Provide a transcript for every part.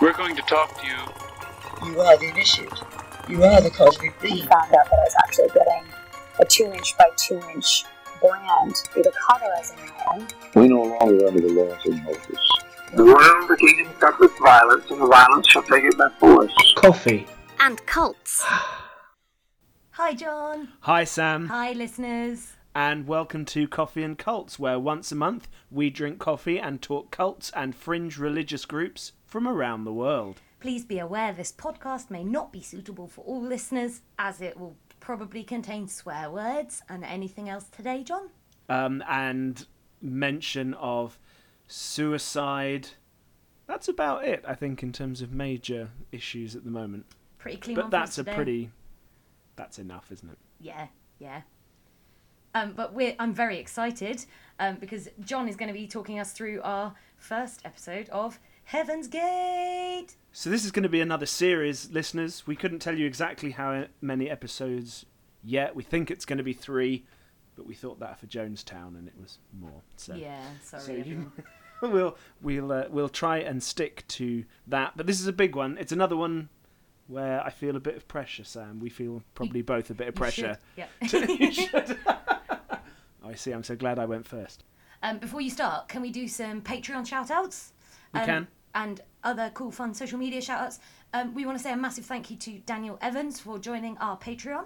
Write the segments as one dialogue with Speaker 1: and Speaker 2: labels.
Speaker 1: We're going to talk to you.
Speaker 2: You are the initiate. You are the cosmic
Speaker 3: I
Speaker 2: being.
Speaker 3: found out that I was actually getting a two inch by two inch brand through the cauterizing iron.
Speaker 4: We no longer under the laws of Moses.
Speaker 5: The world again suffereth violence, and the violence shall take it by force.
Speaker 6: Coffee.
Speaker 7: and cults.
Speaker 8: Hi, John.
Speaker 9: Hi, Sam,
Speaker 8: Hi, listeners.
Speaker 9: and welcome to Coffee and Cults, where once a month we drink coffee and talk cults and fringe religious groups from around the world.
Speaker 8: Please be aware this podcast may not be suitable for all listeners, as it will probably contain swear words and anything else today, John.
Speaker 9: Um, and mention of suicide. That's about it, I think, in terms of major issues at the moment.
Speaker 8: Pretty clean. one
Speaker 9: But
Speaker 8: for us
Speaker 9: that's a
Speaker 8: today.
Speaker 9: pretty. That's enough, isn't it?
Speaker 8: Yeah, yeah. Um, but we're I'm very excited um, because John is going to be talking us through our first episode of Heaven's Gate.
Speaker 9: So this is going to be another series, listeners. We couldn't tell you exactly how e, many episodes yet. We think it's going to be three, but we thought that for Jonestown, and it was more. So
Speaker 8: Yeah, sorry.
Speaker 9: so
Speaker 8: everyone.
Speaker 9: you, we'll we'll uh, we'll try and stick to that. But this is a big one. It's another one where I feel a bit of pressure, Sam. We feel probably both a bit of
Speaker 8: You
Speaker 9: pressure.
Speaker 8: should- Yeah.
Speaker 9: I see. I'm so glad I went first.
Speaker 8: um, before you start, can we do some Patreon shout outs?
Speaker 9: We can.
Speaker 8: And other cool, fun social media shout outs. Um, we want to say a massive thank you to Daniel Evans for joining our Patreon.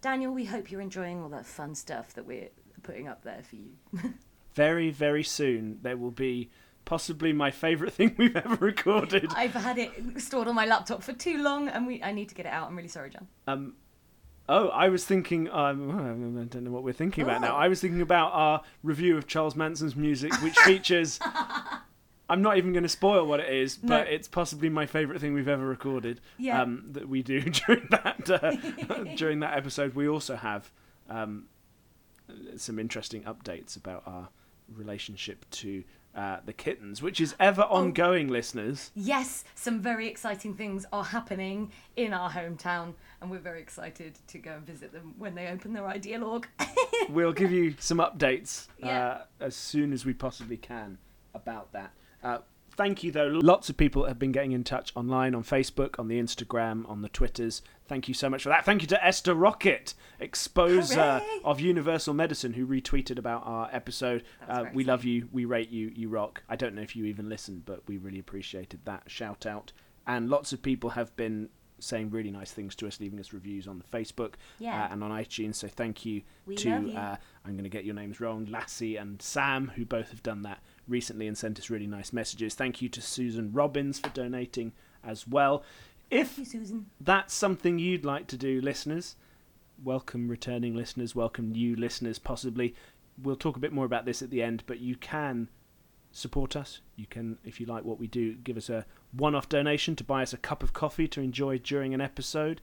Speaker 8: Daniel, we hope you're enjoying all that fun stuff that we're putting up there for you.
Speaker 9: Very very soon there will be possibly my favourite thing we've ever recorded.
Speaker 8: I've had it stored on my laptop for too long and we I need to get it out. I'm really sorry, John.
Speaker 9: Oh, I was thinking. Um, I don't know what we're thinking about now. I was thinking about our review of Charles Manson's music, which features. I'm not even going to spoil what it is, but it's possibly my favourite thing we've ever recorded.
Speaker 8: Yeah.
Speaker 9: Um, that we do during that uh, during that episode. We also have um, some interesting updates about our relationship to uh, the kittens, which is ever ongoing, listeners.
Speaker 8: Yes, some very exciting things are happening in our hometown and we're very excited to go and visit them when they open their ideal org.
Speaker 9: we'll give you some updates
Speaker 8: Yeah.
Speaker 9: uh, as soon as we possibly can about that. Uh, thank you, though. Lots of people have been getting in touch online, on Facebook, on the Instagram, on the Twitters. Thank you so much for that. Thank you to Esther Rocket, exposer
Speaker 8: Hooray!
Speaker 9: of Universal Medicine, who retweeted about our episode.
Speaker 8: was
Speaker 9: Uh,
Speaker 8: very
Speaker 9: we love you. We rate you. You rock. I don't know if you even listened, but we really appreciated that shout out. And lots of people have been saying really nice things to us, leaving us reviews on Facebook
Speaker 8: Yeah.
Speaker 9: uh, and on iTunes. So thank you
Speaker 8: We
Speaker 9: to
Speaker 8: love you.
Speaker 9: Uh, I'm going to get your names wrong, Lassie and Sam, who both have done that recently and sent us really nice messages. Thank you to Susan Robbins for donating as well. If
Speaker 8: Thank you, Susan.
Speaker 9: that's something you'd like to do, listeners, welcome returning listeners, welcome new listeners, possibly. We'll talk a bit more about this at the end, but you can support us. You can, if you like what we do, give us a one off donation to buy us a cup of coffee to enjoy during an episode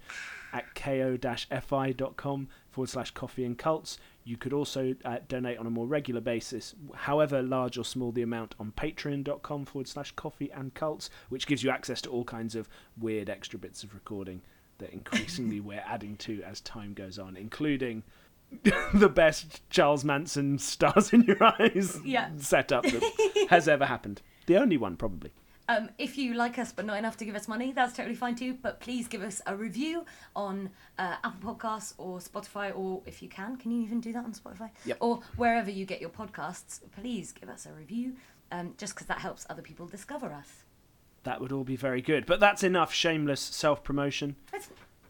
Speaker 9: at ko fi.com forward slash coffee and cults. You could also uh, donate on a more regular basis, however large or small the amount, on patreon.com forward slash coffee and cults, which gives you access to all kinds of weird extra bits of recording that increasingly we're adding to as time goes on, including the best Charles Manson stars in your eyes
Speaker 8: Yeah.
Speaker 9: setup that has ever happened. The only one, probably.
Speaker 8: Um, if you like us but not enough to give us money, that's totally fine too. But please give us a review on uh, Apple Podcasts or Spotify, or if you can, can you even do that on Spotify?
Speaker 9: Yep.
Speaker 8: Or wherever you get your podcasts, please give us a review, um, just because that helps other people discover us.
Speaker 9: That would all be very good. But that's enough shameless self promotion.
Speaker 8: It's,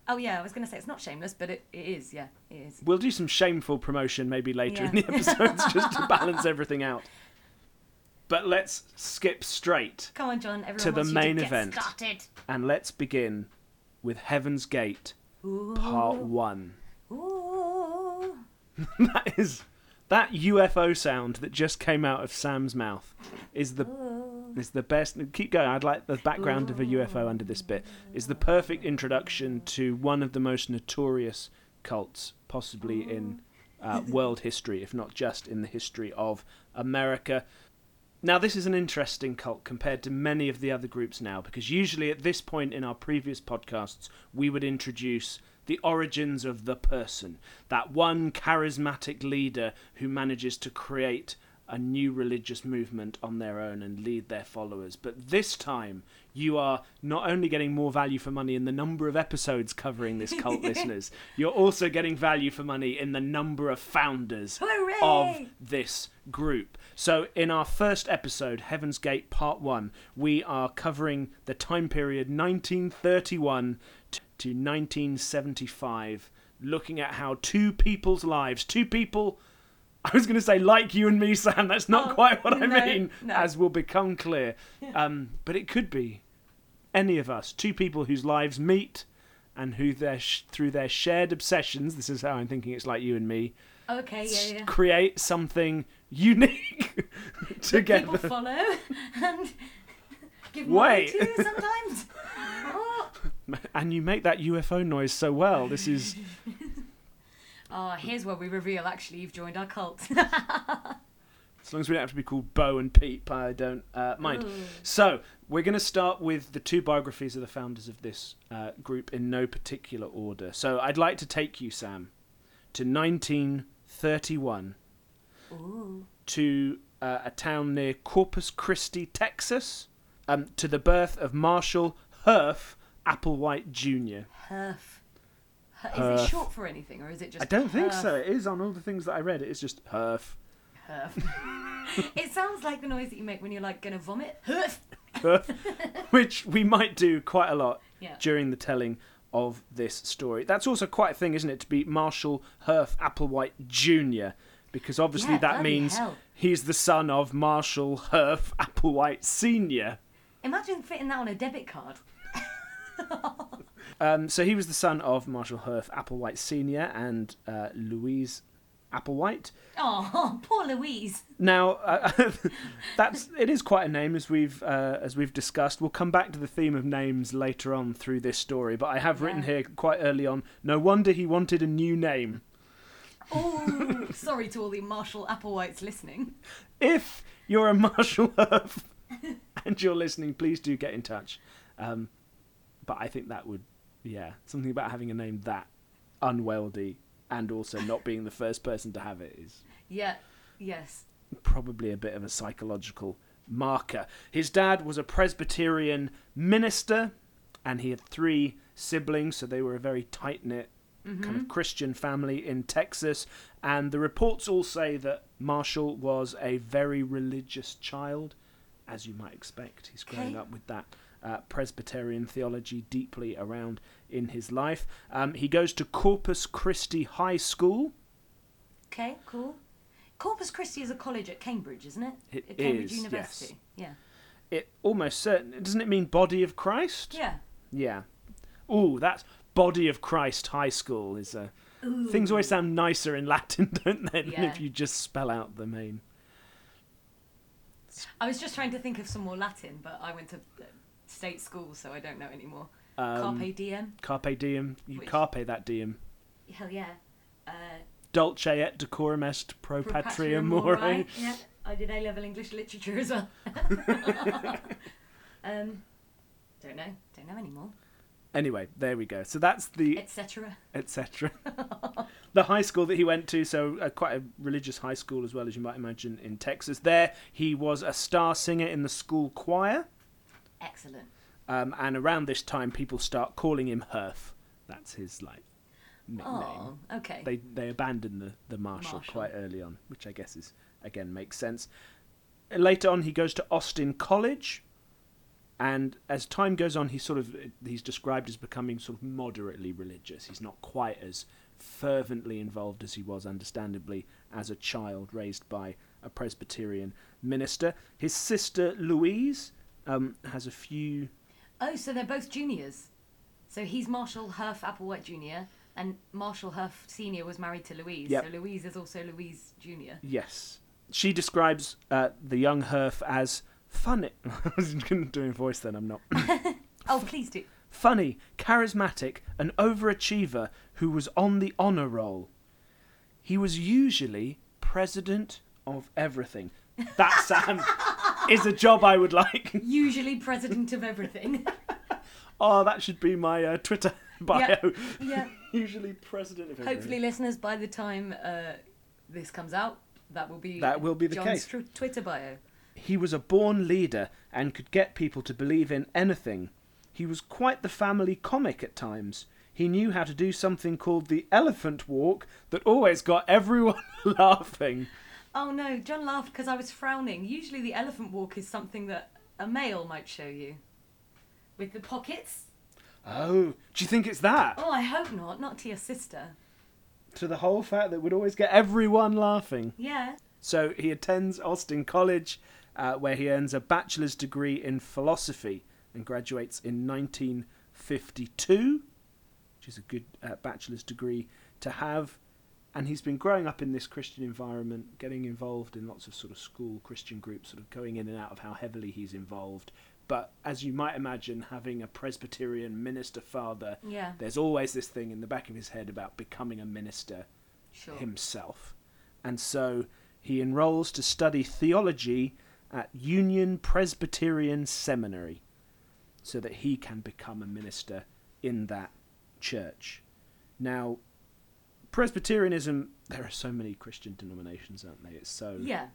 Speaker 8: oh yeah, I was going to say it's not shameless, but it, it is. Yeah, it is.
Speaker 9: We'll do some shameful promotion maybe later
Speaker 8: Yeah.
Speaker 9: in the episodes just to balance everything out. But let's skip straight
Speaker 8: Come on, John. Everyone
Speaker 9: To the
Speaker 8: wants you
Speaker 9: main
Speaker 8: get
Speaker 9: event.
Speaker 8: started.
Speaker 9: and let's begin with Heaven's Gate Part 1.
Speaker 8: Ooh.
Speaker 9: That is that UFO sound that just came out of Sam's mouth is the is the best. Keep going. I'd like the background of a UFO under this bit. Is the perfect introduction to one of the most notorious cults possibly in uh, world history, if not just in the history of America. Now, this is an interesting cult compared to many of the other groups now, because usually at this point in our previous podcasts, we would introduce the origins of the person, that one charismatic leader who manages to create a new religious movement on their own and lead their followers. But this time, you are not only getting more value for money in the number of episodes covering this cult, listeners, you're also getting value for money in the number of founders
Speaker 8: Hooray!
Speaker 9: of this group. So, in our first episode, Heaven's Gate Part 1, we are covering the time period 1931 t- to 1975, looking at how two people's lives, two people, I was going to say like you and me, Sam, that's not
Speaker 8: Oh,
Speaker 9: quite what I
Speaker 8: no,
Speaker 9: mean,
Speaker 8: no.
Speaker 9: as will become clear. Um, but it could be any of us, two people whose lives meet. And who their sh- through their shared obsessions, this is how I'm thinking it's like you and me,
Speaker 8: Okay, yeah, yeah.
Speaker 9: create something unique
Speaker 8: People
Speaker 9: together.
Speaker 8: follow and give money
Speaker 9: Wait.
Speaker 8: to you sometimes. oh.
Speaker 9: And you make that UFO noise so well. This is
Speaker 8: Oh, here's where we reveal actually you've joined our cult.
Speaker 9: as long as we don't have to be called Bo and Peep, I don't uh, mind.
Speaker 8: Mm.
Speaker 9: So we're going to start with the two biographies of the founders of this uh, group in no particular order. So I'd like to take you, Sam, to 1931
Speaker 8: Ooh.
Speaker 9: to uh, a town near Corpus Christi, Texas, um, to the birth of Marshall Herf Applewhite Jr.
Speaker 8: Herf. Her- Is
Speaker 9: Herf.
Speaker 8: it short for anything or is it just
Speaker 9: I don't think so.
Speaker 8: Herf?
Speaker 9: It is on all the things that I read. It is just herf.
Speaker 8: Herf. it sounds like the noise that you make when you're like gonna vomit. Herf.
Speaker 9: herf, which we might do quite a lot
Speaker 8: Yeah.
Speaker 9: during the telling of this story. That's also quite a thing, isn't it, to be Marshall Herf Applewhite Jr. Because obviously
Speaker 8: Yeah,
Speaker 9: that
Speaker 8: bloody
Speaker 9: means
Speaker 8: hell.
Speaker 9: he's the son of Marshall Herf Applewhite Sr.
Speaker 8: Imagine fitting that on a debit card.
Speaker 9: Um, so he was the son of Marshall Herf Applewhite Sr. and uh, Louise Applewhite.
Speaker 8: Oh, poor Louise.
Speaker 9: Now, uh, that's it is quite a name as we've uh, as we've discussed. We'll come back to the theme of names later on through this story, but I have written
Speaker 8: Yeah.
Speaker 9: here quite early on. No wonder he wanted a new name.
Speaker 8: Oh, sorry to all the Marshall Applewhites listening.
Speaker 9: If you're a Marshall Herf and you're listening, please do get in touch. Um, but I think that would, yeah, something about having a name that unwieldy and also not being the first person to have it is
Speaker 8: Yeah. Yes.
Speaker 9: probably a bit of a psychological marker. His dad was a Presbyterian minister, and he had three siblings, so they were a very tight knit kind of Christian family in Texas. And the reports all say that Marshall was a very religious child, as you might expect. He's growing
Speaker 8: Okay.
Speaker 9: up with that. Uh, Presbyterian theology deeply around in his life. Um, he goes to Corpus Christi High School,
Speaker 8: Okay, cool. Corpus Christi is a college at Cambridge, isn't it?
Speaker 9: It
Speaker 8: at Cambridge
Speaker 9: is, yes.
Speaker 8: University.
Speaker 9: it almost certain doesn't it mean body of Christ?
Speaker 8: Yeah.
Speaker 9: Yeah. Ooh, that's Body of Christ High School is a things always sound nicer in Latin, don't they, than
Speaker 8: Yeah.
Speaker 9: if you just spell out the main.
Speaker 8: Yeah. I was just trying to think of some more Latin, but I went to uh, state school, so I don't know anymore.
Speaker 9: Um,
Speaker 8: Carpe diem.
Speaker 9: Carpe diem, you
Speaker 8: Which-
Speaker 9: carpe that diem.
Speaker 8: Hell yeah. Uh,
Speaker 9: Dulce et decorum est pro,
Speaker 8: pro
Speaker 9: patria
Speaker 8: patria
Speaker 9: more.
Speaker 8: mori. Yeah. I did A level English literature as well. um, don't know. Don't know anymore.
Speaker 9: Anyway, there we go. So that's the
Speaker 8: Etc.
Speaker 9: etc. the high school that he went to, so uh, quite a religious high school as well as you might imagine in Texas. There, he was a star singer in the school choir.
Speaker 8: Excellent.
Speaker 9: Um, and around this time, people start calling him Herf. That's his like nickname.
Speaker 8: Oh, okay.
Speaker 9: They they abandon the the Marshall,
Speaker 8: Marshall.
Speaker 9: quite early on, which I guess is again makes sense. Later on, he goes to Austin College, and as time goes on, he's sort of he's described as becoming sort of moderately religious. He's not quite as fervently involved as he was, understandably, as a child raised by a Presbyterian minister. His sister Louise um, has a few
Speaker 8: Oh, so they're both juniors. So he's Marshall Herf Applewhite Jr. and Marshall Herf Sr. was married to Louise.
Speaker 9: Yep.
Speaker 8: So Louise is also Louise Jr.
Speaker 9: Yes. She describes uh, the young Herf as funny. I was going to do a voice then, I'm not.
Speaker 8: Oh, please do.
Speaker 9: funny, charismatic, an overachiever who was on the honour roll. He was usually president of everything. That, Sam, is a job I would like.
Speaker 8: Usually president of everything.
Speaker 9: Oh, that should be my uh, Twitter bio.
Speaker 8: yeah.
Speaker 9: Usually president of everything.
Speaker 8: Hopefully, listeners, by the time uh, this comes out, That will be
Speaker 9: That will be the
Speaker 8: John's
Speaker 9: case.
Speaker 8: tw- Twitter bio.
Speaker 9: He was a born leader and could get people to believe in anything. He was quite the family comic at times. He knew how to do something called the elephant walk that always got everyone laughing.
Speaker 8: Oh no, John laughed because I was frowning. Usually the elephant walk is something that a male might show you. With the pockets?
Speaker 9: Oh, do you think it's that?
Speaker 8: Oh, I hope not. Not to your sister.
Speaker 9: To the whole fact that would always get everyone laughing.
Speaker 8: Yeah.
Speaker 9: So he attends Austin College, uh, where he earns a bachelor's degree in philosophy and graduates in 1952, which is a good uh, bachelor's degree to have. And he's been growing up in this Christian environment, getting involved in lots of sort of school Christian groups, sort of going in and out of how heavily he's involved. But as you might imagine, having a Presbyterian minister father,
Speaker 8: Yeah.
Speaker 9: there's always this thing in the back of his head about becoming a minister
Speaker 8: Sure.
Speaker 9: himself. And so he enrolls to study theology at Union Presbyterian Seminary so that he can become a minister in that church. Now, Presbyterianism, there are so many Christian denominations, aren't they? It's so
Speaker 8: Yeah.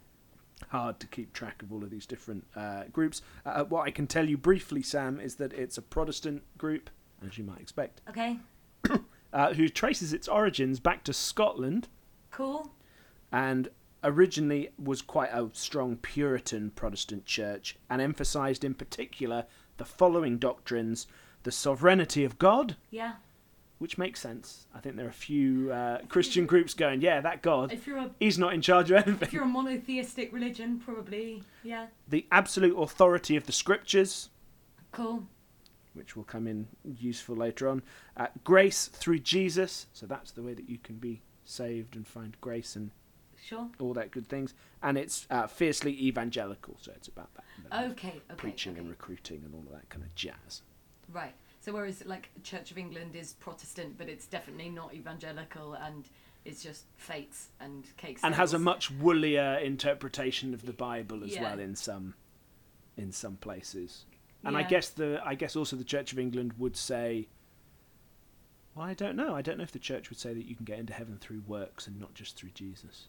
Speaker 9: hard to keep track of all of these different uh, groups. Uh, what I can tell you briefly, Sam, is that it's a Protestant group, as you might expect,
Speaker 8: Okay.
Speaker 9: uh, who traces its origins back to Scotland
Speaker 8: Cool.
Speaker 9: and originally was quite a strong Puritan Protestant church and emphasized in particular the following doctrines the sovereignty of God,
Speaker 8: Yeah.
Speaker 9: which makes sense. I think there are a few uh, Christian groups going, yeah, that God,
Speaker 8: If you're a
Speaker 9: he's not in charge of anything.
Speaker 8: if you're a monotheistic religion, probably. Yeah.
Speaker 9: The absolute authority of the scriptures,
Speaker 8: Cool.
Speaker 9: which will come in useful later on. Uh, grace through Jesus, so that's the way that you can be saved and find grace and
Speaker 8: Sure.
Speaker 9: all that good things. And it's uh, fiercely evangelical, so it's about that.
Speaker 8: Okay. Okay.
Speaker 9: preaching
Speaker 8: okay.
Speaker 9: and recruiting and all of that kind of jazz.
Speaker 8: Right. So whereas like Church of England is Protestant, but it's definitely not evangelical, and it's just fates and cakes.
Speaker 9: And has a much woollier interpretation of the Bible as
Speaker 8: Yeah.
Speaker 9: well in some in some places. And I
Speaker 8: Yeah.
Speaker 9: guess the I guess also the Church of England would say well, I don't know. I don't know if the church would say that you can get into heaven through works and not just through Jesus.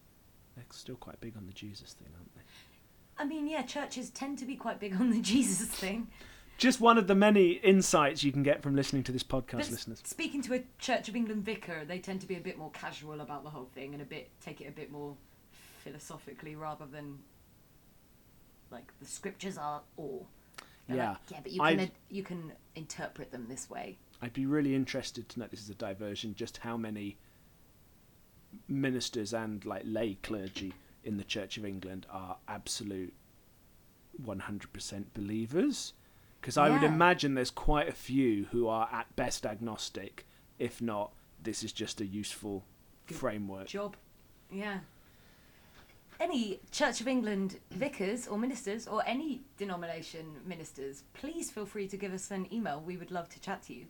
Speaker 9: They're still quite big on the Jesus thing, aren't they?
Speaker 8: I mean, yeah, churches tend to be quite big on the Jesus thing.
Speaker 9: Just one of the many insights you can get from listening to this podcast,
Speaker 8: But
Speaker 9: listeners.
Speaker 8: speaking to a Church of England vicar, they tend to be a bit more casual about the whole thing and a bit take it a bit more philosophically rather than like the scriptures are all. They're
Speaker 9: Yeah.
Speaker 8: like, yeah, but you
Speaker 9: I've-
Speaker 8: can ad- you can interpret them this way.
Speaker 9: I'd be really interested to know this is a diversion just how many ministers and like lay clergy in the Church of England are absolute 100% believers because I would
Speaker 8: Yeah.
Speaker 9: imagine there's quite a few who are at best agnostic if not this is just a useful framework
Speaker 8: Job. Yeah. Any Church of England vicars or ministers or any denomination ministers, please feel free to give us an email. We would love to chat to you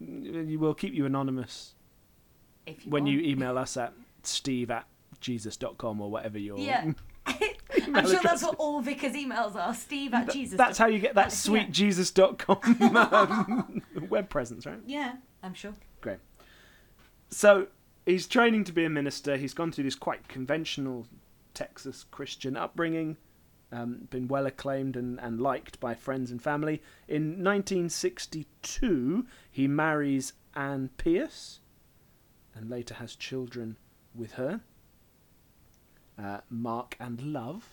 Speaker 9: we will keep you anonymous
Speaker 8: if you
Speaker 9: when
Speaker 8: want.
Speaker 9: you email us at steve at jesus.com or whatever your
Speaker 8: Yeah. I'm sure that's what all Vickers emails are. Steve at Jesus.
Speaker 9: that's how you get that
Speaker 8: That's-
Speaker 9: sweet
Speaker 8: yeah.
Speaker 9: jesus.com um, web presence right
Speaker 8: Yeah, I'm sure.
Speaker 9: Great. So he's training to be a minister. He's gone through this quite conventional Texas Christian upbringing, um, been well acclaimed and, and liked by friends and family. In 1962, he marries Anne Pierce and later has children with her, uh, Mark and Love,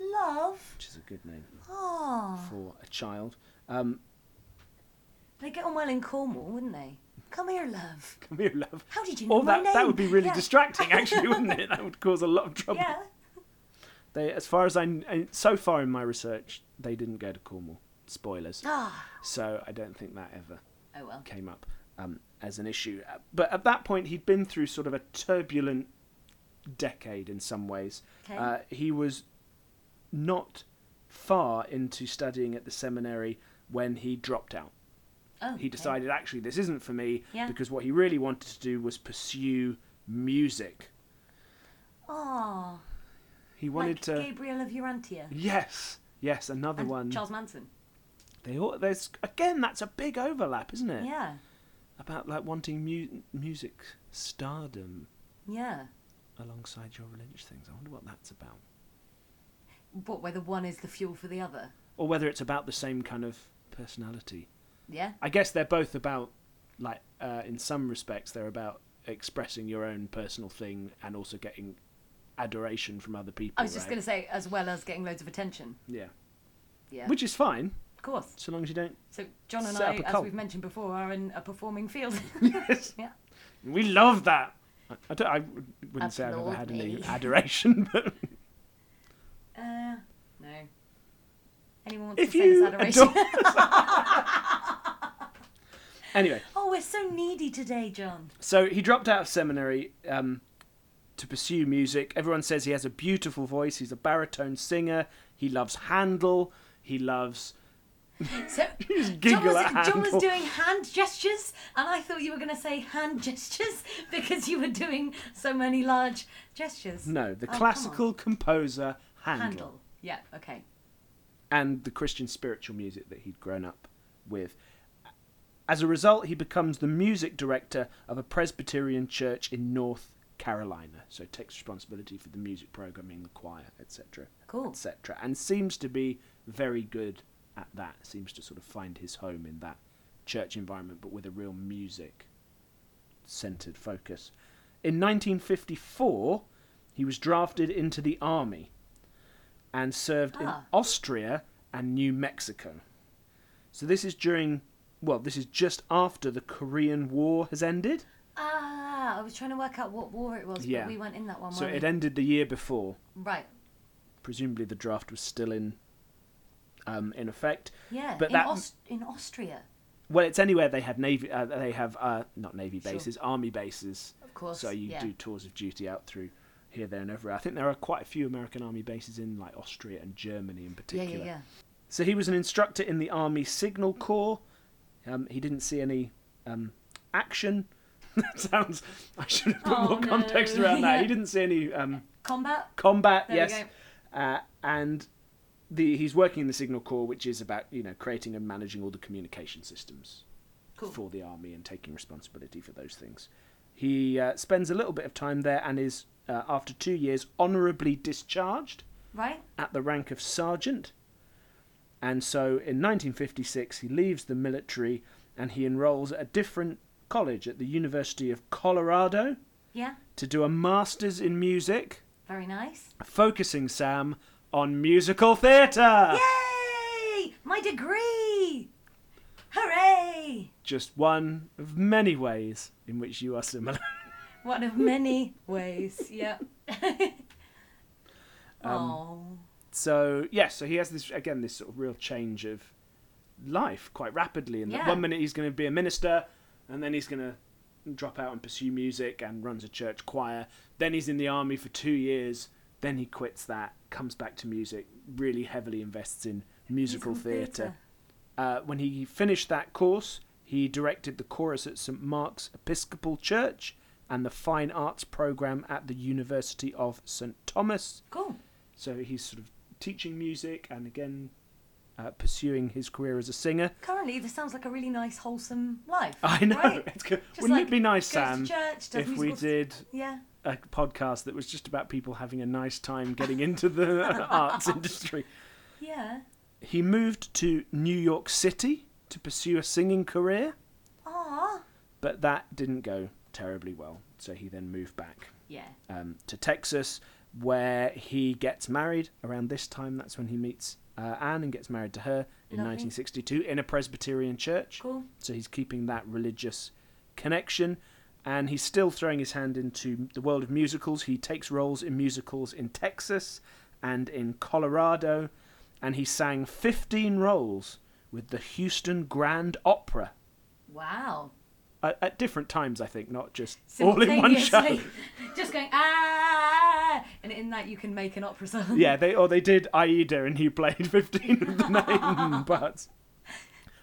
Speaker 8: Love.
Speaker 9: which is a good name
Speaker 8: Oh,
Speaker 9: for a child. Um,
Speaker 8: they get on well in Cornwall, wouldn't they? Come here, love.
Speaker 9: come here, love.
Speaker 8: How did you know
Speaker 9: Or
Speaker 8: my
Speaker 9: Oh, that,
Speaker 8: name?
Speaker 9: that would be really
Speaker 8: yeah.
Speaker 9: distracting, actually, wouldn't it? That would cause a lot of trouble.
Speaker 8: Yeah.
Speaker 9: They, as far as I, kn- and so far in my research, they didn't go to Cornwall. Spoilers.
Speaker 8: Ah.
Speaker 9: So I don't think that ever
Speaker 8: Oh well.
Speaker 9: came up um, as an issue. Uh, But at that point, he'd been through sort of a turbulent decade in some ways.
Speaker 8: Okay.
Speaker 9: Uh, he was not far into studying at the seminary when he dropped out.
Speaker 8: Oh.
Speaker 9: He decided, actually, this isn't for me
Speaker 8: Yeah.
Speaker 9: because what he really wanted to do was pursue music.
Speaker 8: Oh.
Speaker 9: He wanted
Speaker 8: Like
Speaker 9: to.
Speaker 8: Gabriel of Urantia.
Speaker 9: Yes, yes, another
Speaker 8: And
Speaker 9: one.
Speaker 8: Charles Manson.
Speaker 9: They all, there's again that's a big overlap, isn't it?
Speaker 8: Yeah.
Speaker 9: About like wanting mu- music stardom.
Speaker 8: Yeah.
Speaker 9: alongside your religious things. I wonder what that's about.
Speaker 8: But whether one is the fuel for the other.
Speaker 9: Or whether it's about the same kind of personality.
Speaker 8: Yeah?
Speaker 9: I guess they're both about, like, uh, in some respects, they're about expressing your own personal thing and also getting adoration from other people.
Speaker 8: I was just
Speaker 9: right?
Speaker 8: going to say, as well as getting loads of attention.
Speaker 9: Yeah.
Speaker 8: Yeah.
Speaker 9: Which is fine,
Speaker 8: of course.
Speaker 9: so long as you don't.
Speaker 8: So John and
Speaker 9: Set
Speaker 8: I,
Speaker 9: up a
Speaker 8: as
Speaker 9: cult.
Speaker 8: we've mentioned before, are in a performing field.
Speaker 9: Yes.
Speaker 8: yeah.
Speaker 9: We love that! I, I don't, I wouldn't say I've ever
Speaker 8: Applaud
Speaker 9: had any
Speaker 8: me.
Speaker 9: adoration, but
Speaker 8: Uh, no. Anyone wants
Speaker 9: if
Speaker 8: to send
Speaker 9: you.
Speaker 8: us adoration?
Speaker 9: Adore... anyway,
Speaker 8: oh, we're so needy today, John.
Speaker 9: So he dropped out of seminary um, to pursue music. Everyone says he has a beautiful voice. He's a baritone singer. He loves Handel. He loves.
Speaker 8: So John,
Speaker 9: giggle
Speaker 8: was,
Speaker 9: at
Speaker 8: John was
Speaker 9: Handel.
Speaker 8: doing hand gestures, and I thought you were going to say hand gestures because you were doing so many large gestures.
Speaker 9: No, the
Speaker 8: Oh, come
Speaker 9: classical composer
Speaker 8: on.
Speaker 9: Handel,
Speaker 8: handle. Yeah. Okay.
Speaker 9: and the Christian spiritual music that he'd grown up with. As a result, he becomes the music director of a Presbyterian church in North Carolina. So takes responsibility for the music programming, the choir, etc.
Speaker 8: Cool.
Speaker 9: etc. And seems to be very good at that. Seems to sort of find his home in that church environment, but with a real music centered focus. In 1954, he was drafted into the army and served in
Speaker 8: Ah.
Speaker 9: Austria and New Mexico. So this is during, well, this is just after the Korean War has ended.
Speaker 8: Ah, I was trying to work out what war it was,
Speaker 9: Yeah.
Speaker 8: but we weren't in that one.
Speaker 9: So
Speaker 8: were
Speaker 9: it
Speaker 8: we?
Speaker 9: ended the year before.
Speaker 8: right.
Speaker 9: Presumably, the draft was still in um, in effect.
Speaker 8: Yeah.
Speaker 9: But
Speaker 8: in,
Speaker 9: that-
Speaker 8: Aus- in Austria,
Speaker 9: Well, it's anywhere they have navy. Uh, they have uh, not navy
Speaker 8: Sure.
Speaker 9: bases, army bases.
Speaker 8: of course.
Speaker 9: So you
Speaker 8: yeah.
Speaker 9: do tours of duty out through here, there, and everywhere. I think there are quite a few American army bases in like Austria and Germany in
Speaker 8: Yeah,
Speaker 9: particular.
Speaker 8: yeah, yeah.
Speaker 9: So he was an instructor in the Army Signal Corps. Um, he didn't see any um, action. that sounds. I should have put
Speaker 8: Oh,
Speaker 9: more
Speaker 8: no.
Speaker 9: context around that.
Speaker 8: Yeah.
Speaker 9: He didn't see any um,
Speaker 8: Combat.
Speaker 9: combat.
Speaker 8: There we
Speaker 9: yes. Uh, and the, he's working in the Signal Corps, which is about you know creating and managing all the communication systems
Speaker 8: Cool.
Speaker 9: for the army and taking responsibility for those things. He uh, spends a little bit of time there and is, uh, after two years, honourably discharged
Speaker 8: Right.
Speaker 9: at the rank of sergeant. And so in 1956, he leaves the military and he enrolls at a different college at the University of Colorado
Speaker 8: Yeah.
Speaker 9: to do a master's in music,
Speaker 8: Very nice.
Speaker 9: focusing, Sam, on musical theatre.
Speaker 8: Yay! My degree! Hooray!
Speaker 9: Just one of many ways in which you are similar.
Speaker 8: One of many ways. Yeah.
Speaker 9: Um,
Speaker 8: oh.
Speaker 9: so yeah, so he has this again this sort of real change of life quite rapidly. And that
Speaker 8: Yeah.
Speaker 9: one minute he's going to be a minister, and then he's going to drop out and pursue music and runs a church choir. Then he's in the army for two years. Then he quits that, comes back to music, really heavily invests in musical theatre. Uh, when he finished that course, he directed the chorus at St Mark's Episcopal Church and the Fine Arts program at the University of St Thomas.
Speaker 8: Cool.
Speaker 9: So he's sort of teaching music and again uh, pursuing his career as a singer.
Speaker 8: Currently, this sounds like a really nice, wholesome life.
Speaker 9: I know.
Speaker 8: Right?
Speaker 9: It's good.
Speaker 8: Just
Speaker 9: Wouldn't
Speaker 8: like
Speaker 9: it be nice,
Speaker 8: goes
Speaker 9: Sam,
Speaker 8: to church, does
Speaker 9: if we
Speaker 8: musicals-
Speaker 9: did
Speaker 8: Yeah.
Speaker 9: a podcast that was just about people having a nice time getting into the arts industry?
Speaker 8: Yeah.
Speaker 9: He moved to New York City to pursue a singing career,
Speaker 8: Ah.
Speaker 9: but that didn't go terribly well. So he then moved back
Speaker 8: Yeah.
Speaker 9: um, to Texas, where he gets married around this time. That's when he meets uh, Anne and gets married to her in
Speaker 8: Lovely.
Speaker 9: 1962 in a Presbyterian church.
Speaker 8: Cool.
Speaker 9: So he's keeping that religious connection. And he's still throwing his hand into the world of musicals. He takes roles in musicals in Texas and in Colorado. And he sang 15 roles with the Houston Grand Opera
Speaker 8: Wow.
Speaker 9: at, at different times, I think, not just all in one show.
Speaker 8: Simultaneously. Just going, ah! And in that, you can make an opera song.
Speaker 9: Yeah, they or they did Aida and he played 15 of the name parts.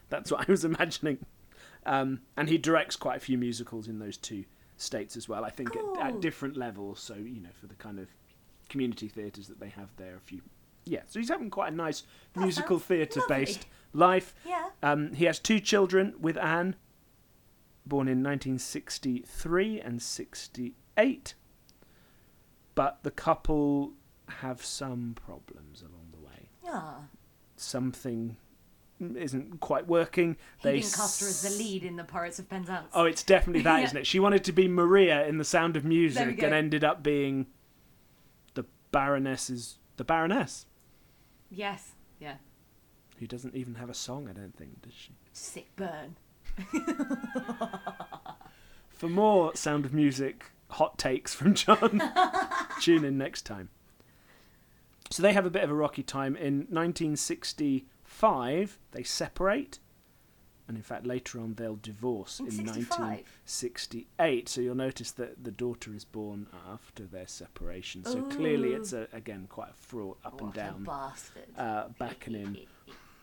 Speaker 9: That's what I was imagining. Um, and he directs quite a few musicals in those two states as well, I think at,
Speaker 8: Cool.
Speaker 9: at different levels. So, you know, for the kind of community theatres that they have there, a few. Yeah, so he's having quite a nice musical
Speaker 8: sounds
Speaker 9: theatre based
Speaker 8: lovely.
Speaker 9: life.
Speaker 8: Yeah.
Speaker 9: Um, he has two children with Anne, born in 1963 and 68. But the couple have some problems along the way.
Speaker 8: Ah,
Speaker 9: Something isn't quite working.
Speaker 8: he
Speaker 9: They
Speaker 8: didn't cast her as
Speaker 9: s-
Speaker 8: the lead in the Pirates of Penzance.
Speaker 9: Oh, it's definitely that,
Speaker 8: Yeah.
Speaker 9: not it? She wanted to be Maria in The Sound of Music
Speaker 8: go.
Speaker 9: and ended up being the Baroness's the Baroness,
Speaker 8: yes, yeah,
Speaker 9: who doesn't even have a song, I don't think, does she?
Speaker 8: sick burn.
Speaker 9: For more Sound of Music hot takes from John, tune in next time. So they have a bit of a rocky time. In 1965, they separate. And in fact, later on, they'll divorce
Speaker 8: In
Speaker 9: in
Speaker 8: 65?
Speaker 9: 1968. So you'll notice that the daughter is born after their separation. So clearly,
Speaker 8: Ooh.
Speaker 9: it's a, again quite a fraught up and
Speaker 8: What a
Speaker 9: down,
Speaker 8: bastard.
Speaker 9: uh, back and in,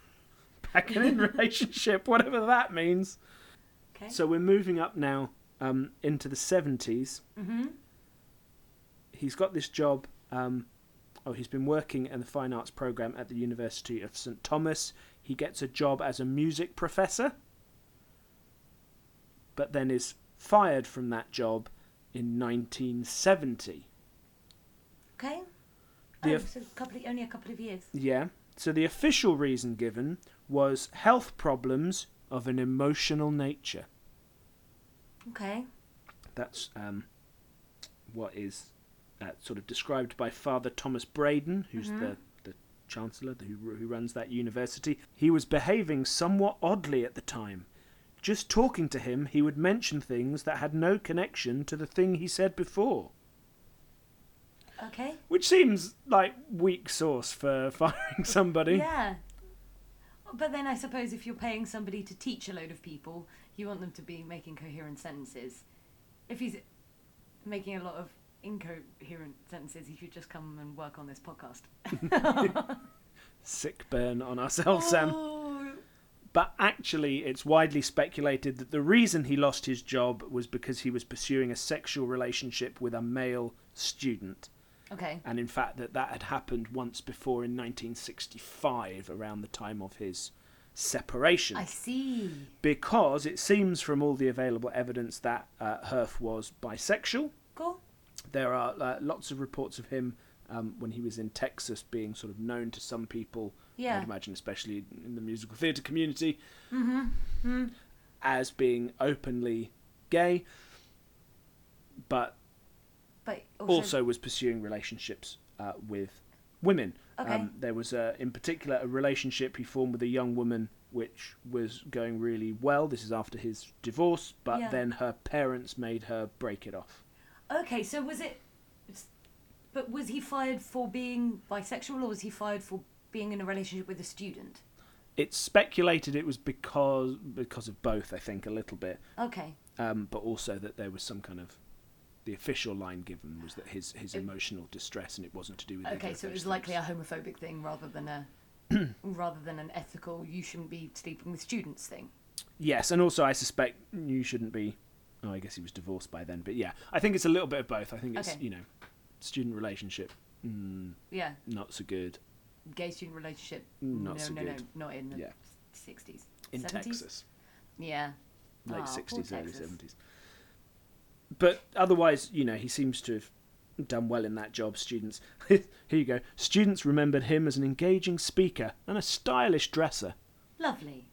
Speaker 9: back and in relationship, whatever that means.
Speaker 8: Okay.
Speaker 9: So we're moving up now um, into the 70s.
Speaker 8: Mhm.
Speaker 9: He's got this job. Um, oh, he's been working in the fine arts program at the University of St. Thomas. He gets a job as a music professor, but then is fired from that job in 1970.
Speaker 8: okay.
Speaker 9: The
Speaker 8: oh,
Speaker 9: aff-
Speaker 8: so a couple of, only a couple of years.
Speaker 9: Yeah. So the official reason given was health problems of an emotional nature.
Speaker 8: Okay.
Speaker 9: That's um, what is uh, sort of described by Father Thomas Braden, who's
Speaker 8: Mm-hmm.
Speaker 9: the, the chancellor the- who, who runs that university. He was behaving somewhat oddly at the time. Just talking to him, he would mention things that had no connection to the thing he said before,
Speaker 8: Okay.
Speaker 9: which seems like weak source for firing somebody.
Speaker 8: Yeah. But then I suppose if you're paying somebody to teach a load of people, you want them to be making coherent sentences. If he's making a lot of incoherent sentences, he should just come and work on this podcast.
Speaker 9: Sick burn on ourselves, Sam.
Speaker 8: Oh,
Speaker 9: But actually, it's widely speculated that the reason he lost his job was because he was pursuing a sexual relationship with a male student.
Speaker 8: Okay.
Speaker 9: And in fact, that that had happened once before in 1965, around the time of his separation.
Speaker 8: I see.
Speaker 9: Because it seems from all the available evidence that uh, Herf was bisexual.
Speaker 8: Cool.
Speaker 9: There are uh, lots of reports of him um, when he was in Texas being sort of known to some people.
Speaker 8: Yeah. Mm-hmm.
Speaker 9: I'd imagine, especially in the musical theatre community, as being openly gay, but
Speaker 8: But also,
Speaker 9: also was pursuing relationships uh, with women. Um,
Speaker 8: Okay.
Speaker 9: there was, a, in particular, a relationship he formed with a young woman which was going really well. This is after his divorce, but
Speaker 8: Yeah.
Speaker 9: then her parents made her break it off.
Speaker 8: okay. So was it? But was he fired for being bisexual, or was he fired for being in a relationship with a student?
Speaker 9: It's speculated it was because because of both, I think, a little bit.
Speaker 8: Okay.
Speaker 9: um, but also that there was some kind of the official line given was that his his emotional distress and it wasn't to do with either
Speaker 8: Okay,
Speaker 9: of
Speaker 8: so it
Speaker 9: those
Speaker 8: was likely a
Speaker 9: things.
Speaker 8: homophobic thing rather than a rather than an ethical you shouldn't be sleeping with students thing.
Speaker 9: yes and also I suspect you shouldn't be oh I guess he was divorced by then but yeah I think it's a little bit of both I think it's
Speaker 8: Okay.
Speaker 9: you know student relationship mm,
Speaker 8: Yeah,
Speaker 9: not so good
Speaker 8: gay student relationship.
Speaker 9: Mm, Not
Speaker 8: no,
Speaker 9: so
Speaker 8: no,
Speaker 9: good.
Speaker 8: no, not in the
Speaker 9: Yeah.
Speaker 8: sixties.
Speaker 9: in Texas
Speaker 8: Yeah. Ah,
Speaker 9: late
Speaker 8: poor
Speaker 9: sixties early
Speaker 8: Texas.
Speaker 9: seventies but otherwise you know he seems to have done well in that job students here you go students remembered him as an engaging speaker and a stylish dresser
Speaker 8: Lovely.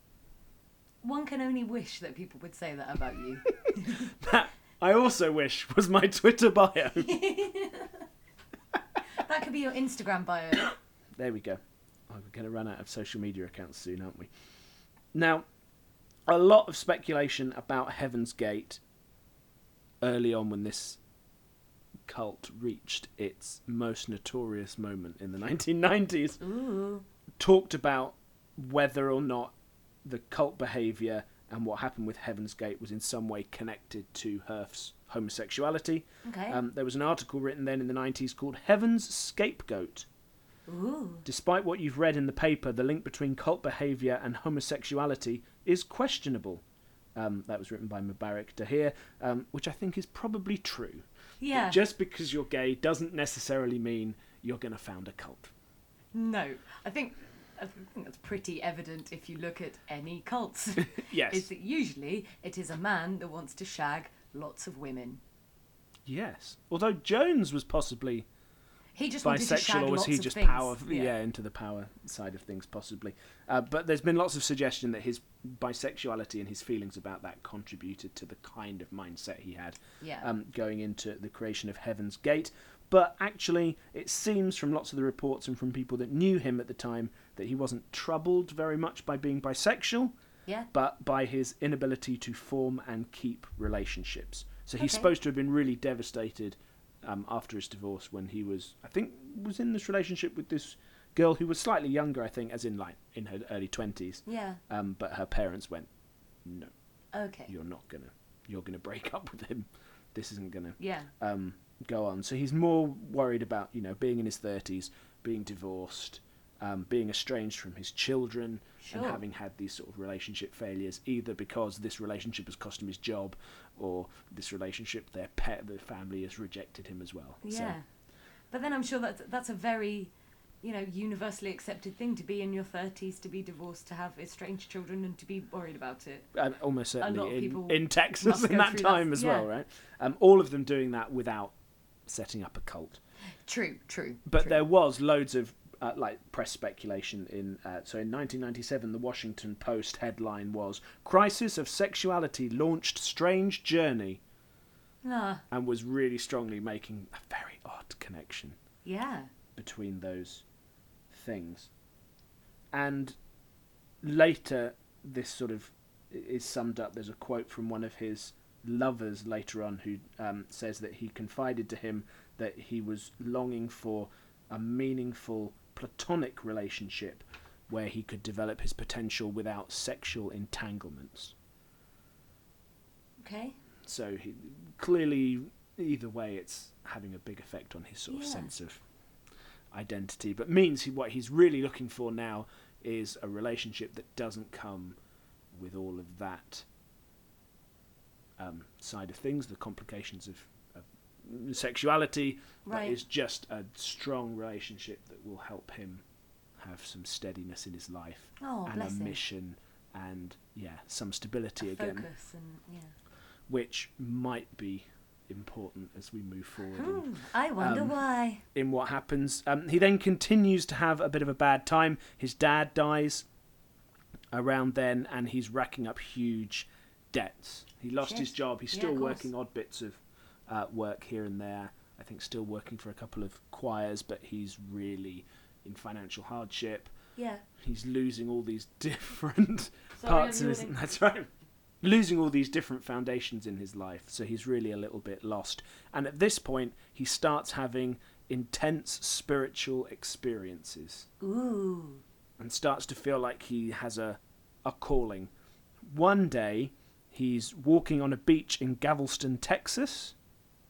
Speaker 8: One can only wish that people would say that about you.
Speaker 9: That I also wish was my Twitter bio.
Speaker 8: that could be your Instagram bio.
Speaker 9: there we go. Oh, we're going to run out of social media accounts soon, aren't we? Now, a lot of speculation about Heaven's Gate early on when this cult reached its most notorious moment in the 1990s
Speaker 8: Ooh.
Speaker 9: talked about whether or not the cult behavior and what happened with Heaven's Gate was in some way connected to Herf's homosexuality.
Speaker 8: Okay.
Speaker 9: Um, there was an article written then in the 90s called Heaven's Scapegoat.
Speaker 8: Ooh.
Speaker 9: Despite what you've read in the paper, the link between cult behaviour and homosexuality is questionable. Um, that was written by Mubarak Dahir, um, which I think is probably true.
Speaker 8: Yeah.
Speaker 9: Just because you're gay doesn't necessarily mean you're going to found a cult.
Speaker 8: No, I think I think that's pretty evident if you look at any cults.
Speaker 9: Yes.
Speaker 8: is that usually it is a man that wants to shag lots of women.
Speaker 9: Yes. Although Jones was possibly
Speaker 8: He just wanted to shag
Speaker 9: bisexual, or was
Speaker 8: lots
Speaker 9: he
Speaker 8: of
Speaker 9: just
Speaker 8: things.
Speaker 9: power? Yeah. into the power side of things, possibly. Uh, but there's been lots of suggestion that his bisexuality and his feelings about that contributed to the kind of mindset he had
Speaker 8: Yeah.
Speaker 9: um, going into the creation of Heaven's Gate. But actually, it seems from lots of the reports and from people that knew him at the time that he wasn't troubled very much by being bisexual,
Speaker 8: Yeah.
Speaker 9: but by his inability to form and keep relationships. So he's
Speaker 8: Okay.
Speaker 9: supposed to have been really devastated um, after his divorce when he was, I think, was in this relationship with this girl who was slightly younger, I think, as in like in her early twenties.
Speaker 8: Yeah.
Speaker 9: Um, but her parents went, "No,
Speaker 8: Okay.
Speaker 9: you're not gonna, you're gonna break up with him. This isn't gonna
Speaker 8: Yeah.
Speaker 9: um, go on." So he's more worried about you know being in his thirties, being divorced, um, being estranged from his children,
Speaker 8: Sure.
Speaker 9: and having had these sort of relationship failures, either because this relationship has cost him his job, or this relationship their pet, the family has rejected him as well. So,
Speaker 8: Yeah. But then I'm sure that that's a very, you know, universally accepted thing to be in your 30s, to be divorced, to have estranged children, and to be worried about it.
Speaker 9: and almost
Speaker 8: lot of
Speaker 9: certainly in,
Speaker 8: people
Speaker 9: in Texas
Speaker 8: must
Speaker 9: in
Speaker 8: go
Speaker 9: that
Speaker 8: through that.
Speaker 9: time as well,
Speaker 8: Yeah.
Speaker 9: right? Um, all of them doing that without setting up a cult.
Speaker 8: True. True.
Speaker 9: But
Speaker 8: true.
Speaker 9: there was loads of uh, like press speculation in. Uh, so in 1997, the Washington Post headline was "Crisis of Sexuality Launched Strange Journey,"
Speaker 8: Ah,
Speaker 9: and was really strongly making a very odd connection
Speaker 8: yeah.
Speaker 9: between those things. And later, this sort of i- is summed up. There's a quote from one of his lovers later on who um, says that he confided to him that he was longing for a meaningful platonic relationship where he could develop his potential without sexual entanglements.
Speaker 8: Okay.
Speaker 9: So he, clearly, either way, it's having a big effect on his sort of
Speaker 8: Yeah.
Speaker 9: sense of identity. But means he, what he's really looking for now is a relationship that doesn't come with all of that um, side of things, the complications of, of sexuality.
Speaker 8: Right.
Speaker 9: But is just a strong relationship that will help him have some steadiness in his life
Speaker 8: Oh,
Speaker 9: and a
Speaker 8: bless him.
Speaker 9: mission and yeah, some stability again
Speaker 8: Focus and yeah.
Speaker 9: which might be important as we move forward in,
Speaker 8: Hmm, I wonder
Speaker 9: Um,
Speaker 8: why.
Speaker 9: in what happens. Um, he then continues to have a bit of a bad time. His dad dies around then, and he's racking up huge debts. He lost
Speaker 8: Shit.
Speaker 9: his job. He's
Speaker 8: Yeah,
Speaker 9: still
Speaker 8: of course.
Speaker 9: working odd bits of uh, work here and there. I think still working for a couple of choirs, but he's really in financial hardship.
Speaker 8: Yeah.
Speaker 9: He's losing all these different
Speaker 8: Sorry,
Speaker 9: parts
Speaker 8: I'm
Speaker 9: of his.
Speaker 8: yawning.
Speaker 9: That's right. Losing all these different foundations in his life, so he's really a little bit lost. And at this point, he starts having intense spiritual experiences
Speaker 8: Ooh.
Speaker 9: and starts to feel like he has a, a calling. One day, he's walking on a beach in Galveston, Texas,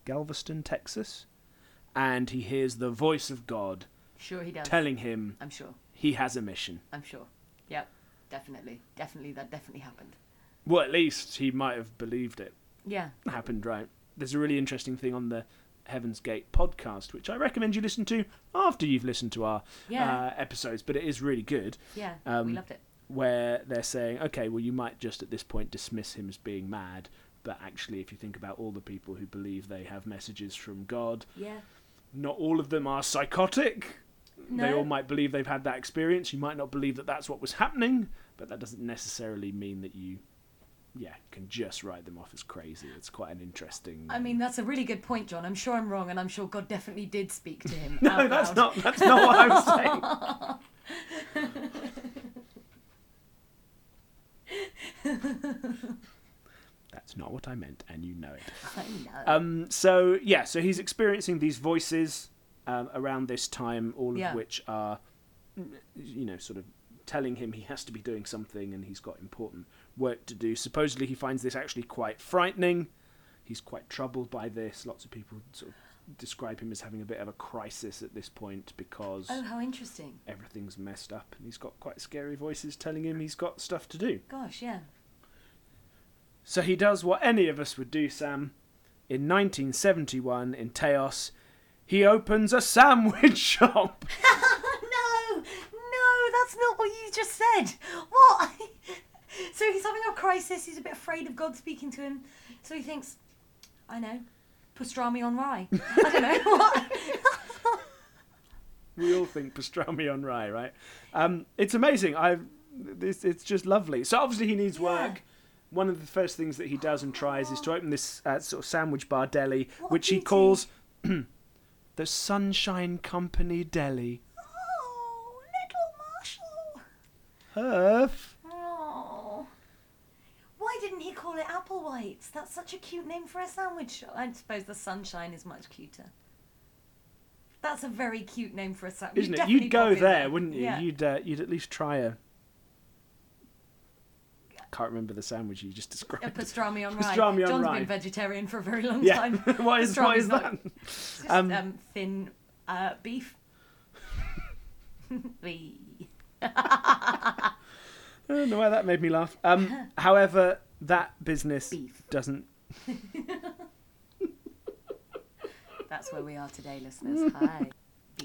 Speaker 9: Galveston, Texas, and he hears the voice of God
Speaker 8: Sure he does.
Speaker 9: telling him
Speaker 8: I'm sure.
Speaker 9: he has a mission.
Speaker 8: I'm sure. Yep. Definitely. Definitely. That definitely happened.
Speaker 9: Well, at least he might have believed it.
Speaker 8: Yeah.
Speaker 9: happened, right? There's a really interesting thing on the Heaven's Gate podcast, which I recommend you listen to after you've listened to our
Speaker 8: Yeah.
Speaker 9: uh, episodes, but it is really good.
Speaker 8: Yeah. we
Speaker 9: Um,
Speaker 8: loved it.
Speaker 9: Where they're saying, okay, well, you might just at this point dismiss him as being mad, but actually, if you think about all the people who believe they have messages from God,
Speaker 8: Yeah.
Speaker 9: not all of them are psychotic. They
Speaker 8: No.
Speaker 9: all might believe they've had that experience. You might not believe that that's what was happening, but that doesn't necessarily mean that you, yeah, can just write them off as crazy. It's quite an interesting.
Speaker 8: I mean, that's a really good point, John. I'm sure I'm wrong, and I'm sure God definitely did speak to him.
Speaker 9: No,
Speaker 8: out
Speaker 9: that's
Speaker 8: loud.
Speaker 9: not. That's not what I was saying. that's not what I meant, and you know it.
Speaker 8: I know.
Speaker 9: Um, so yeah, so he's experiencing these voices um, around this time, all of
Speaker 8: Yeah.
Speaker 9: which are, mm, you know, sort of telling him he has to be doing something, and he's got important work to do. Supposedly, he finds this actually quite frightening. He's quite troubled by this. Lots of people sort of describe him as having a bit of a crisis at this point because
Speaker 8: oh, how interesting.
Speaker 9: everything's messed up, and he's got quite scary voices telling him he's got stuff to do.
Speaker 8: Gosh, yeah.
Speaker 9: So he does what any of us would do, Sam. In 1971, in Taos, he opens a sandwich shop.
Speaker 8: no, no, that's not what you just said. What? so he's having a crisis. He's a bit afraid of God speaking to him. So he thinks, I know, pastrami on rye. I don't know what.
Speaker 9: we all think pastrami on rye, right? Um, it's amazing. I this it's just lovely. So obviously he needs work. One of the first things that he does and tries is to open this uh, sort of sandwich bar deli,
Speaker 8: What a
Speaker 9: which he
Speaker 8: beauty.
Speaker 9: calls the Sunshine Company Deli.
Speaker 8: Oh, little Marshall.
Speaker 9: Huff.
Speaker 8: Oh. Why didn't he call it Apple Whites? That's such a cute name for a sandwich shop. I suppose the sunshine is much cuter. That's a very cute name for a sandwich.
Speaker 9: Isn't it? You'd go there, wouldn't you? You'd uh, you'd at least try a. Can't remember the sandwich you just described.
Speaker 8: A pastrami on rye.
Speaker 9: Pastrami on
Speaker 8: John's
Speaker 9: rye.
Speaker 8: been vegetarian for a very long
Speaker 9: yeah.
Speaker 8: time.
Speaker 9: what is what
Speaker 8: Pastrami's
Speaker 9: is
Speaker 8: not-
Speaker 9: that?
Speaker 8: it's Just,
Speaker 9: Um,
Speaker 8: um, thin uh, beef. Wee.
Speaker 9: I don't know why that made me laugh. Um, however, that business
Speaker 8: Beef.
Speaker 9: doesn't.
Speaker 8: That's where we are today, listeners. Hi.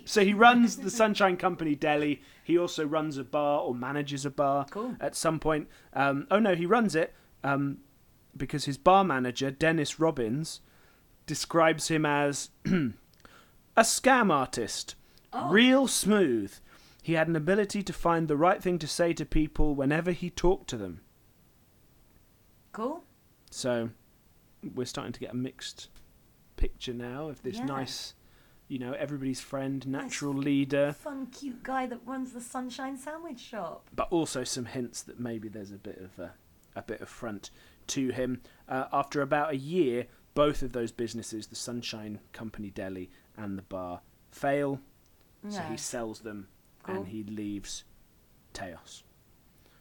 Speaker 9: So he runs the Sunshine Company Deli. He also runs a bar or manages a bar
Speaker 8: Cool.
Speaker 9: at some point. Um, oh no, he runs it um, because his bar manager Dennis Robbins describes him as a scam artist,
Speaker 8: Oh.
Speaker 9: real smooth. He had an ability to find the right thing to say to people whenever he talked to them.
Speaker 8: Cool.
Speaker 9: So we're starting to get a mixed picture now of this
Speaker 8: Yeah.
Speaker 9: nice, you know, everybody's friend, natural
Speaker 8: Nice.
Speaker 9: leader,
Speaker 8: Fun, cute guy that runs the Sunshine Sandwich Shop.
Speaker 9: but also some hints that maybe there's a bit of a, a bit of front to him. Uh, after about a year, both of those businesses, the Sunshine Company Deli and the bar, fail. So
Speaker 8: No.
Speaker 9: he sells them
Speaker 8: Cool.
Speaker 9: and he leaves Taos.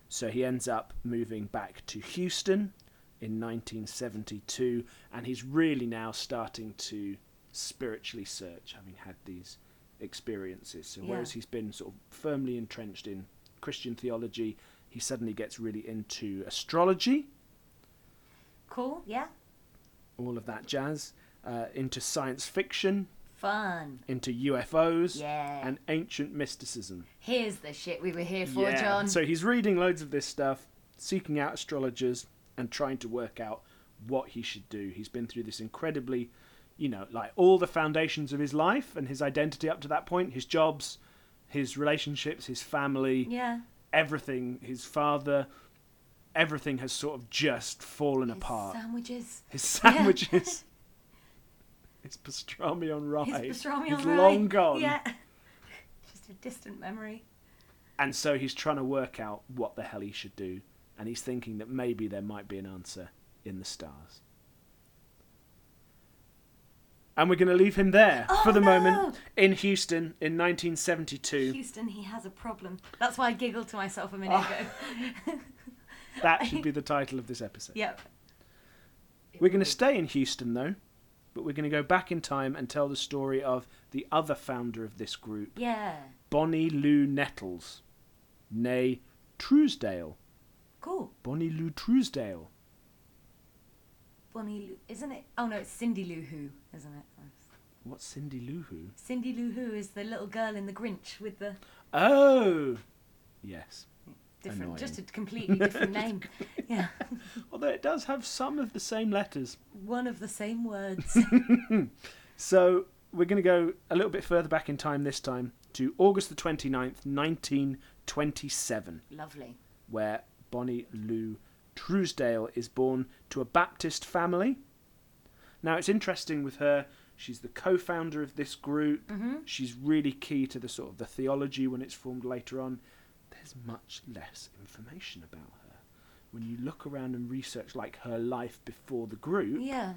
Speaker 9: So he ends up moving back to Houston in 1972 and he's really now starting to spiritually search, having had these experiences. So
Speaker 8: Yeah.
Speaker 9: whereas he's been sort of firmly entrenched in Christian theology, he suddenly gets really into astrology
Speaker 8: Cool, yeah.
Speaker 9: all of that jazz, uh, into science fiction,
Speaker 8: Fun.
Speaker 9: into UFOs,
Speaker 8: Yeah.
Speaker 9: and ancient mysticism.
Speaker 8: Here's the shit we were here for, John.
Speaker 9: So he's reading loads of this stuff, seeking out astrologers, and trying to work out what he should do. He's been through this incredibly, you know, like all the foundations of his life and his identity up to that point his jobs, his relationships, his family,
Speaker 8: yeah.
Speaker 9: everything, his father. Everything has sort of just fallen
Speaker 8: His
Speaker 9: apart.
Speaker 8: sandwiches.
Speaker 9: His sandwiches. his pastrami on rye.
Speaker 8: His pastrami
Speaker 9: is
Speaker 8: on rye.
Speaker 9: long gone.
Speaker 8: Yeah. Just a distant memory.
Speaker 9: And so he's trying to work out what the hell he should do. And he's thinking that maybe there might be an answer in the stars. And we're going to leave him there
Speaker 8: Oh,
Speaker 9: for the
Speaker 8: no!
Speaker 9: moment in Houston in 1972.
Speaker 8: Houston, he has a problem. That's why I giggled to myself a minute
Speaker 9: Ah.
Speaker 8: ago.
Speaker 9: That should be the title of this episode.
Speaker 8: yep.
Speaker 9: We're going to stay in Houston, though, but we're going to go back in time and tell the story of the other founder of this group,
Speaker 8: Yeah.
Speaker 9: Bonnie Lou Nettles, nay Truesdale.
Speaker 8: Cool.
Speaker 9: Bonnie Lou Truesdale.
Speaker 8: Bonnie Lou. Isn't it? Oh, no, it's Cindy Lou Who, isn't it?
Speaker 9: What's Cindy Lou Who?
Speaker 8: Cindy Lou Who is the little girl in The Grinch with the
Speaker 9: Oh, yes.
Speaker 8: different,
Speaker 9: Annoying.
Speaker 8: just a completely different name. Yeah.
Speaker 9: Although it does have some of the same letters.
Speaker 8: One of the same words.
Speaker 9: So we're going to go a little bit further back in time this time to August the 29th, 1927,
Speaker 8: Lovely.
Speaker 9: where Bonnie Lou Truesdale is born to a Baptist family. Now it's interesting with her. She's the co-founder of this group. She's really key to the sort of the theology when it's formed later on. There's much less information about her when you look around and research like her life before the group
Speaker 8: Yeah.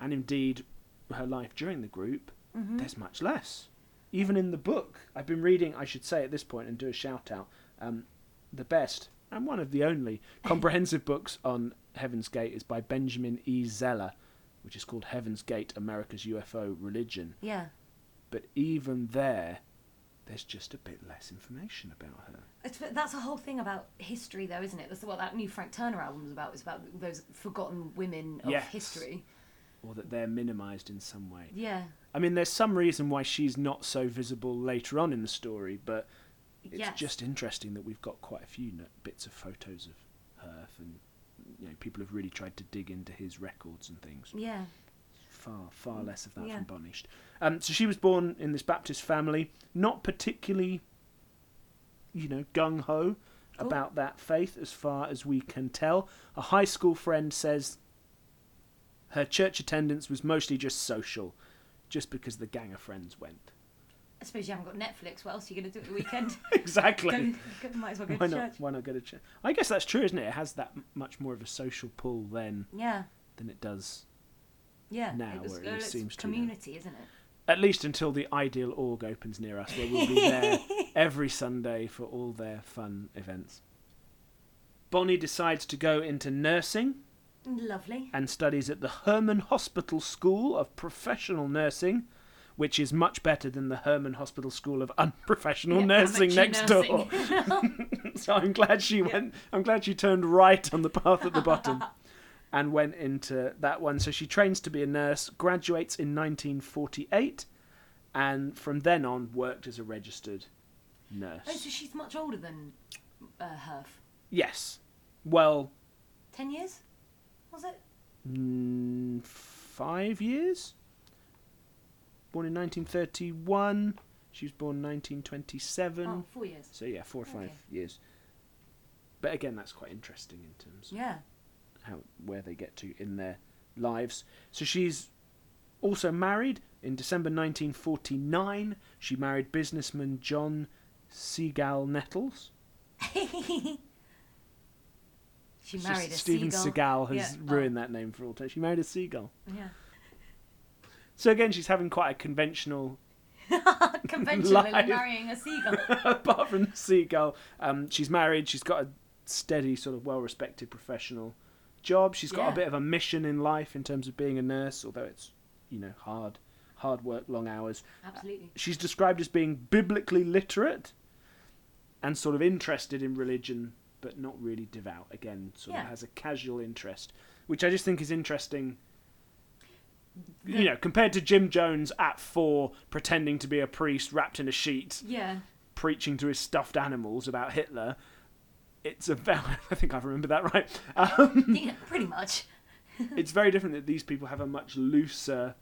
Speaker 9: and indeed her life during the group, there's much less. Even in the book, I've been reading, I should say at this point and do a shout out, um, the best and one of the only comprehensive books on Heaven's Gate is by Benjamin E. Zeller, which is called Heaven's Gate America's UFO Religion.
Speaker 8: Yeah.
Speaker 9: But even there, there's just a bit less information about her.
Speaker 8: It's, but that's a whole thing about history, though, isn't it? That's what that new Frank Turner album was about. It's about those forgotten women of
Speaker 9: Yes.
Speaker 8: history.
Speaker 9: Or that they're minimised in some way.
Speaker 8: Yeah.
Speaker 9: I mean, there's some reason why she's not so visible later on in the story, but it's
Speaker 8: Yes.
Speaker 9: just interesting that we've got quite a few no- bits of photos of her, and you know, people have really tried to dig into his records and things.
Speaker 8: Yeah.
Speaker 9: far, far less of that
Speaker 8: Yeah.
Speaker 9: from Bonished. Um, so she was born in this Baptist family, not particularly, you know, gung ho
Speaker 8: Cool.
Speaker 9: about that faith, as far as we can tell. A high school friend says her church attendance was mostly just social, just because the gang of friends went.
Speaker 8: I suppose you haven't got Netflix. What else are you going to do at the weekend?
Speaker 9: exactly.
Speaker 8: Go- go- might as well go
Speaker 9: Why
Speaker 8: to
Speaker 9: not?
Speaker 8: church.
Speaker 9: Why not go to church? I guess that's true, isn't it? It has that m- much more of a social pull then
Speaker 8: Yeah,
Speaker 9: than it does
Speaker 8: yeah.
Speaker 9: Now,
Speaker 8: it was,
Speaker 9: where it
Speaker 8: uh,
Speaker 9: just
Speaker 8: it's
Speaker 9: seems to now.
Speaker 8: community, isn't it?
Speaker 9: At least until the ideal org opens near us, where we'll be there every Sunday for all their fun events. Bonnie decides to go into nursing
Speaker 8: Lovely.
Speaker 9: and studies at the Herman Hospital School of Professional Nursing, which is much better than the Herman Hospital School of Unprofessional
Speaker 8: Yeah,
Speaker 9: Nursing
Speaker 8: amateur
Speaker 9: next door.
Speaker 8: nursing.
Speaker 9: so I'm glad she went. I'm glad she turned right on the path at the bottom, and went into that one. So she trains to be a nurse, graduates in 1948, and from then on worked as a registered
Speaker 8: oh,
Speaker 9: nurse.
Speaker 8: so she's much older than uh, Herf.
Speaker 9: Yes. Well,
Speaker 8: Ten years? Was it?
Speaker 9: mm, five years. Born in 1931. She was born 1927.
Speaker 8: Oh, four years.
Speaker 9: So yeah, four or five
Speaker 8: Okay.
Speaker 9: years. But again, that's quite interesting in terms of
Speaker 8: Yeah.
Speaker 9: how where they get to in their lives. So she's also married in December 1949. She married businessman John Seagal Nettles.
Speaker 8: she
Speaker 9: It's
Speaker 8: married
Speaker 9: just
Speaker 8: a
Speaker 9: Steven
Speaker 8: seagull.
Speaker 9: Seagal has
Speaker 8: Yeah.
Speaker 9: ruined that name for all time. She married a seagull.
Speaker 8: Oh, yeah.
Speaker 9: So again, she's having quite a conventional.
Speaker 8: Conventionally
Speaker 9: Live.
Speaker 8: marrying a seagull.
Speaker 9: apart from the seagull, um, she's married. She's got a steady, sort of well-respected professional job. She's got
Speaker 8: Yeah.
Speaker 9: a bit of a mission in life in terms of being a nurse, although it's you know hard, hard work, long hours.
Speaker 8: Absolutely.
Speaker 9: she's described as being biblically literate and sort of interested in religion but not really devout again sort
Speaker 8: Yeah.
Speaker 9: of has a casual interest which i just think is interesting you know compared to jim jones at four pretending to be a priest wrapped in a sheet
Speaker 8: Yeah.
Speaker 9: preaching to his stuffed animals about hitler it's a very i think i remember that right um,
Speaker 8: yeah. Pretty much.
Speaker 9: it's very different that these people have a much looser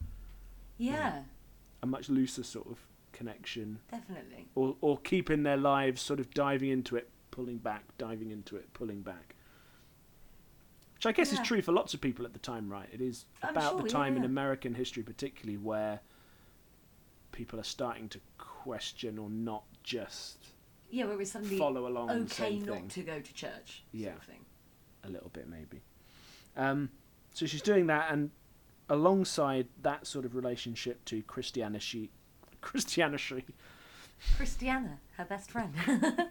Speaker 8: Yeah.
Speaker 9: a much looser sort of connection
Speaker 8: Definitely.
Speaker 9: or or keep in their lives sort of diving into it, pulling back, diving into it, pulling back. Which I guess
Speaker 8: Yeah.
Speaker 9: is true for lots of people at the time, right? It is
Speaker 8: I'm
Speaker 9: about
Speaker 8: sure,
Speaker 9: the
Speaker 8: yeah,
Speaker 9: time in
Speaker 8: yeah.
Speaker 9: American history, particularly, where people are starting to question or not just
Speaker 8: Yeah, where it was suddenly
Speaker 9: follow along the
Speaker 8: okay
Speaker 9: same
Speaker 8: not
Speaker 9: thing
Speaker 8: to go to church.
Speaker 9: Yeah.
Speaker 8: Sort of thing.
Speaker 9: a little bit, maybe. Um, so she's doing that, and alongside that sort of relationship to Christiana, she, Christiana, she,
Speaker 8: Christiana, her best friend.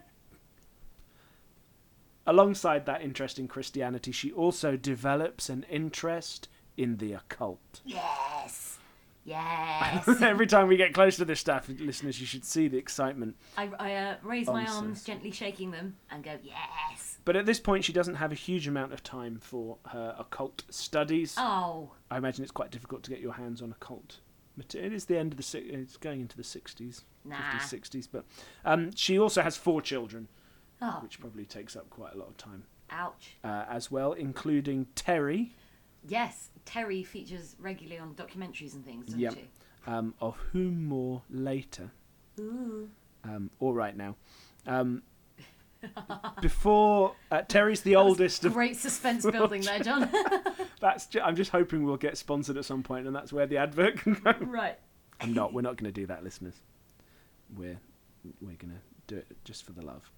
Speaker 9: Alongside that interest in Christianity, she also develops an interest in the occult.
Speaker 8: yes. Yes.
Speaker 9: Every time we get close to this stuff, listeners, you should see the excitement.
Speaker 8: I, I uh, raise my
Speaker 9: Answers.
Speaker 8: arms, gently shaking them, and go, yes.
Speaker 9: But at this point, she doesn't have a huge amount of time for her occult studies.
Speaker 8: Oh,
Speaker 9: I imagine it's quite difficult to get your hands on occult material. It is the end of the si- it's going into the sixties,
Speaker 8: Nah.
Speaker 9: fifties, sixties. But um, she also has four children,
Speaker 8: oh,
Speaker 9: which probably takes up quite a lot of time
Speaker 8: ouch.
Speaker 9: uh, as well, including Terry,
Speaker 8: Yes, Terry features regularly on documentaries and things, doesn't
Speaker 9: Yep.
Speaker 8: she?
Speaker 9: um, of whom more later.
Speaker 8: Ooh.
Speaker 9: um, or right now. Um, before uh, Terry's the oldest of
Speaker 8: Great suspense building there, John.
Speaker 9: that's. Ju- I'm just hoping we'll get sponsored at some point, and that's where the advert can go.
Speaker 8: right.
Speaker 9: I'm not. We're not going to do that, listeners. We're we're going to do it just for the love.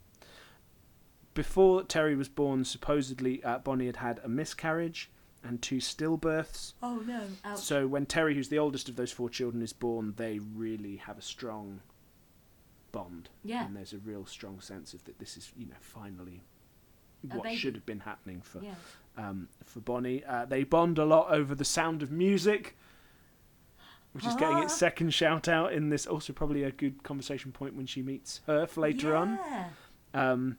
Speaker 9: Before Terry was born, supposedly uh, Bonnie had had a miscarriage and two stillbirths.
Speaker 8: Oh no. Ouch.
Speaker 9: So when Terry, who's the oldest of those four children, is born, they really have a strong bond.
Speaker 8: Yeah.
Speaker 9: And there's a real strong sense of that this is, you know, finally
Speaker 8: A
Speaker 9: what
Speaker 8: baby.
Speaker 9: should have been happening for
Speaker 8: yeah.
Speaker 9: um, for Bonnie. Uh, they bond a lot over the sound of music, which is getting its
Speaker 8: Ah.
Speaker 9: second shout out in this. Also, probably a good conversation point when she meets Herf later on.
Speaker 8: Yeah.
Speaker 9: Um,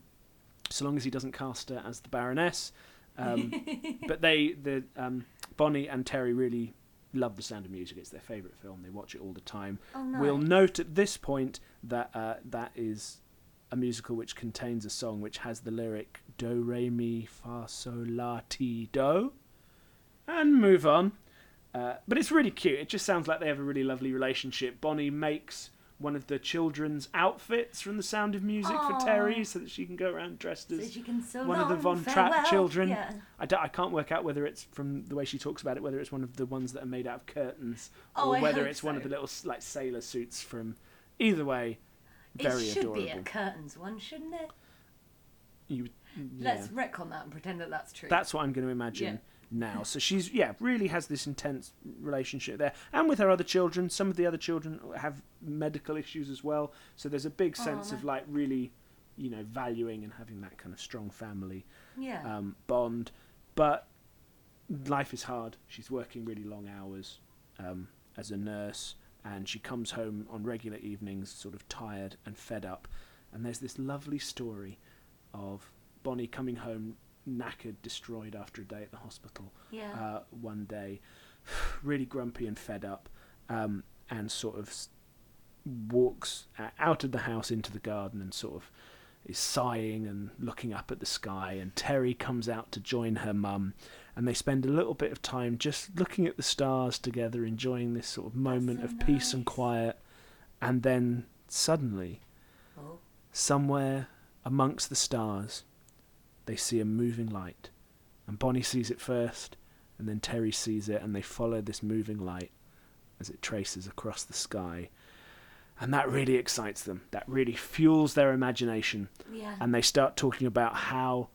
Speaker 9: so long as he doesn't cast her as the Baroness. Um, but they the um, Bonnie and Terry really love the sound of music. It's their favourite film. They watch it all the time.
Speaker 8: Oh no.
Speaker 9: We'll note at this point that uh, that is a musical which contains a song which has the lyric do re mi fa sol la ti do, and move on. Uh, but it's really cute. It just sounds like they have a really lovely relationship. Bonnie makes one of the children's outfits from The Sound of Music for Terry so that she can go around dressed
Speaker 8: So
Speaker 9: as
Speaker 8: she can so
Speaker 9: one of the
Speaker 8: long
Speaker 9: Von
Speaker 8: farewell.
Speaker 9: Trapp children.
Speaker 8: Yeah.
Speaker 9: I, don't- I can't work out whether it's from the way she talks about it, whether it's one of the ones that are made out of curtains,
Speaker 8: Oh,
Speaker 9: or
Speaker 8: I
Speaker 9: whether
Speaker 8: hope
Speaker 9: it's one of
Speaker 8: so.
Speaker 9: the little like sailor suits from. Either way, very
Speaker 8: it should
Speaker 9: adorable.
Speaker 8: be a curtains one, shouldn't it?
Speaker 9: You, yeah.
Speaker 8: Let's wreck on that and pretend that that's true.
Speaker 9: That's what I'm going to imagine now. So she's yeah, really has this intense relationship there, and with her other children. Some of the other children have medical issues as well. So there's a big sense of like really, you know, valuing and having that kind of strong family
Speaker 8: yeah.
Speaker 9: um, bond. But life is hard. She's working really long hours um, as a nurse, and she comes home on regular evenings, sort of tired and fed up. And there's this lovely story of Bonnie coming home knackered, destroyed after a day at the hospital
Speaker 8: yeah.
Speaker 9: uh, one day, really grumpy and fed up, um, and sort of s- walks uh, out of the house into the garden and sort of is sighing and looking up at the sky. And Terry comes out to join her mum, and they spend a little bit of time just looking at the stars together, enjoying this sort of moment
Speaker 8: so
Speaker 9: of peace and
Speaker 8: nice.
Speaker 9: quiet. And then suddenly,
Speaker 8: oh.
Speaker 9: Somewhere amongst the stars, they see a moving light. And Bonnie sees it first, and then Terry sees it, and they follow this moving light as it traces across the sky. And that really excites them. That really fuels their imagination.
Speaker 8: Yeah.
Speaker 9: And they start talking about how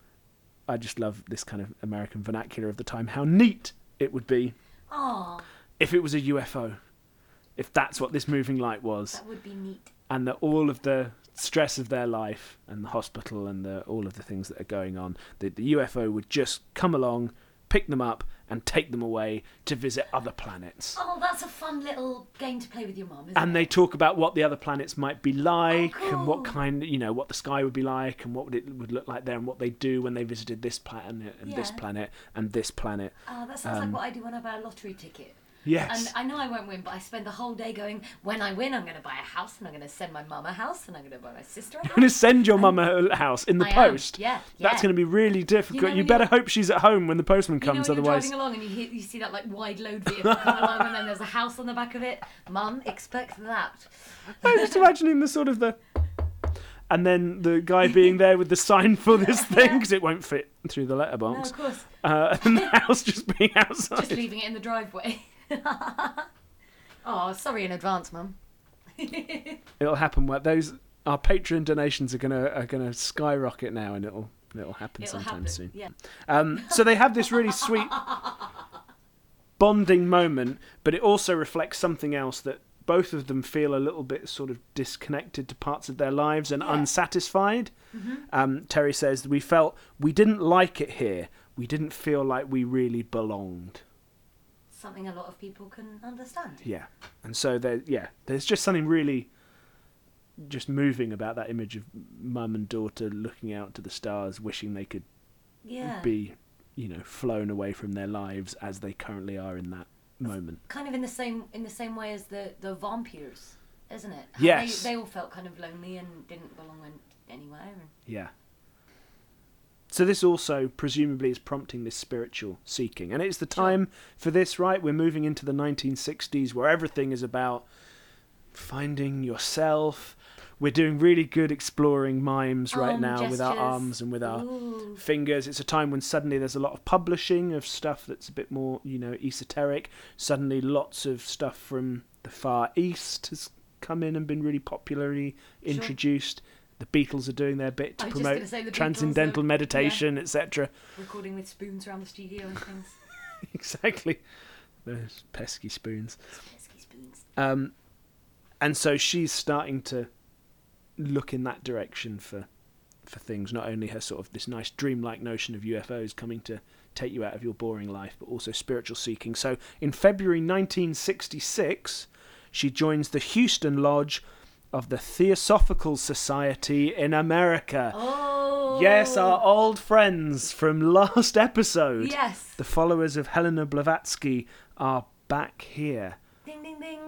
Speaker 9: I just love this kind of American vernacular of the time how neat it would be
Speaker 8: Oh,
Speaker 9: if it was a UFO, if that's what this moving light was
Speaker 8: that would be neat.
Speaker 9: and that all of the stress of their life and the hospital and the, all of the things that are going on, the, the UFO would just come along, pick them up, and take them away to visit other planets.
Speaker 8: Oh, that's a fun little game to play with your mum, isn't
Speaker 9: And
Speaker 8: it?
Speaker 9: they talk about what the other planets might be like, and
Speaker 8: Oh, cool.
Speaker 9: what kind, you know, what the sky would be like, and what would it would look like there, and what they do when they visited this planet and this
Speaker 8: Yeah.
Speaker 9: planet and this planet.
Speaker 8: Oh, that sounds like what I do when I buy a lottery ticket.
Speaker 9: um, Yes,
Speaker 8: And I know I won't win, but I spend the whole day going, when I win, I'm going to buy a house, and I'm going to send my mum a house, and I'm going to buy my sister a
Speaker 9: going to
Speaker 8: house.
Speaker 9: send your mum a house in the
Speaker 8: I am,
Speaker 9: post.
Speaker 8: yeah,
Speaker 9: that's
Speaker 8: yeah.
Speaker 9: going to be really difficult. You,
Speaker 8: when
Speaker 9: better
Speaker 8: you're-
Speaker 9: hope she's at home when the postman
Speaker 8: You know, when
Speaker 9: comes,
Speaker 8: you're
Speaker 9: otherwise
Speaker 8: driving along and you, hear, you see that like wide load vehicle come along, and then there's a house on the back of it. Mum, expect that.
Speaker 9: I'm just imagining the sort of the. And then the guy being there with the sign for this thing because it won't fit through the
Speaker 8: No,
Speaker 9: letterbox.
Speaker 8: of course,
Speaker 9: Uh, and the house just being outside.
Speaker 8: just leaving it in the driveway. oh, sorry in advance, mum.
Speaker 9: It'll happen. Where those our Patreon donations are gonna are gonna skyrocket now, and it'll it'll happen
Speaker 8: It'll
Speaker 9: sometime
Speaker 8: happen.
Speaker 9: soon.
Speaker 8: Yeah.
Speaker 9: Um, so they have this really sweet bonding moment, but it also reflects something else that both of them feel a little bit sort of disconnected to parts of their lives and unsatisfied.
Speaker 8: Mm-hmm.
Speaker 9: Um, Terry says, We felt we didn't like it here. We didn't feel like we really belonged.
Speaker 8: Something a lot of people can understand.
Speaker 9: Yeah. And so there yeah, there's just something really just moving about that image of mum and daughter looking out to the stars, wishing they could
Speaker 8: Yeah.
Speaker 9: be, you know, flown away from their lives as they currently are in that moment.
Speaker 8: kind of in the same in the same way as the the vampires, isn't it? How
Speaker 9: Yes.
Speaker 8: They, they all felt kind of lonely and didn't belong in, anywhere. And,
Speaker 9: Yeah. So this also presumably is prompting this spiritual seeking, and it's the time for this, right? We're moving into the 1960s, where everything is about finding yourself. We're doing really good exploring mimes right
Speaker 8: Arm
Speaker 9: now with our
Speaker 8: gestures.
Speaker 9: arms and with our
Speaker 8: Ooh.
Speaker 9: fingers. It's a time when suddenly there's a lot of publishing of stuff that's a bit more, you know, esoteric. Suddenly, lots of stuff from the Far East has come in and been really popularly introduced. The Beatles are doing their bit to
Speaker 8: I was just
Speaker 9: promote
Speaker 8: gonna say the Beatles
Speaker 9: transcendental
Speaker 8: are-
Speaker 9: meditation, etc.
Speaker 8: recording with spoons around the studio and things.
Speaker 9: Exactly. Those pesky spoons.
Speaker 8: Pesky spoons.
Speaker 9: Um, and so she's starting to look in that direction for for things. Not only her sort of this nice dreamlike notion of UFOs coming to take you out of your boring life, but also spiritual seeking. So in February 1966, she joins the Houston Lodge of the Theosophical Society in America.
Speaker 8: Oh.
Speaker 9: Yes, our old friends from last episode.
Speaker 8: Yes.
Speaker 9: The followers of Helena Blavatsky are back here
Speaker 8: Ding ding ding.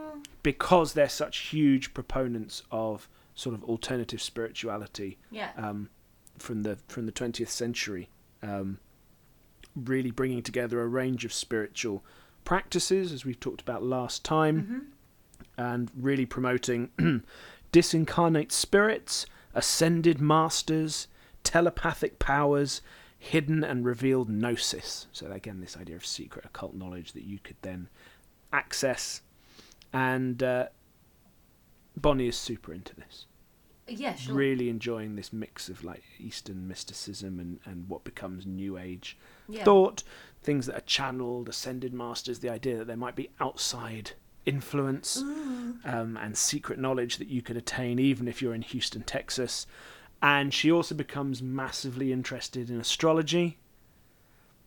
Speaker 9: because they're such huge proponents of sort of alternative spirituality
Speaker 8: Yeah.
Speaker 9: um, from the from the 20th century, um, really bringing together a range of spiritual practices, as we talked about last time, and really promoting disincarnate spirits, ascended masters, telepathic powers, hidden and revealed gnosis. So, again, this idea of secret occult knowledge that you could then access. And uh, Bonnie is super into this
Speaker 8: Yeah, sure.
Speaker 9: really enjoying this mix of like Eastern mysticism and, and what becomes New Age
Speaker 8: Yeah.
Speaker 9: thought, things that are channeled, ascended masters, the idea that there might be outside influence
Speaker 8: Mm.
Speaker 9: um, and secret knowledge that you can attain even if you're in Houston, Texas. And she also becomes massively interested in astrology.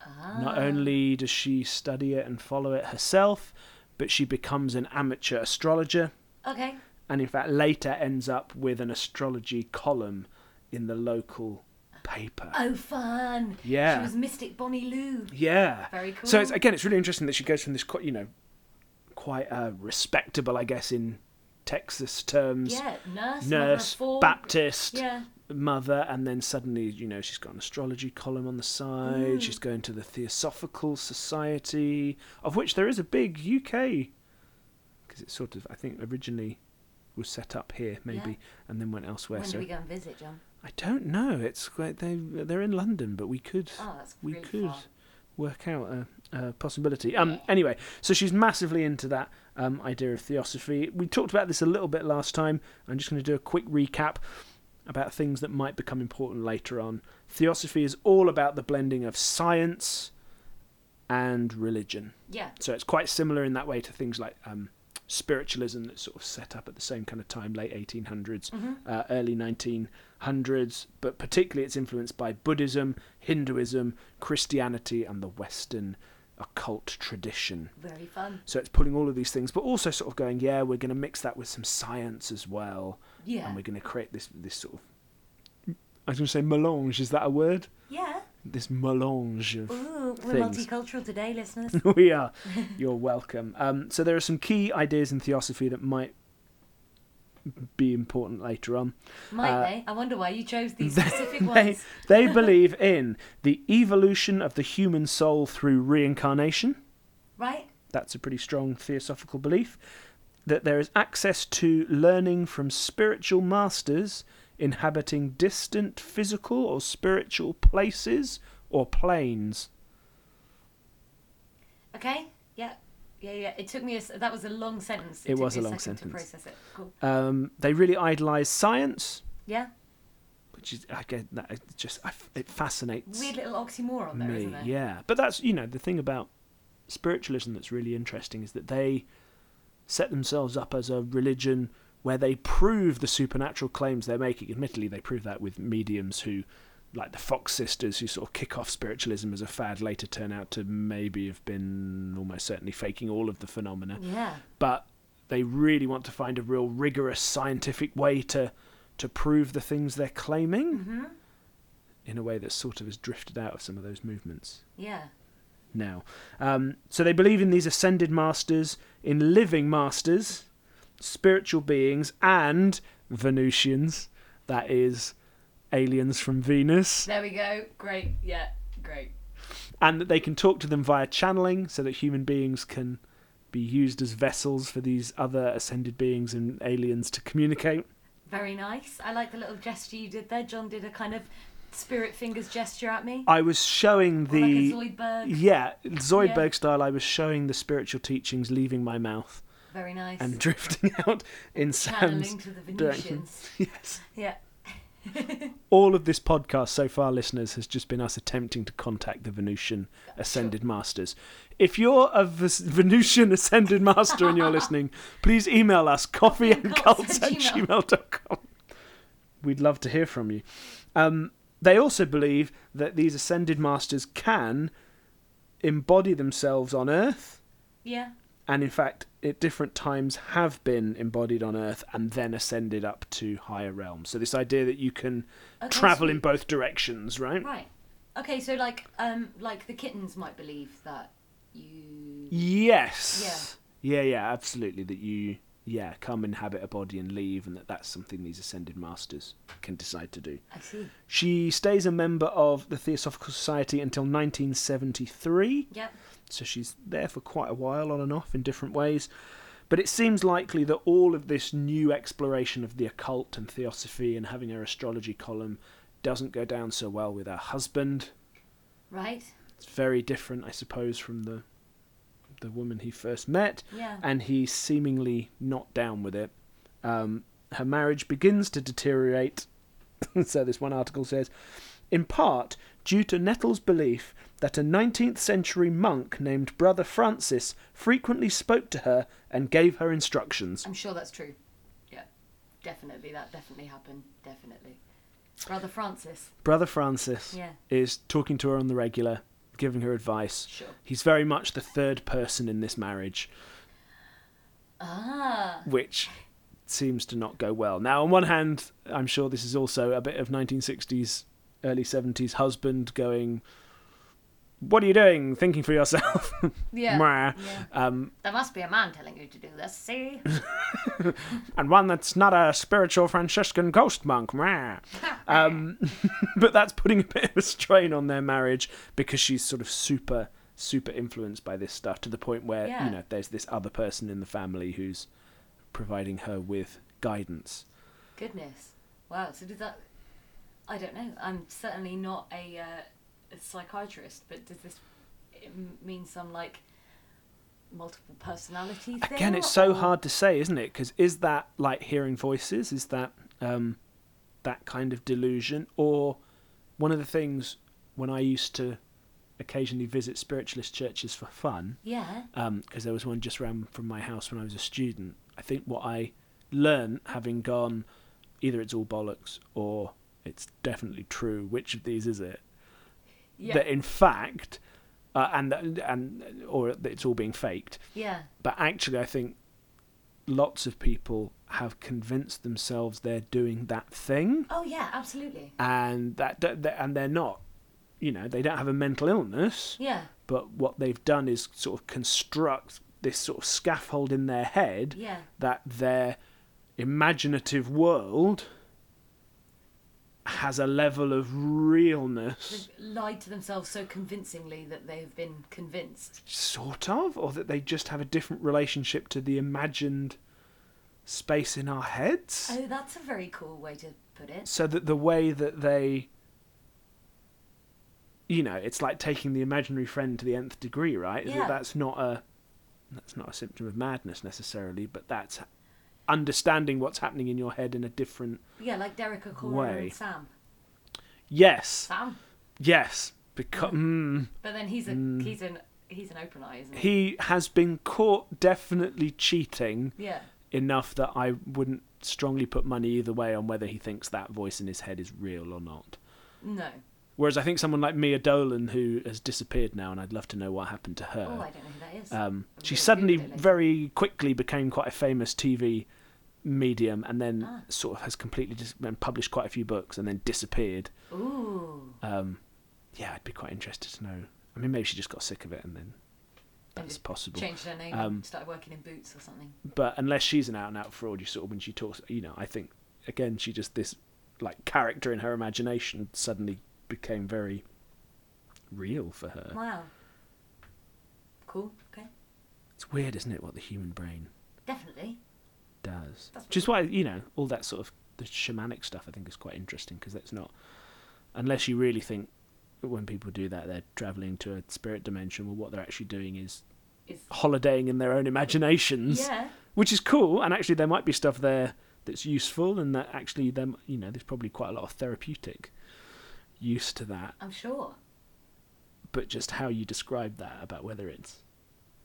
Speaker 8: Ah.
Speaker 9: Not only does she study it and follow it herself, but she becomes an amateur astrologer
Speaker 8: Okay.
Speaker 9: and in fact later ends up with an astrology column in the local paper.
Speaker 8: Oh, fun.
Speaker 9: Yeah.
Speaker 8: She was Mystic Bonnie Lou.
Speaker 9: yeah.
Speaker 8: very
Speaker 9: So it's,
Speaker 8: cool.
Speaker 9: again, it's really interesting that she goes from this, quite, you know, quite uh, respectable, I guess, in Texas terms,
Speaker 8: Yeah, nurse. mother of
Speaker 9: nurse,
Speaker 8: four.
Speaker 9: Baptist,
Speaker 8: Yeah.
Speaker 9: mother, and then suddenly, you know, she's got an astrology column on the
Speaker 8: Hmm.
Speaker 9: side. She's going to the Theosophical Society, of which there is a big UK, because it's sort of, I think, originally was set up here, maybe, and then went elsewhere.
Speaker 8: When
Speaker 9: so
Speaker 8: do we go and visit, John?
Speaker 9: I don't know. It's quite, they they're in London, but we could
Speaker 8: Oh, that's
Speaker 9: we
Speaker 8: really
Speaker 9: could
Speaker 8: far.
Speaker 9: work out a, a possibility. Um. Anyway, so she's massively into that um, idea of theosophy. We talked about this a little bit last time. I'm just going to do a quick recap about things that might become important later on. Theosophy is all about the blending of science and religion.
Speaker 8: Yeah.
Speaker 9: So it's quite similar in that way to things like um, spiritualism that's sort of set up at the same kind of time, late 1800s,
Speaker 8: Mm-hmm.
Speaker 9: uh, early 1900s, but particularly it's influenced by Buddhism, Hinduism, Christianity, and the Western occult tradition.
Speaker 8: Very fun.
Speaker 9: So it's pulling all of these things, but also sort of going, yeah, we're going to mix that with some science as well,
Speaker 8: Yeah.
Speaker 9: and we're going to create this this sort of. I was going to say melange. Is that a word?
Speaker 8: Yeah.
Speaker 9: This melange of
Speaker 8: Ooh, we're
Speaker 9: things. Uh,
Speaker 8: multicultural today, listeners.
Speaker 9: we are. You're welcome. Um, so there are some key ideas in theosophy that might be important later on.
Speaker 8: Might
Speaker 9: Uh,
Speaker 8: they? I wonder why you chose these specific
Speaker 9: They,
Speaker 8: ones.
Speaker 9: they believe in the evolution of the human soul through reincarnation.
Speaker 8: Right?
Speaker 9: That's a pretty strong theosophical belief. That there is access to learning from spiritual masters inhabiting distant physical or spiritual places or planes.
Speaker 8: Okay. Yeah. Yeah, yeah. It took me a. s- That was a long sentence.
Speaker 9: It
Speaker 8: took
Speaker 9: was
Speaker 8: me
Speaker 9: a long
Speaker 8: second
Speaker 9: sentence.
Speaker 8: To process it. Cool.
Speaker 9: Um, they really idolize science.
Speaker 8: Yeah.
Speaker 9: which is I get that it just I f it fascinates
Speaker 8: Weird little oxymoron there,
Speaker 9: me.
Speaker 8: not there?
Speaker 9: Yeah, but that's you know the thing about spiritualism that's really interesting is that they set themselves up as a religion where they prove the supernatural claims they're making. Admittedly, they prove that with mediums who, like the Fox sisters, who sort of kick off spiritualism as a fad, later turn out to maybe have been almost certainly faking all of the phenomena
Speaker 8: Yeah.
Speaker 9: but they really want to find a real rigorous scientific way to to prove the things they're claiming in a way that sort of has drifted out of some of those movements
Speaker 8: Yeah.
Speaker 9: now. Um, so they believe in these ascended masters, in living masters, spiritual beings, and Venusians. That is aliens from Venus,
Speaker 8: There we go. Great. Yeah. Great.
Speaker 9: and that they can talk to them via channeling, so that human beings can be used as vessels for these other ascended beings and aliens to communicate.
Speaker 8: Very nice. I like the little gesture you did there. John did a kind of spirit fingers gesture at me.
Speaker 9: I was showing
Speaker 8: Or
Speaker 9: Uh, the
Speaker 8: like a Zoidberg.
Speaker 9: yeah Zoidberg
Speaker 8: Yeah.
Speaker 9: style. I was showing the spiritual teachings leaving my mouth
Speaker 8: Very nice.
Speaker 9: and drifting out in
Speaker 8: Channeling
Speaker 9: Sam's
Speaker 8: to the
Speaker 9: direction.
Speaker 8: Venusians.
Speaker 9: Yes,
Speaker 8: Yeah.
Speaker 9: all of this podcast so far, listeners, has just been us attempting to contact the Venusian ascended masters. If you're a Ves- Venusian ascended master and you're listening, please email us coffee and cults
Speaker 8: Cults
Speaker 9: at
Speaker 8: at
Speaker 9: gmail.com. We'd love to hear from you. Um, they also believe that these ascended masters can embody themselves on Earth,
Speaker 8: Yeah.
Speaker 9: and in fact, at different times have been embodied on Earth and then ascended up to higher realms. So, this idea that you can
Speaker 8: Okay,
Speaker 9: travel
Speaker 8: sweet.
Speaker 9: in both directions, right?
Speaker 8: Right. Okay, so like um like the kittens might believe that you
Speaker 9: Yes. Yeah. yeah, absolutely. That you yeah, come inhabit a body and leave, and that that's something these ascended masters can decide to do.
Speaker 8: I see.
Speaker 9: She stays a member of the Theosophical Society until 1973,
Speaker 8: Yep.
Speaker 9: so she's there for quite a while on and off in different ways. But it seems likely that all of this new exploration of the occult and theosophy and having her astrology column doesn't go down so well with her husband.
Speaker 8: Right.
Speaker 9: It's very different, I suppose, from the the woman he first met
Speaker 8: Yeah.
Speaker 9: and he's seemingly not down with it. Um, her marriage begins to deteriorate, so this one article says, in part due to Nettle's belief that a 19th century monk named Brother Francis frequently spoke to her and gave her instructions.
Speaker 8: I'm sure that's true. Yeah. Definitely. That definitely happened. Definitely. Brother Francis.
Speaker 9: Brother Francis
Speaker 8: Yeah.
Speaker 9: is talking to her on the regular, giving her advice.
Speaker 8: Sure.
Speaker 9: He's very much the third person in this marriage.
Speaker 8: Ah.
Speaker 9: which seems to not go well. Now, on one hand, I'm sure this is also a bit of 1960s, early 70s husband going, "What are you doing? Thinking for yourself."
Speaker 8: Yeah.
Speaker 9: Mwah. Um,
Speaker 8: There must be a man telling you to do this. See.
Speaker 9: and one that's not a spiritual Franciscan ghost monk. Mwah. Um, but that's putting a bit of a strain on their marriage because she's sort of super, super influenced by this stuff to the point where
Speaker 8: Yeah.
Speaker 9: you know there's this other person in the family who's providing her with guidance.
Speaker 8: Goodness. Wow. So does that? I don't know. I'm certainly not a, uh, a psychiatrist, but does this m- mean some like multiple personality thing?
Speaker 9: Again, it's so
Speaker 8: or-
Speaker 9: hard to say, isn't it? Because is that like hearing voices? Is that um, that kind of delusion? Or one of the things when I used to occasionally visit spiritualist churches for fun,
Speaker 8: Yeah.
Speaker 9: because there was one just round from my house when I was a student. I think what I learned having gone, either it's all bollocks or it's definitely true. Which of these is it?
Speaker 8: Yeah.
Speaker 9: That in fact, uh, and and or that it's all being faked
Speaker 8: yeah.
Speaker 9: but actually i think lots of people have convinced themselves they're doing that thing
Speaker 8: Oh yeah. Absolutely.
Speaker 9: and that that- and they're not you know they don't have a mental illness
Speaker 8: Yeah.
Speaker 9: but what they've done is sort of construct this sort of scaffold in their head
Speaker 8: Yeah.
Speaker 9: that their imaginative world has a level of realness
Speaker 8: They've lied to themselves so convincingly that they've been convinced.
Speaker 9: sort of or that they just have a different relationship to the imagined space in our heads
Speaker 8: Oh, that's a very cool way to put it.
Speaker 9: so that the way that they you know it's like taking the imaginary friend to the nth degree right Is
Speaker 8: Yeah.
Speaker 9: that that's not a that's not a symptom of madness necessarily but that's understanding what's happening in your head in a different
Speaker 8: Yeah, like Derek O'Connor
Speaker 9: Way.
Speaker 8: and Sam.
Speaker 9: yes
Speaker 8: Sam.
Speaker 9: yes because mm,
Speaker 8: But then he's a he's an he's an open eye, isn't he?
Speaker 9: he has been caught definitely cheating
Speaker 8: Yeah.
Speaker 9: enough that i wouldn't strongly put money either way on whether he thinks that voice in his head is real or not
Speaker 8: No.
Speaker 9: Whereas I think someone like Mia Dolan, who has disappeared now, and I'd love to know what happened to her.
Speaker 8: Oh, I don't know who that is.
Speaker 9: um,
Speaker 8: I'm
Speaker 9: she
Speaker 8: gonna
Speaker 9: suddenly,
Speaker 8: Google it later.
Speaker 9: very quickly, became quite a famous TV medium, and then
Speaker 8: Ah.
Speaker 9: sort of has completely dis- and published quite a few books, and then disappeared.
Speaker 8: Ooh.
Speaker 9: Um, yeah, I'd be quite interested to know. I mean, maybe she just got sick of it, and then
Speaker 8: And
Speaker 9: that's
Speaker 8: just
Speaker 9: possible.
Speaker 8: Changed her name.
Speaker 9: Um,
Speaker 8: and started working in Boots or something.
Speaker 9: But unless she's an out-and-out fraud, you sort of when she talks, you know, I think again she just this like character in her imagination suddenly became very real for her.
Speaker 8: Wow. Cool. Okay.
Speaker 9: It's weird, isn't it, what the human brain
Speaker 8: Definitely.
Speaker 9: does?
Speaker 8: That's
Speaker 9: Which is why, you know, all that sort of the shamanic stuff I think is quite interesting because that's not, unless you really think that when people do that, they're traveling to a spirit dimension, well, what they're actually doing is
Speaker 8: Is
Speaker 9: holidaying in their own imaginations,
Speaker 8: yeah.
Speaker 9: which is cool. And actually, there might be stuff there that's useful, and that actually, there, m- you know, there's probably quite a lot of therapeutic use to that
Speaker 8: I'm sure.
Speaker 9: but just how you describe that about whether it's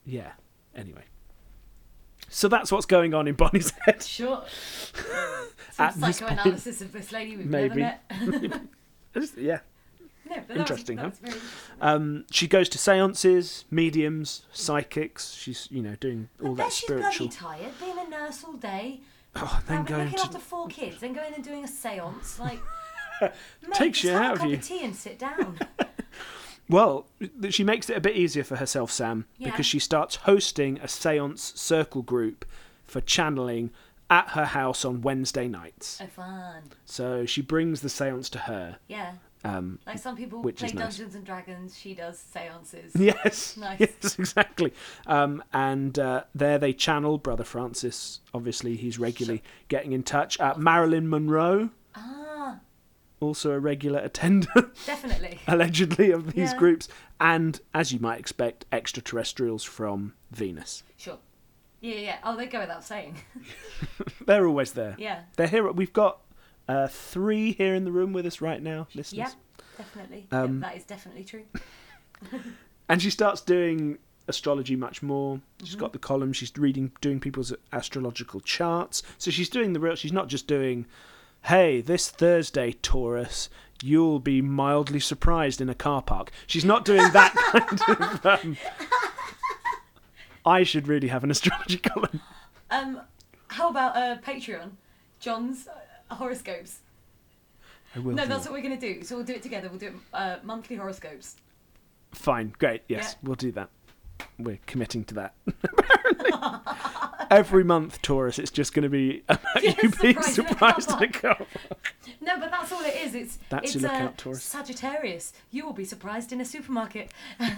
Speaker 9: yeah anyway so that's what's going on in bonnie's head
Speaker 8: Sure.
Speaker 9: At
Speaker 8: Some
Speaker 9: this point,
Speaker 8: psychoanalysis of this lady we've
Speaker 9: maybe.
Speaker 8: never met.
Speaker 9: Just- yeah
Speaker 8: No, but that was-
Speaker 9: Interesting,
Speaker 8: that
Speaker 9: huh?
Speaker 8: was very interesting.
Speaker 9: um she goes to seances mediums psychics she's you know doing all
Speaker 8: But
Speaker 9: that
Speaker 8: then she's bloody
Speaker 9: spiritual
Speaker 8: tired, being a nurse all day,
Speaker 9: oh and then
Speaker 8: having,
Speaker 9: going
Speaker 8: looking
Speaker 9: to
Speaker 8: after four kids, then going and doing a séance. Like, mate,
Speaker 9: Takes
Speaker 8: just
Speaker 9: you
Speaker 8: have
Speaker 9: out
Speaker 8: a
Speaker 9: of
Speaker 8: cup
Speaker 9: you.
Speaker 8: of tea and sit down.
Speaker 9: well th- she makes it a bit easier for herself sam
Speaker 8: Yeah.
Speaker 9: because she starts hosting a seance circle group for channeling at her house on Wednesday nights.
Speaker 8: Oh, fun.
Speaker 9: So she brings the seance to her.
Speaker 8: Yeah.
Speaker 9: Um,
Speaker 8: Like some people
Speaker 9: Which
Speaker 8: play
Speaker 9: is nice.
Speaker 8: Dungeons and Dragons, she does seances.
Speaker 9: Yes.
Speaker 8: Nice.
Speaker 9: Yes, exactly. Um, and uh, there they channel Brother Francis. Obviously, he's regularly getting in touch. Uh, Marilyn Monroe,
Speaker 8: Ah,
Speaker 9: also a regular attendant,
Speaker 8: definitely.
Speaker 9: allegedly, of these
Speaker 8: Yeah.
Speaker 9: groups. And, as you might expect, extraterrestrials from Venus.
Speaker 8: Sure. Yeah, yeah. yeah. Oh, they go without saying.
Speaker 9: They're always there.
Speaker 8: yeah.
Speaker 9: They're here. We've got uh, three here in the room with us right now, listeners.
Speaker 8: Yeah, definitely.
Speaker 9: Um,
Speaker 8: yeah, that is definitely true.
Speaker 9: and she starts doing astrology much more She's got the column she's reading doing people's astrological charts so she's doing the real she's not just doing hey this thursday taurus you'll be mildly surprised in a car park she's not doing that kind of um, i should really have an astrology column
Speaker 8: Um, how about uh, Patreon? John's uh, horoscopes.
Speaker 9: I will
Speaker 8: No,
Speaker 9: do
Speaker 8: that's
Speaker 9: that.
Speaker 8: what we're going to do. So we'll do it together. We'll do uh, monthly horoscopes.
Speaker 9: fine great yes
Speaker 8: Yeah.
Speaker 9: we'll do that we're committing to that apparently. every month taurus it's just going to be about
Speaker 8: Yeah,
Speaker 9: you being
Speaker 8: surprised in a car
Speaker 9: surprised in a
Speaker 8: park.
Speaker 9: car park
Speaker 8: No, but that's all it is. It's
Speaker 9: That's
Speaker 8: it's
Speaker 9: your
Speaker 8: uh,
Speaker 9: lookout, Taurus.
Speaker 8: Sagittarius. You will be surprised in a supermarket.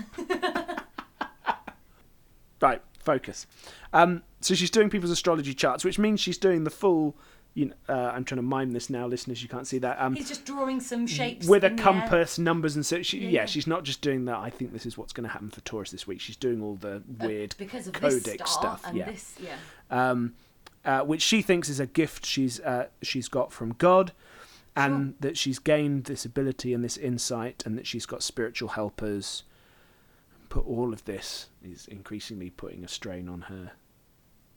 Speaker 9: Right, focus. Um, so she's doing people's astrology charts, which means she's doing the full. You know, uh, I'm trying to mime this now, listeners. You can't see that. Um,
Speaker 8: He's just drawing some shapes
Speaker 9: with a
Speaker 8: in the air.
Speaker 9: compass, numbers, and so she, yeah,
Speaker 8: Yeah, yeah.
Speaker 9: she's not just doing that. I think this is what's going to happen for Taurus this week. She's doing all the weird
Speaker 8: because of this star
Speaker 9: codec stuff,
Speaker 8: and
Speaker 9: yeah,
Speaker 8: this. Yeah.
Speaker 9: um, uh, which she thinks is a gift she's uh, she's got from God, and that she's gained this ability and this insight, and that she's got spiritual helpers. But all of this is increasingly putting a strain on her,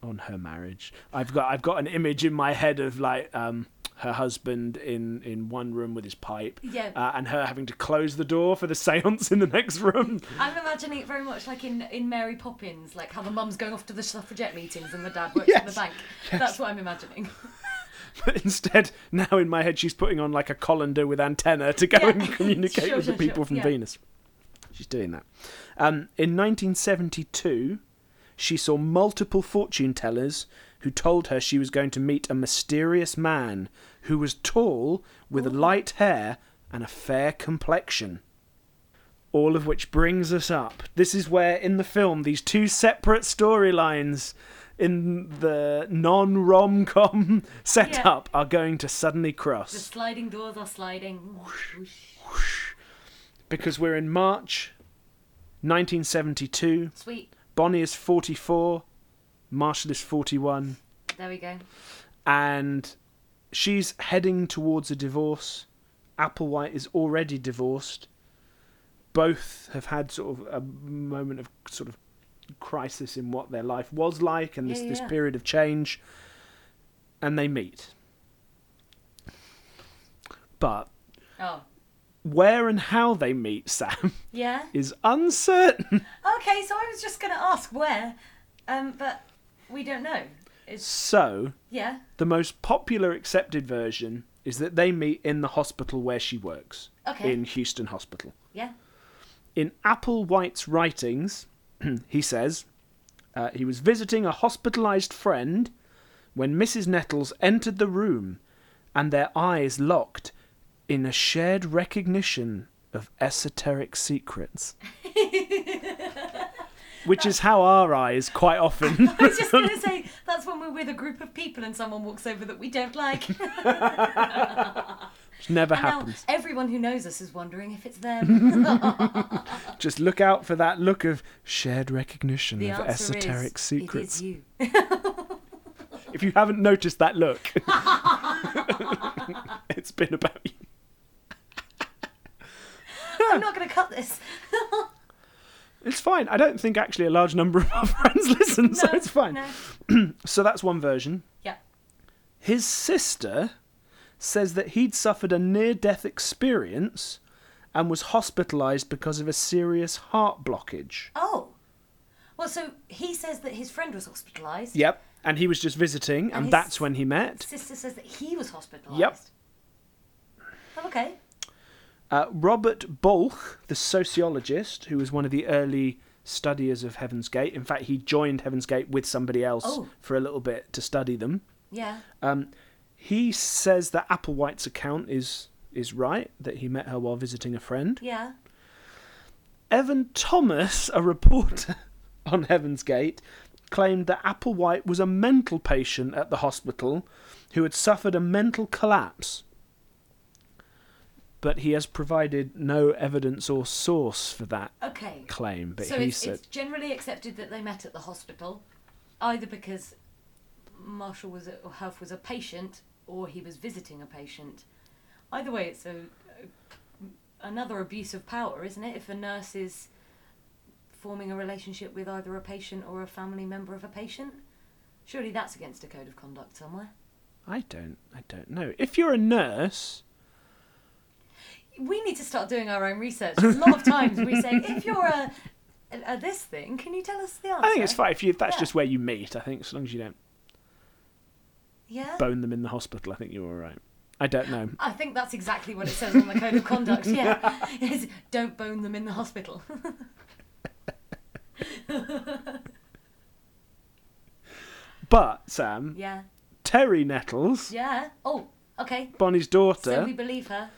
Speaker 9: on her marriage. I've got I've got an image in my head of like um, her husband in in one room with his pipe,
Speaker 8: Yeah.
Speaker 9: uh, and her having to close the door for the séance in the next room.
Speaker 8: I'm imagining it very much like in, in Mary Poppins, like how the mum's going off to the suffragette meetings and the dad works in the
Speaker 9: Yes,
Speaker 8: bank. That's what I'm imagining.
Speaker 9: But instead, now in my head, she's putting on like a colander with antenna to go
Speaker 8: Yeah.
Speaker 9: and communicate
Speaker 8: Sure,
Speaker 9: with
Speaker 8: sure,
Speaker 9: the people
Speaker 8: sure.
Speaker 9: from
Speaker 8: Yeah.
Speaker 9: Venus. She's doing that. Um, in 1972, she saw multiple fortune tellers who told her she was going to meet a mysterious man who was tall, with light hair and a fair complexion. All of which brings us up. This is where, in the film, these two separate storylines in the non rom com setup are going to suddenly cross.
Speaker 8: The sliding doors are sliding.
Speaker 9: Because we're in March 1972,
Speaker 8: Sweet.
Speaker 9: Bonnie is 44, Marshall is 41,
Speaker 8: There we go.
Speaker 9: and she's heading towards a divorce. Applewhite is already divorced. Both have had sort of a moment of sort of crisis in what their life was like and this,
Speaker 8: Yeah,
Speaker 9: this
Speaker 8: yeah.
Speaker 9: period of change, and they meet. But
Speaker 8: Oh.
Speaker 9: where and how they meet, Sam,
Speaker 8: Yeah.
Speaker 9: is uncertain.
Speaker 8: Okay, so I was just going to ask where, um, but we don't know. It's
Speaker 9: So,
Speaker 8: yeah.
Speaker 9: the most popular accepted version is that they meet in the hospital where she works,
Speaker 8: Okay.
Speaker 9: in Houston Hospital.
Speaker 8: Yeah.
Speaker 9: In Applewhite's writings, he says uh, he was visiting a hospitalized friend when Mrs. Nettles entered the room and their eyes locked in a shared recognition of esoteric secrets. Which is how our eyes quite often
Speaker 8: I was just going to say that's when we're with a group of people and someone walks over that we don't like. and
Speaker 9: never
Speaker 8: now
Speaker 9: happens.
Speaker 8: everyone who knows us is wondering if it's them.
Speaker 9: Just look out for that look of shared recognition
Speaker 8: The
Speaker 9: of
Speaker 8: answer
Speaker 9: esoteric
Speaker 8: is
Speaker 9: secrets.
Speaker 8: it is you.
Speaker 9: If you haven't noticed that look, it's been about you.
Speaker 8: I'm not going to cut this.
Speaker 9: It's fine. I don't think actually a large number of our friends listen, so
Speaker 8: No,
Speaker 9: it's fine.
Speaker 8: No.
Speaker 9: So that's one version.
Speaker 8: Yeah.
Speaker 9: His sister says that he'd suffered a near death experience and was hospitalized because of a serious heart blockage.
Speaker 8: Oh. Well, so he says that his friend was hospitalised.
Speaker 9: Yep. And he was just visiting, and,
Speaker 8: his
Speaker 9: that's when he met.
Speaker 8: Sister says that he was hospitalised.
Speaker 9: Yep.
Speaker 8: Oh, okay.
Speaker 9: Uh, Robert Bolch, the sociologist, who was one of the early studiers of Heaven's Gate. In fact, he joined Heaven's Gate with somebody else
Speaker 8: Oh.
Speaker 9: for a little bit to study them.
Speaker 8: Yeah.
Speaker 9: He says that Applewhite's account is is right that he met her while visiting a friend.
Speaker 8: Yeah.
Speaker 9: Evan Thomas, a reporter on Heaven's Gate, claimed that Applewhite was a mental patient at the hospital who had suffered a mental collapse. But he has provided no evidence or source for that
Speaker 8: Okay.
Speaker 9: claim. But
Speaker 8: so
Speaker 9: he
Speaker 8: it's,
Speaker 9: said,
Speaker 8: it's generally accepted that they met at the hospital, either because Marshall was a, or Health was a patient or he was visiting a patient. Either way, it's a, another abuse of power, isn't it? If a nurse is forming a relationship with either a patient or a family member of a patient, surely that's against a code of conduct somewhere.
Speaker 9: "I don't, I don't know. If you're a nurse,
Speaker 8: We need to start doing our own research. A lot of times we say, if you're a, a, a this thing, can you tell us the answer?
Speaker 9: I think it's fine. If, you, if that's
Speaker 8: Yeah.
Speaker 9: just where you meet, I think so long as you don't
Speaker 8: Yeah.
Speaker 9: bone them in the hospital, I think you're all right. I don't know.
Speaker 8: I think that's exactly what it says on the code of conduct. Yeah, It's, don't bone them in the hospital.
Speaker 9: But Sam,
Speaker 8: yeah,
Speaker 9: Terry Nettles,
Speaker 8: yeah. Oh, okay.
Speaker 9: Bonnie's daughter.
Speaker 8: So we believe her. Do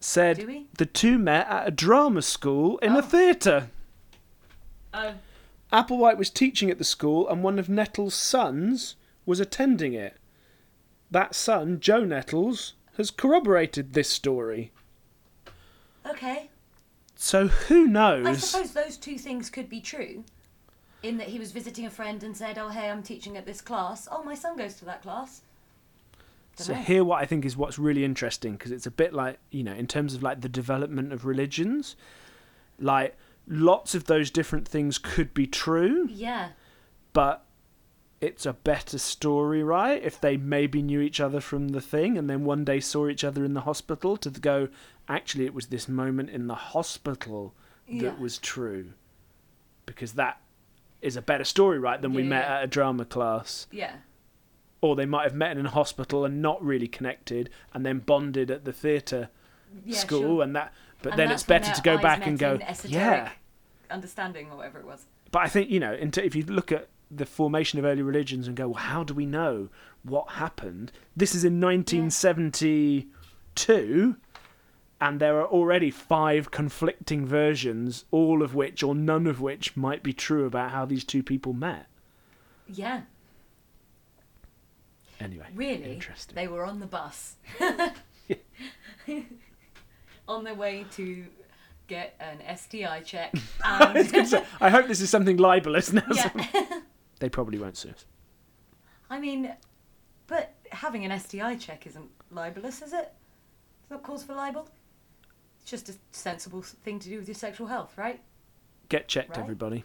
Speaker 9: said
Speaker 8: we?
Speaker 9: the two met at a drama school in a theatre.
Speaker 8: Oh,
Speaker 9: Applewhite was teaching at the school, and one of Nettles' sons was attending it. That son, Joe Nettles, has corroborated this story.
Speaker 8: okay.
Speaker 9: So who
Speaker 8: I
Speaker 9: knows?
Speaker 8: suppose those two things could be true. In that he was visiting a friend and said, "Oh, hey, I'm teaching at this class. Oh, my son goes to that class."
Speaker 9: So
Speaker 8: Dunno.
Speaker 9: here, what I think is what's really interesting because it's a bit like you know, in terms of like the development of religions, like lots of those different things could be true.
Speaker 8: Yeah,
Speaker 9: but it's a better story, right? If they maybe knew each other from the thing and then one day saw each other in the hospital to go, actually, it was this moment in the hospital
Speaker 8: Yeah.
Speaker 9: that was true. Because that is a better story, right, than we
Speaker 8: Yeah,
Speaker 9: met
Speaker 8: yeah.
Speaker 9: at a drama class.
Speaker 8: yeah,
Speaker 9: Or they might have met in a hospital and not really connected and then bonded at the theatre
Speaker 8: yeah.
Speaker 9: school
Speaker 8: sure.
Speaker 9: and that. But
Speaker 8: And
Speaker 9: then
Speaker 8: that's
Speaker 9: it's
Speaker 8: when
Speaker 9: better
Speaker 8: their
Speaker 9: to go
Speaker 8: eyes
Speaker 9: back
Speaker 8: met
Speaker 9: and go,
Speaker 8: in esoteric
Speaker 9: yeah.
Speaker 8: understanding or whatever it was.
Speaker 9: But I think you know, in t- if you look at the formation of early religions and go, well, how do we know what happened? This is in 1972, and there are already five conflicting versions, all of which or none of which might be true about how these two people met.
Speaker 8: Yeah,
Speaker 9: Anyway,
Speaker 8: Really?
Speaker 9: interesting.
Speaker 8: They were on the bus. on their way to get an STI check. And
Speaker 9: So, I hope this is something libelous now. so-
Speaker 8: yeah.
Speaker 9: They probably won't sue us.
Speaker 8: I mean, but having an STI check isn't libelous, is it? It's not cause for libel. It's just a sensible thing to do with your sexual health, right?
Speaker 9: Get checked,
Speaker 8: Right.
Speaker 9: everybody.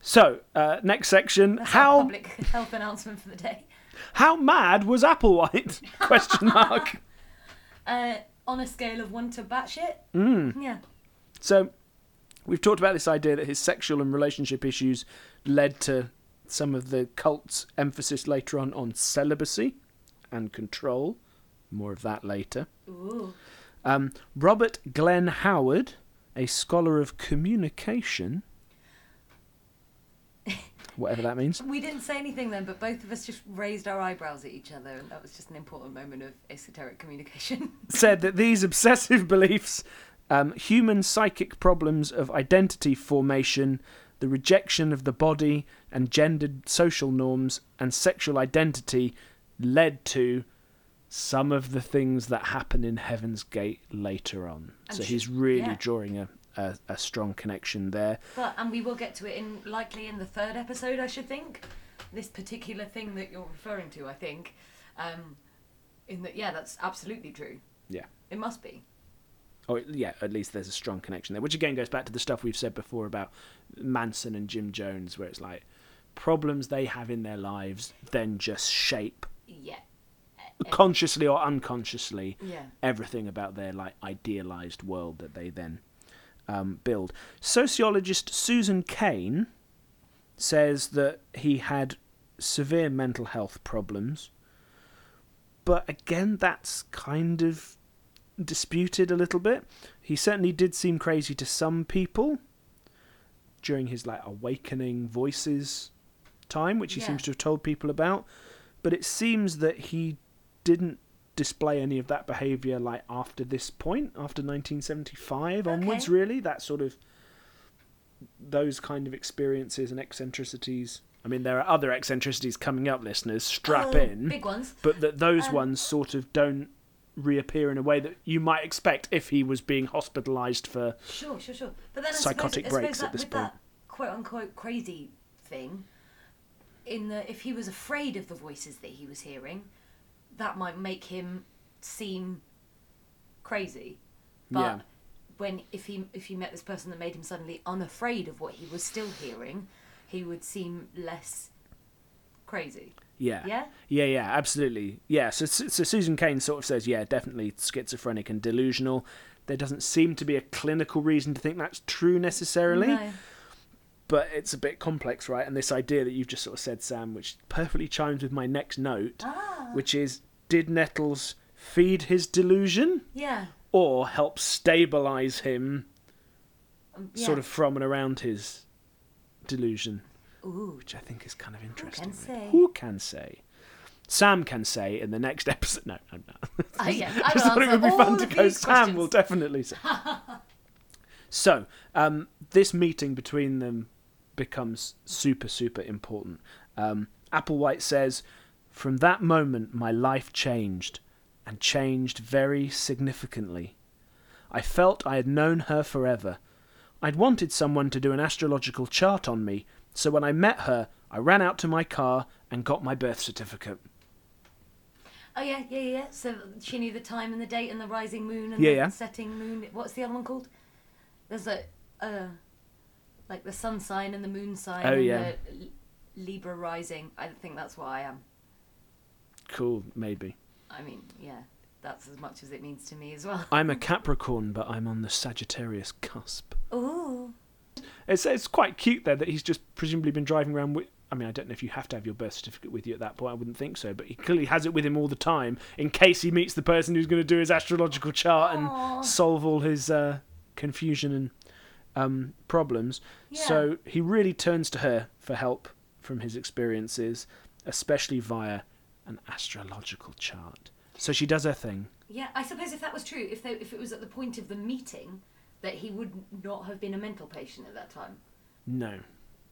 Speaker 9: So, uh, next section.
Speaker 8: That's our
Speaker 9: how
Speaker 8: public health announcement for the day.
Speaker 9: how mad was Applewhite? Question mark.
Speaker 8: Uh, on a scale of one to batshit.
Speaker 9: Mm.
Speaker 8: Yeah.
Speaker 9: So we've talked about this idea that his sexual and relationship issues led to some of the cult's emphasis later on on celibacy and control. More of that later.
Speaker 8: Ooh.
Speaker 9: Um, Robert Glenn Howard, a scholar of communication, whatever that means.
Speaker 8: We didn't say anything then, but both of us just raised our eyebrows at each other, and that was just an important moment of esoteric communication.
Speaker 9: said that these obsessive beliefs, um, human psychic problems of identity formation, the rejection of the body and gendered social norms and sexual identity led to some of the things that happen in Heaven's Gate later on.
Speaker 8: And
Speaker 9: so
Speaker 8: sh-
Speaker 9: he's really
Speaker 8: yeah.
Speaker 9: drawing a, a, a strong connection there.
Speaker 8: but and we will get to it in likely in the third episode, I should think. This particular thing that you're referring to, I think, um, in that yeah, that's absolutely true.
Speaker 9: Yeah.
Speaker 8: It must be.
Speaker 9: Or yeah, at least there's a strong connection there, which again goes back to the stuff we've said before about Manson and Jim Jones, where it's like problems they have in their lives then just shape
Speaker 8: Yeah.
Speaker 9: consciously or unconsciously
Speaker 8: Yeah.
Speaker 9: everything about their like idealized world that they then um, build. Sociologist Susan Kane says that he had severe mental health problems, but again, that's kind of disputed a little bit. He certainly did seem crazy to some people during his like awakening voices time, which he
Speaker 8: Yeah.
Speaker 9: seems to have told people about. But it seems that he didn't display any of that behavior like after this point, after 1975 onwards,
Speaker 8: Okay.
Speaker 9: really. That sort of those kind of experiences and eccentricities. I mean, there are other eccentricities coming up, listeners. Strap
Speaker 8: Oh,
Speaker 9: in
Speaker 8: Big ones.
Speaker 9: but that those
Speaker 8: Um,
Speaker 9: ones sort of don't reappear in a way that you might expect if he was being hospitalized for
Speaker 8: Sure, sure, sure. But then I
Speaker 9: Psychotic
Speaker 8: suppose, I
Speaker 9: breaks
Speaker 8: suppose that,
Speaker 9: at this
Speaker 8: with
Speaker 9: point.
Speaker 8: that quote unquote crazy thing, in the if he was afraid of the voices that he was hearing, that might make him seem crazy. But
Speaker 9: Yeah.
Speaker 8: when if he if he met this person that made him suddenly unafraid of what he was still hearing, he would seem less crazy.
Speaker 9: yeah
Speaker 8: Yeah?
Speaker 9: yeah yeah absolutely yeah so so susan kane sort of says yeah definitely schizophrenic and delusional there doesn't seem to be a clinical reason to think that's true necessarily
Speaker 8: No.
Speaker 9: but it's a bit complex right and this idea that you've just sort of said sam which perfectly chimes with my next note
Speaker 8: Ah.
Speaker 9: which is did nettles feed his delusion
Speaker 8: Yeah.
Speaker 9: or help stabilize him
Speaker 8: um, yeah.
Speaker 9: sort of from and around his delusion,
Speaker 8: Ooh.
Speaker 9: which I think is kind of
Speaker 8: can
Speaker 9: interesting. right?
Speaker 8: say?
Speaker 9: Who can say? Sam can say in the next episode. No, I'm not.
Speaker 8: Oh, yeah.
Speaker 9: I
Speaker 8: I
Speaker 9: just thought it would be fun to go. Sam will
Speaker 8: will
Speaker 9: definitely say. so, um, this meeting between them becomes super, super important. Um, Applewhite says, "From that moment, my life changed, and changed very significantly. I felt I had known her forever. I'd wanted someone to do an astrological chart on me, so when I met her, I ran out to my car and got my birth certificate."
Speaker 8: Oh yeah, yeah, yeah. yeah. So she knew the time and the date and the rising moon and
Speaker 9: Yeah,
Speaker 8: the
Speaker 9: yeah.
Speaker 8: setting moon. What's the other one called? There's a, uh, like the sun sign and the moon sign.
Speaker 9: Oh,
Speaker 8: and
Speaker 9: yeah.
Speaker 8: The Li- Libra rising. I think that's what I am.
Speaker 9: Cool, maybe.
Speaker 8: I mean, yeah, that's as much as it means to me as well.
Speaker 9: I'm a Capricorn, but I'm on the Sagittarius cusp.
Speaker 8: Ooh.
Speaker 9: It's, it's quite cute there that he's just presumably been driving around with. I mean, I don't know if you have to have your birth certificate with you at that point. I wouldn't think so, but he clearly has it with him all the time in case he meets the person who's going to do his astrological chart
Speaker 8: Aw.
Speaker 9: and solve all his uh, confusion and um, problems. So he really turns to her for help from his experiences, especially via an astrological chart. So she does her thing.
Speaker 8: Yeah, I suppose if that was true, if they, if it was at the point of the meeting, that he would not have been a mental patient at that time.
Speaker 9: No.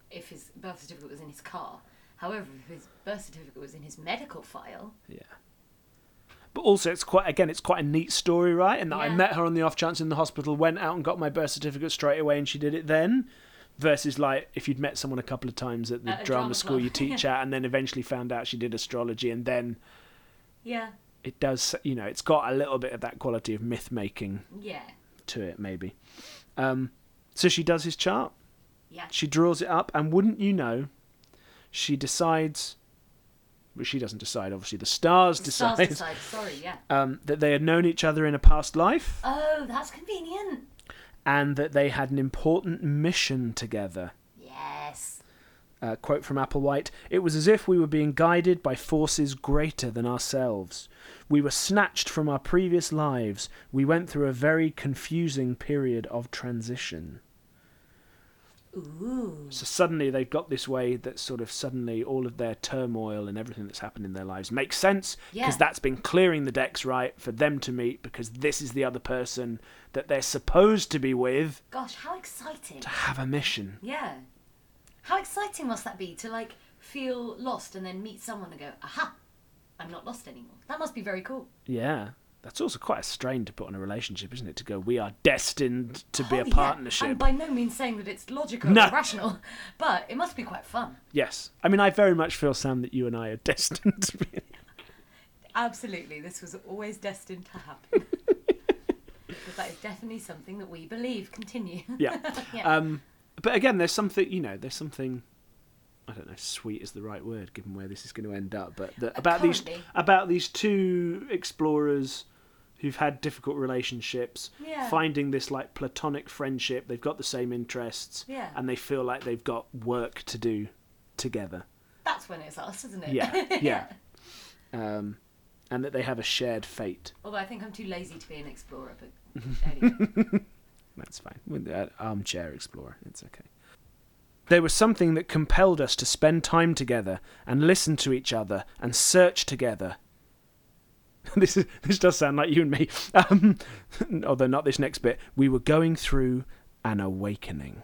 Speaker 8: If his birth certificate was in his car. However, if his birth certificate was in his medical file,
Speaker 9: Yeah. But also, it's quite again, it's quite a neat story, right? And that I
Speaker 8: Yeah.
Speaker 9: met her on the off chance in the hospital, went out and got my birth certificate straight away, and she did it then. Versus like if you'd met someone a couple of times at the
Speaker 8: At a
Speaker 9: drama,
Speaker 8: drama
Speaker 9: school
Speaker 8: club,
Speaker 9: you teach at, and then eventually found out she did astrology, and then
Speaker 8: yeah,
Speaker 9: it does, you know, it's got a little bit of that quality of myth making
Speaker 8: yeah.
Speaker 9: to it, maybe. Um, so she does his chart.
Speaker 8: Yeah.
Speaker 9: She draws it up, and wouldn't you know, she decides. Well, she doesn't decide. Obviously, the stars,
Speaker 8: Stars
Speaker 9: decide
Speaker 8: decide. Sorry, yeah.
Speaker 9: um, that they had known each other in a past life
Speaker 8: Oh, that's convenient.
Speaker 9: and that they had an important mission together.
Speaker 8: Yes.
Speaker 9: Uh, quote from Applewhite It was as if we were being guided by forces greater than ourselves. We were snatched from our previous lives. We went through a very confusing period of transition.
Speaker 8: Ooh.
Speaker 9: So suddenly they've got this way that sort of suddenly all of their turmoil and everything that's happened in their lives makes sense because
Speaker 8: Yeah.
Speaker 9: that's been clearing the decks right for them to meet because this is the other person that they're supposed to be with
Speaker 8: Gosh, how exciting.
Speaker 9: to have a mission.
Speaker 8: Yeah. How exciting must that be to like feel lost and then meet someone and go, aha, I'm not lost anymore. That must be very cool.
Speaker 9: Yeah. That's also quite a strain to put on a relationship, isn't it? To go, we are destined to be
Speaker 8: Oh,
Speaker 9: a
Speaker 8: yeah.
Speaker 9: partnership.
Speaker 8: I'm by no means saying that it's logical
Speaker 9: No.
Speaker 8: or rational, but it must be quite fun.
Speaker 9: Yes. I mean, I very much feel, Sam, that you and I are destined to be.
Speaker 8: Absolutely, this was always destined to happen. Because that is definitely something that we believe. Continue.
Speaker 9: Yeah.
Speaker 8: yeah.
Speaker 9: Um, but again, there's something, you know, there's something. I don't know. if Sweet is the right word, given where this is going to end up. But the, about these
Speaker 8: currently.
Speaker 9: about these two explorers who've had difficult relationships,
Speaker 8: Yeah.
Speaker 9: finding this like platonic friendship. They've got the same interests,
Speaker 8: Yeah.
Speaker 9: and they feel like they've got work to do together.
Speaker 8: That's when it's us, isn't it?
Speaker 9: Yeah, yeah. Um, and that they have a shared fate.
Speaker 8: Although I think I'm too lazy to be an explorer, but anyway.
Speaker 9: That's fine. With that armchair explorer, it's okay. There was something that compelled us to spend time together and listen to each other and search together. this is this does sound like you and me. Um, although not this next bit. We were going through an awakening.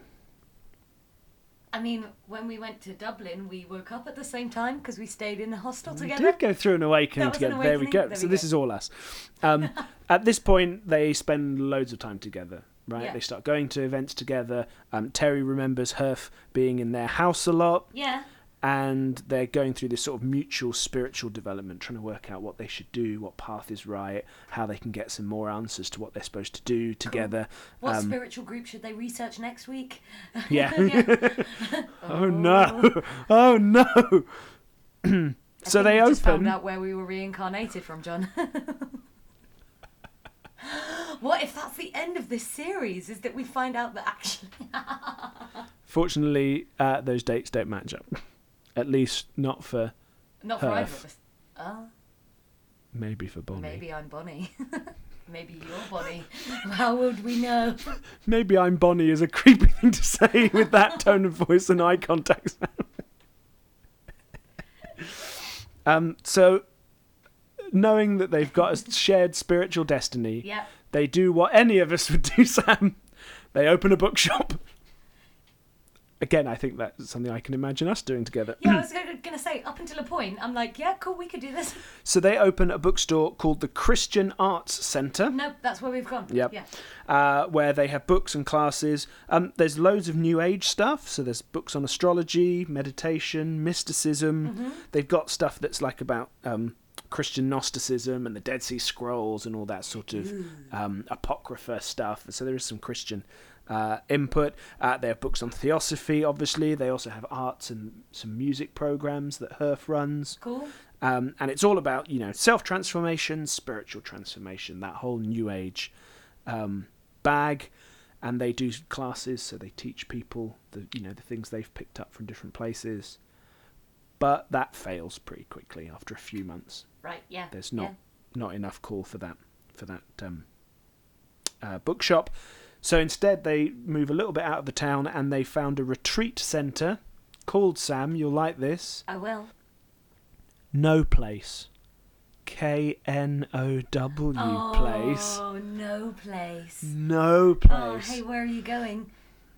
Speaker 8: I mean, when we went to Dublin, we woke up at the same time because we stayed in the hostel
Speaker 9: We
Speaker 8: together.
Speaker 9: did go through an awakening
Speaker 8: That was an
Speaker 9: together. There we
Speaker 8: awakening.
Speaker 9: go.
Speaker 8: There
Speaker 9: so
Speaker 8: we
Speaker 9: this
Speaker 8: go.
Speaker 9: is all us. Um, at this point, they spend loads of time together, right?
Speaker 8: Yeah.
Speaker 9: They start going to events together. Um, Terry remembers Herf being in their house a lot,
Speaker 8: Yeah.
Speaker 9: and they're going through this sort of mutual spiritual development, trying to work out what they should do, what path is right, how they can get some more answers to what they're supposed to do together.
Speaker 8: What
Speaker 9: Um,
Speaker 8: spiritual group should they research next week?
Speaker 9: Yeah.
Speaker 8: Yeah.
Speaker 9: oh no! Oh no!
Speaker 8: I
Speaker 9: so
Speaker 8: think
Speaker 9: they
Speaker 8: we Just
Speaker 9: open.
Speaker 8: found out where we were reincarnated from, John. what if that's the end of this series? Is that we find out that actually
Speaker 9: Fortunately, uh, those dates don't match up. At least not for
Speaker 8: not for either
Speaker 9: Perth.
Speaker 8: of us. Oh,
Speaker 9: maybe for Bonnie. Maybe,
Speaker 8: maybe I'm Bonnie. maybe you're Bonnie. How would we know?
Speaker 9: I'm Bonnie is a creepy thing to say with that tone of voice and eye contact. um, so, knowing that they've got a shared spiritual destiny,
Speaker 8: Yep.
Speaker 9: they do what any of us would do, Sam. They open a bookshop. Again, I think that's something I can imagine us doing together.
Speaker 8: Yeah, I was gonna gonna say up until a point, I'm like, yeah, cool, we could do this.
Speaker 9: So they open a bookstore called the Christian Arts Centre.
Speaker 8: Nope, that's where we've gone.
Speaker 9: Yep.
Speaker 8: Yeah.
Speaker 9: Uh, where they have books and classes. Um, there's loads of New Age stuff. So there's books on astrology, meditation, mysticism. They've got stuff that's like about um, Christian Gnosticism and the Dead Sea Scrolls and all that sort of um, apocrypha stuff. So there is some Christian uh, input. Uh, they have books on theosophy, obviously. They also have arts and some music programs that Herf runs
Speaker 8: Cool.
Speaker 9: um, and it's all about you know self transformation, spiritual transformation, that whole new age um, bag. And they do classes, so they teach people the you know the things they've picked up from different places. But that fails pretty quickly after a few months.
Speaker 8: Right. Yeah.
Speaker 9: There's not not enough call for that for that um, uh, bookshop. So instead, they move a little bit out of the town and they found a retreat centre called Sam. You'll like this.
Speaker 8: Yeah. I will.
Speaker 9: No place. K N O W place.
Speaker 8: Oh, no place.
Speaker 9: No
Speaker 8: Oh,
Speaker 9: place.
Speaker 8: hey, where are you going?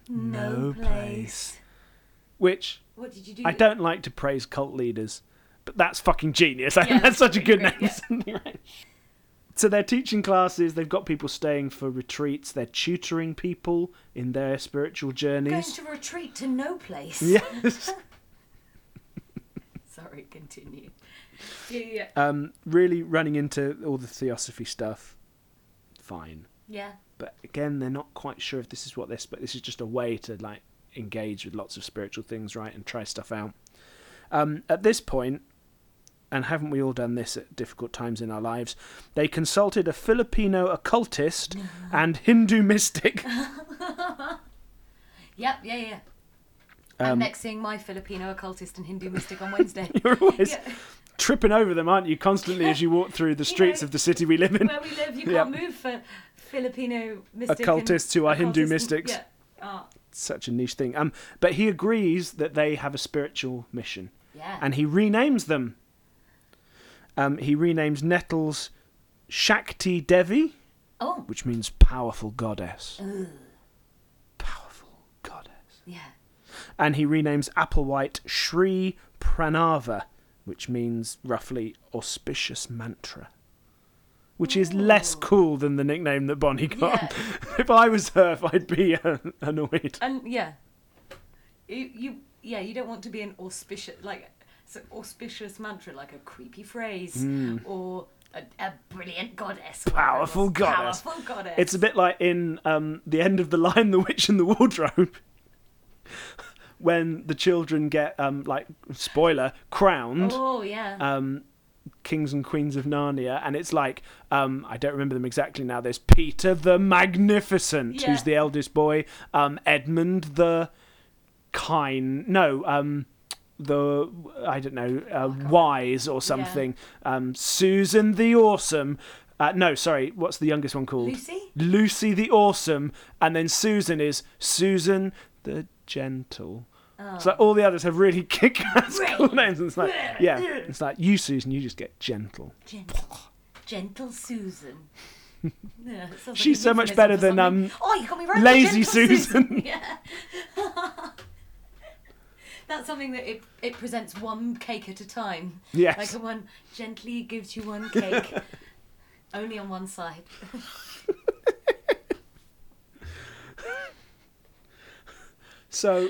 Speaker 9: No place. Which
Speaker 8: What did you do?
Speaker 9: I don't like to praise cult leaders, but that's fucking genius. I think
Speaker 8: that's
Speaker 9: that's such a
Speaker 8: pretty
Speaker 9: good
Speaker 8: great,
Speaker 9: name. for something, right? So they're teaching classes. They've got people staying for retreats. They're tutoring people in their spiritual
Speaker 8: Going
Speaker 9: journeys.
Speaker 8: to retreat to no place.
Speaker 9: Yes.
Speaker 8: Sorry, continue. Yeah, yeah,
Speaker 9: um, really running into all the theosophy stuff. Fine.
Speaker 8: yeah.
Speaker 9: but again they're not quite sure if this is what this but this is just a way to like engage with lots of spiritual things right and try stuff out um, at this point and haven't we all done this at difficult times in our lives they consulted a filipino occultist and hindu mystic
Speaker 8: Yep, yeah, yeah.
Speaker 9: Um,
Speaker 8: I'm next seeing my Filipino occultist and Hindu mystic on Wednesday.
Speaker 9: you're always
Speaker 8: Yeah.
Speaker 9: tripping over them aren't you constantly as you walk through the streets of the city we live in
Speaker 8: Where we live, you
Speaker 9: Yeah.
Speaker 8: can't move for Filipino mystic. and-
Speaker 9: Occultists who are Hindu
Speaker 8: occultists and-
Speaker 9: mystics.
Speaker 8: Yeah. Ah,
Speaker 9: such a niche thing um, but he agrees that they have a spiritual mission
Speaker 8: yeah.
Speaker 9: and he renames them. Um, he renames Nettles Shakti Devi,
Speaker 8: oh,
Speaker 9: which means powerful goddess. Powerful goddess.
Speaker 8: yeah.
Speaker 9: And he renames Applewhite Sri Pranava, which means roughly auspicious mantra. Which is less cool than the nickname that Bonnie got.
Speaker 8: Oh. Yeah.
Speaker 9: if I was her, if I'd be uh, annoyed.
Speaker 8: And yeah, you, you yeah you don't want to be an auspicious like it's an auspicious mantra like a creepy phrase or a, a brilliant goddess, or whatever it
Speaker 9: Hmm. Powerful
Speaker 8: was.
Speaker 9: goddess.
Speaker 8: powerful goddess.
Speaker 9: It's a bit like in um, the end of the Lion, the Witch, and the Wardrobe, when the children get um, like spoiler crowned
Speaker 8: oh yeah.
Speaker 9: um, kings and queens of Narnia, and it's like um, I don't remember them exactly now. There's Peter the Magnificent,
Speaker 8: Yeah.
Speaker 9: who's the eldest boy, um, Edmund the kind, no, um, the I don't know
Speaker 8: Oh,
Speaker 9: uh, Wise or something. Um, Susan the Awesome. Uh, no, sorry. What's the youngest one called?
Speaker 8: Lucy?
Speaker 9: Lucy the Awesome, and then Susan is Susan the Gentle. So
Speaker 8: Oh.
Speaker 9: all the others have really kick-ass cool names, and it's like, yeah, it's like you, Susan, you just get gentle.
Speaker 8: Gentle, gentle Susan. Yeah, it sounds like
Speaker 9: She's
Speaker 8: a
Speaker 9: so much
Speaker 8: euphemism
Speaker 9: better
Speaker 8: for
Speaker 9: than,
Speaker 8: something.
Speaker 9: um,
Speaker 8: oh, you got me right, Gentle
Speaker 9: Lazy Susan.
Speaker 8: Yeah. That's something that it, it presents one cake at a time.
Speaker 9: Yes.
Speaker 8: Like a one gently gives you one cake, only on one side.
Speaker 9: So,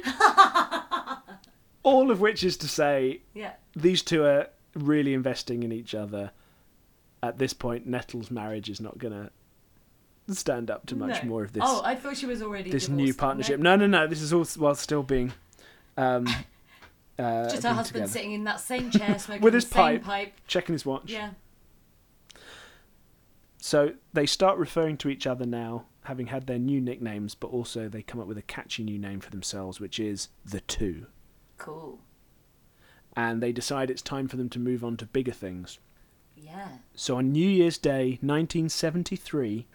Speaker 9: all of which is to say,
Speaker 8: Yeah.
Speaker 9: these two are really investing in each other. At this point, Nettle's marriage is not going to stand up to much
Speaker 8: No.
Speaker 9: more of this
Speaker 8: Oh, I thought she was already
Speaker 9: this
Speaker 8: divorced,
Speaker 9: new
Speaker 8: wasn't
Speaker 9: partnership.
Speaker 8: it?
Speaker 9: No, no, no. This is all s- while still being. Um, uh,
Speaker 8: Just her
Speaker 9: being
Speaker 8: husband
Speaker 9: together.
Speaker 8: sitting in that same chair smoking
Speaker 9: With his
Speaker 8: the same
Speaker 9: pipe.
Speaker 8: pipe.
Speaker 9: checking his watch.
Speaker 8: Yeah.
Speaker 9: So they start referring to each other now, having had their new nicknames, but also they come up with a catchy new name for themselves, which is the Two.
Speaker 8: Cool.
Speaker 9: And they decide it's time for them to move on to bigger things.
Speaker 8: Yeah.
Speaker 9: So on New Year's Day, 1973,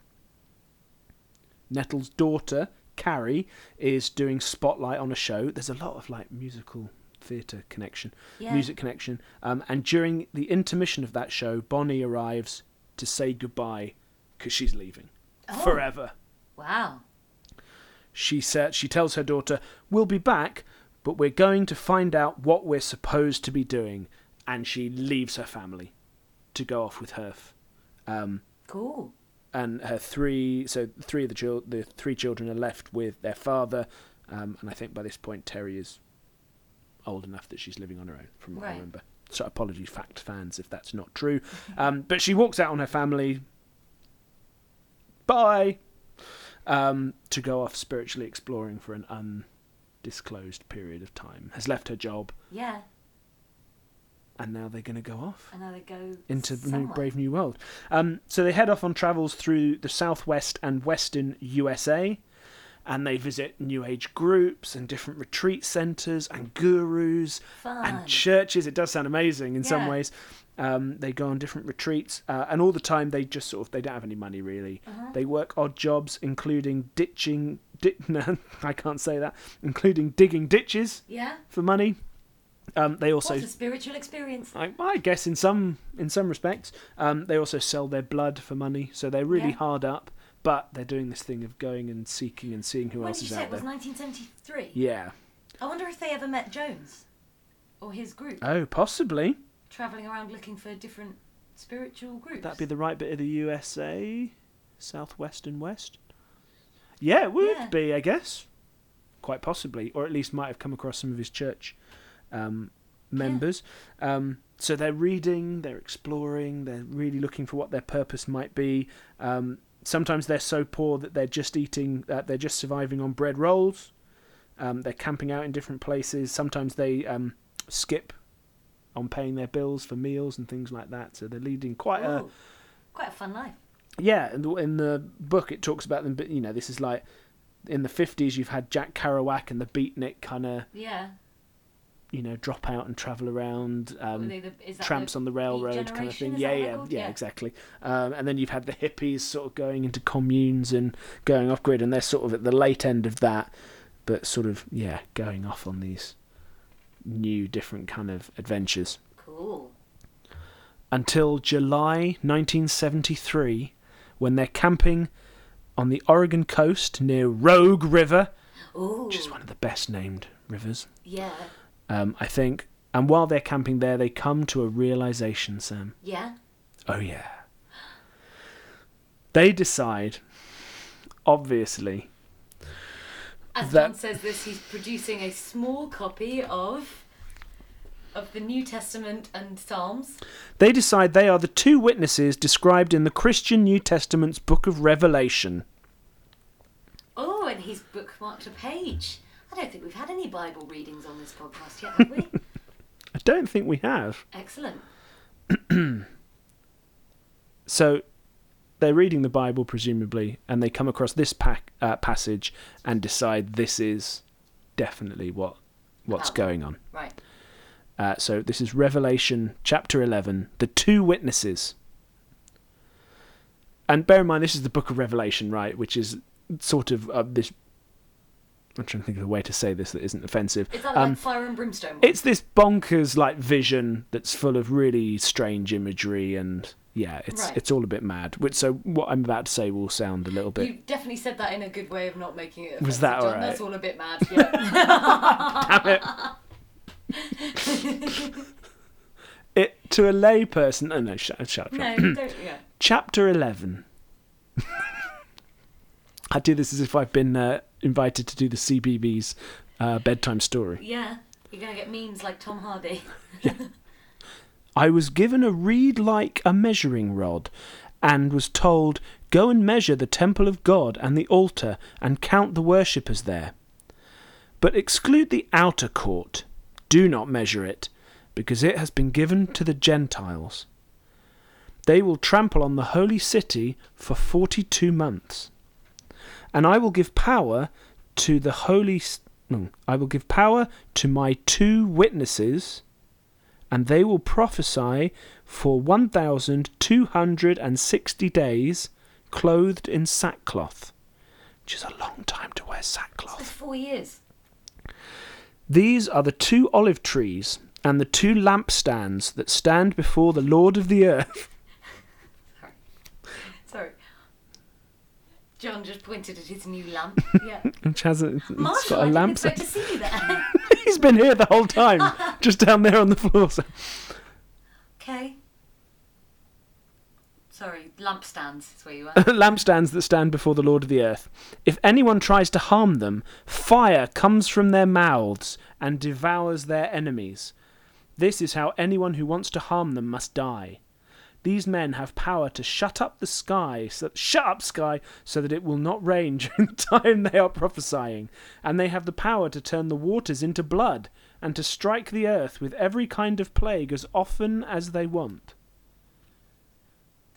Speaker 9: Nettle's daughter, Carrie, is doing Spotlight on a show. There's a lot of like musical theatre connection,
Speaker 8: Yeah.
Speaker 9: music connection. Um, and during the intermission of that show, Bonnie arrives to say goodbye because she's leaving
Speaker 8: Oh.
Speaker 9: forever.
Speaker 8: Wow.
Speaker 9: She said she tells her daughter, "We'll be back, but we're going to find out what we're supposed to be doing." And she leaves her family to go off with Herf. Um,
Speaker 8: Cool.
Speaker 9: and her three so three of the chil- the three children are left with their father um, and I think by this point Terry is old enough that she's living on her own from what I
Speaker 8: Right.
Speaker 9: remember so apologies fact fans if that's not true um, but she walks out on her family bye um, to go off spiritually exploring for an undisclosed period of time has left her job
Speaker 8: Yeah.
Speaker 9: and now they're going to go off
Speaker 8: And now they go
Speaker 9: into the new
Speaker 8: somewhere.
Speaker 9: Brave New World. Um, so they head off on travels through the Southwest and Western USA, and they visit New Age groups and different retreat centers and gurus
Speaker 8: Fun.
Speaker 9: and churches. It does sound amazing in some
Speaker 8: Yeah.
Speaker 9: ways. Um, they go on different retreats, uh, and all the time they just sort of they don't have any money really.
Speaker 8: Uh-huh.
Speaker 9: They work odd jobs, including ditching. Di- no, I can't say that. Including digging ditches
Speaker 8: yeah.
Speaker 9: for money. Um, they also
Speaker 8: What a spiritual experience.
Speaker 9: I, I guess in some in some respects, um, they also sell their blood for money, so they're really
Speaker 8: Yeah.
Speaker 9: hard up. But they're doing this thing of going and seeking and seeing who
Speaker 8: When
Speaker 9: else
Speaker 8: did you
Speaker 9: is
Speaker 8: say it
Speaker 9: out there.
Speaker 8: was 1973?
Speaker 9: Yeah.
Speaker 8: I wonder if they ever met Jones or his group
Speaker 9: Oh, possibly
Speaker 8: traveling around looking for different spiritual groups.
Speaker 9: that'd be the right bit of the USA, southwest and west. Yeah, it would
Speaker 8: Yeah.
Speaker 9: be, I guess, quite possibly, or at least might have come across some of his church um, members. Um, so they're reading, they're exploring, they're really looking for what their purpose might be. Um, sometimes they're so poor that they're just eating, uh, they're just surviving on bread rolls. Um, they're camping out in different places. Sometimes they um, skip on paying their bills for meals and things like that. So they're leading quite a
Speaker 8: Ooh, quite a fun life.
Speaker 9: yeah, in the, in the book it talks about them, but you know, this is like in the 50s you've had Jack Kerouac and the beatnik kind of,
Speaker 8: Yeah.
Speaker 9: you know, drop out and travel around
Speaker 8: Were
Speaker 9: um,
Speaker 8: they the- is that
Speaker 9: tramps
Speaker 8: the
Speaker 9: on the
Speaker 8: Beat
Speaker 9: railroad kind of
Speaker 8: Generation,
Speaker 9: thing.
Speaker 8: is
Speaker 9: Yeah,
Speaker 8: that what
Speaker 9: yeah,
Speaker 8: they're
Speaker 9: yeah,
Speaker 8: called?
Speaker 9: exactly. Um, and then you've had the hippies sort of going into communes and going off grid and they're sort of at the late end of that, but sort of yeah, going off on these new different kind of adventures.
Speaker 8: Cool.
Speaker 9: until July 1973 when they're camping on the Oregon coast near Rogue River,
Speaker 8: Ooh.
Speaker 9: which is one of the best named rivers,
Speaker 8: Yeah.
Speaker 9: um, I think. And while they're camping there, they come to a realization, Sam.
Speaker 8: Yeah.
Speaker 9: Oh, yeah. They decide, obviously,
Speaker 8: As
Speaker 9: That-
Speaker 8: John says this, he's producing a small copy of of the New Testament and Psalms.
Speaker 9: they decide they are the two witnesses described in the Christian New Testament's book of Revelation.
Speaker 8: Oh, and he's bookmarked a page. I don't think we've had any Bible readings on this podcast yet, have we?
Speaker 9: I don't think we have.
Speaker 8: Excellent.
Speaker 9: so they're reading the Bible presumably, and they come across this pac- uh, passage and decide this is definitely what what's
Speaker 8: Oh.
Speaker 9: going on.
Speaker 8: Right.
Speaker 9: Uh, so this is Revelation chapter 11, the two witnesses. And bear in mind, this is the book of Revelation, right? Which is sort of uh, this. I'm trying to think of a way to say this that isn't offensive.
Speaker 8: Is that
Speaker 9: Um,
Speaker 8: like fire and brimstone? one?
Speaker 9: it's this bonkers like vision that's full of really strange imagery and yeah, it's
Speaker 8: Right.
Speaker 9: it's all a bit mad. Which so what I'm about to say will sound a little bit.
Speaker 8: you definitely said that in a good way of not making it.
Speaker 9: Was
Speaker 8: offensive,
Speaker 9: that
Speaker 8: John.
Speaker 9: all right?
Speaker 8: That's all a bit mad. Yeah.
Speaker 9: It to a lay person. Oh no, shut, shut up. shut up.
Speaker 8: no, don't. Yeah.
Speaker 9: Chapter eleven. I do this as if I've been uh, invited to do the CBBS uh, bedtime story.
Speaker 8: Yeah. You're gonna get memes like Tom Hardy.
Speaker 9: I was given a reed like a measuring rod, and was told, Go and measure the temple of God and the altar, and count the worshippers there. But exclude the outer court. Do not measure it, because it has been given to the Gentiles. They will trample on the holy city for forty two months. And I will give power to the holy. s- no, I will give power to my two witnesses and they will prophesy for 1,260 days clothed in sackcloth, which is a long time to wear
Speaker 8: That's
Speaker 9: sackcloth.
Speaker 8: four years.
Speaker 9: These are the two olive trees and the two lampstands that stand before the Lord of the earth.
Speaker 8: Sorry. John just pointed at his new lamp. Yeah.
Speaker 9: Which has a, it's
Speaker 8: Marshall, I
Speaker 9: got a
Speaker 8: didn't
Speaker 9: lamp.
Speaker 8: expect to see you there.
Speaker 9: He's been here the whole time, just down there on the floor. So.
Speaker 8: okay. Sorry, lamp stands is where you are.
Speaker 9: lampstands that stand before the Lord of the earth. If anyone tries to harm them, fire comes from their mouths and devours their enemies. This is how anyone who wants to harm them must die. These men have power to shut up the sky, so, shut up sky, so that it will not rain during the time they are prophesying, and they have the power to turn the waters into blood and to strike the earth with every kind of plague as often as they want.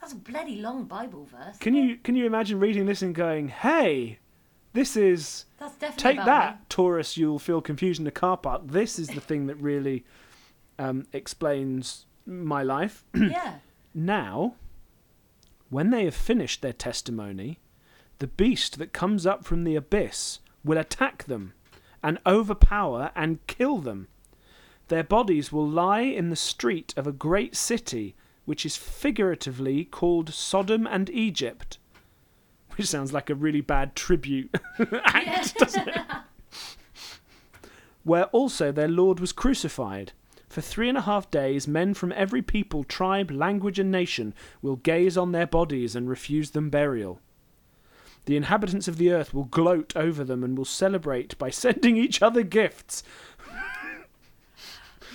Speaker 8: That's a bloody long Bible verse.
Speaker 9: Can you can you imagine reading this and going, "Hey, this is
Speaker 8: That's definitely
Speaker 9: take
Speaker 8: about
Speaker 9: that,
Speaker 8: me.
Speaker 9: Taurus. You'll feel confused in the car park. This is the thing that really um, explains my life."
Speaker 8: yeah.
Speaker 9: Now, when they have finished their testimony, the beast that comes up from the abyss will attack them and overpower and kill them. Their bodies will lie in the street of a great city, which is figuratively called Sodom and Egypt. Which sounds like a really bad tribute act, doesn't it? Where also their Lord was crucified. For three and a half days, men from every people, tribe, language, and nation will gaze on their bodies and refuse them burial. The inhabitants of the earth will gloat over them and will celebrate by sending each other gifts.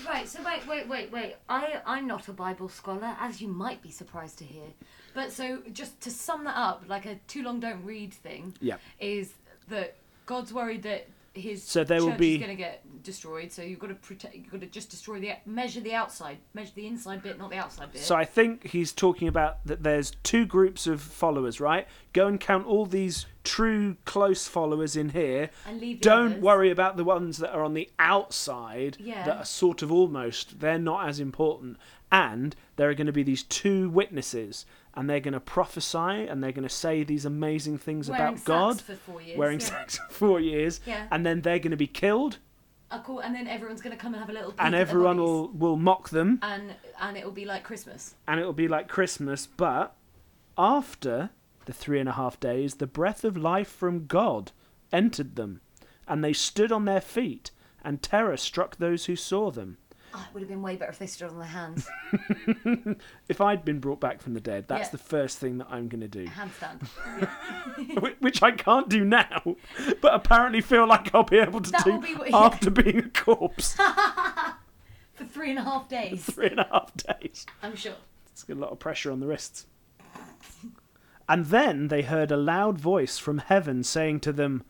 Speaker 8: Right, so wait, wait, wait, wait. I, I'm not a Bible scholar, as you might be surprised to hear. But so, just to sum that up, like a too long don't read thing,
Speaker 9: Yeah.
Speaker 8: is that God's worried that his
Speaker 9: So there will
Speaker 8: church
Speaker 9: be-
Speaker 8: is going to get destroyed. So you've got to protect, you've got to just destroy the measure the outside, measure the inside bit, not the outside bit.
Speaker 9: So I think he's talking about that there's two groups of followers, right? Go and count all these true close followers in here.
Speaker 8: And leave the
Speaker 9: Don't
Speaker 8: others.
Speaker 9: worry about the ones that are on the outside
Speaker 8: Yeah.
Speaker 9: that are sort of almost they're not as important. And there are going to be these two witnesses and they're going to prophesy and they're going to say these amazing things
Speaker 8: Wearing
Speaker 9: about God.
Speaker 8: sacks for four years,
Speaker 9: wearing
Speaker 8: yeah.
Speaker 9: sacks for 4 years
Speaker 8: Yeah.
Speaker 9: and then they're going to be killed
Speaker 8: Uh, cool, and then everyone's going to come and have a little. Peek
Speaker 9: and
Speaker 8: at their
Speaker 9: everyone
Speaker 8: bodies.
Speaker 9: will will mock them
Speaker 8: And and it'll be like Christmas.
Speaker 9: and it'll be like Christmas, but after the three and a half days, the breath of life from God entered them, and they stood on their feet, and terror struck those who saw them.
Speaker 8: Oh, it would have been way better if they stood on their hands,
Speaker 9: If I'd been brought back from the dead, that's
Speaker 8: Yeah.
Speaker 9: the first thing that I'm going to do,
Speaker 8: handstand.
Speaker 9: Wh- which I can't do now, but apparently feel like I'll be able to
Speaker 8: That
Speaker 9: do
Speaker 8: will be what-
Speaker 9: after being a corpse
Speaker 8: For three and a half days,
Speaker 9: three and a half days.
Speaker 8: I'm sure.
Speaker 9: It's got a lot of pressure on the wrists. And then they heard a loud voice from heaven saying to them,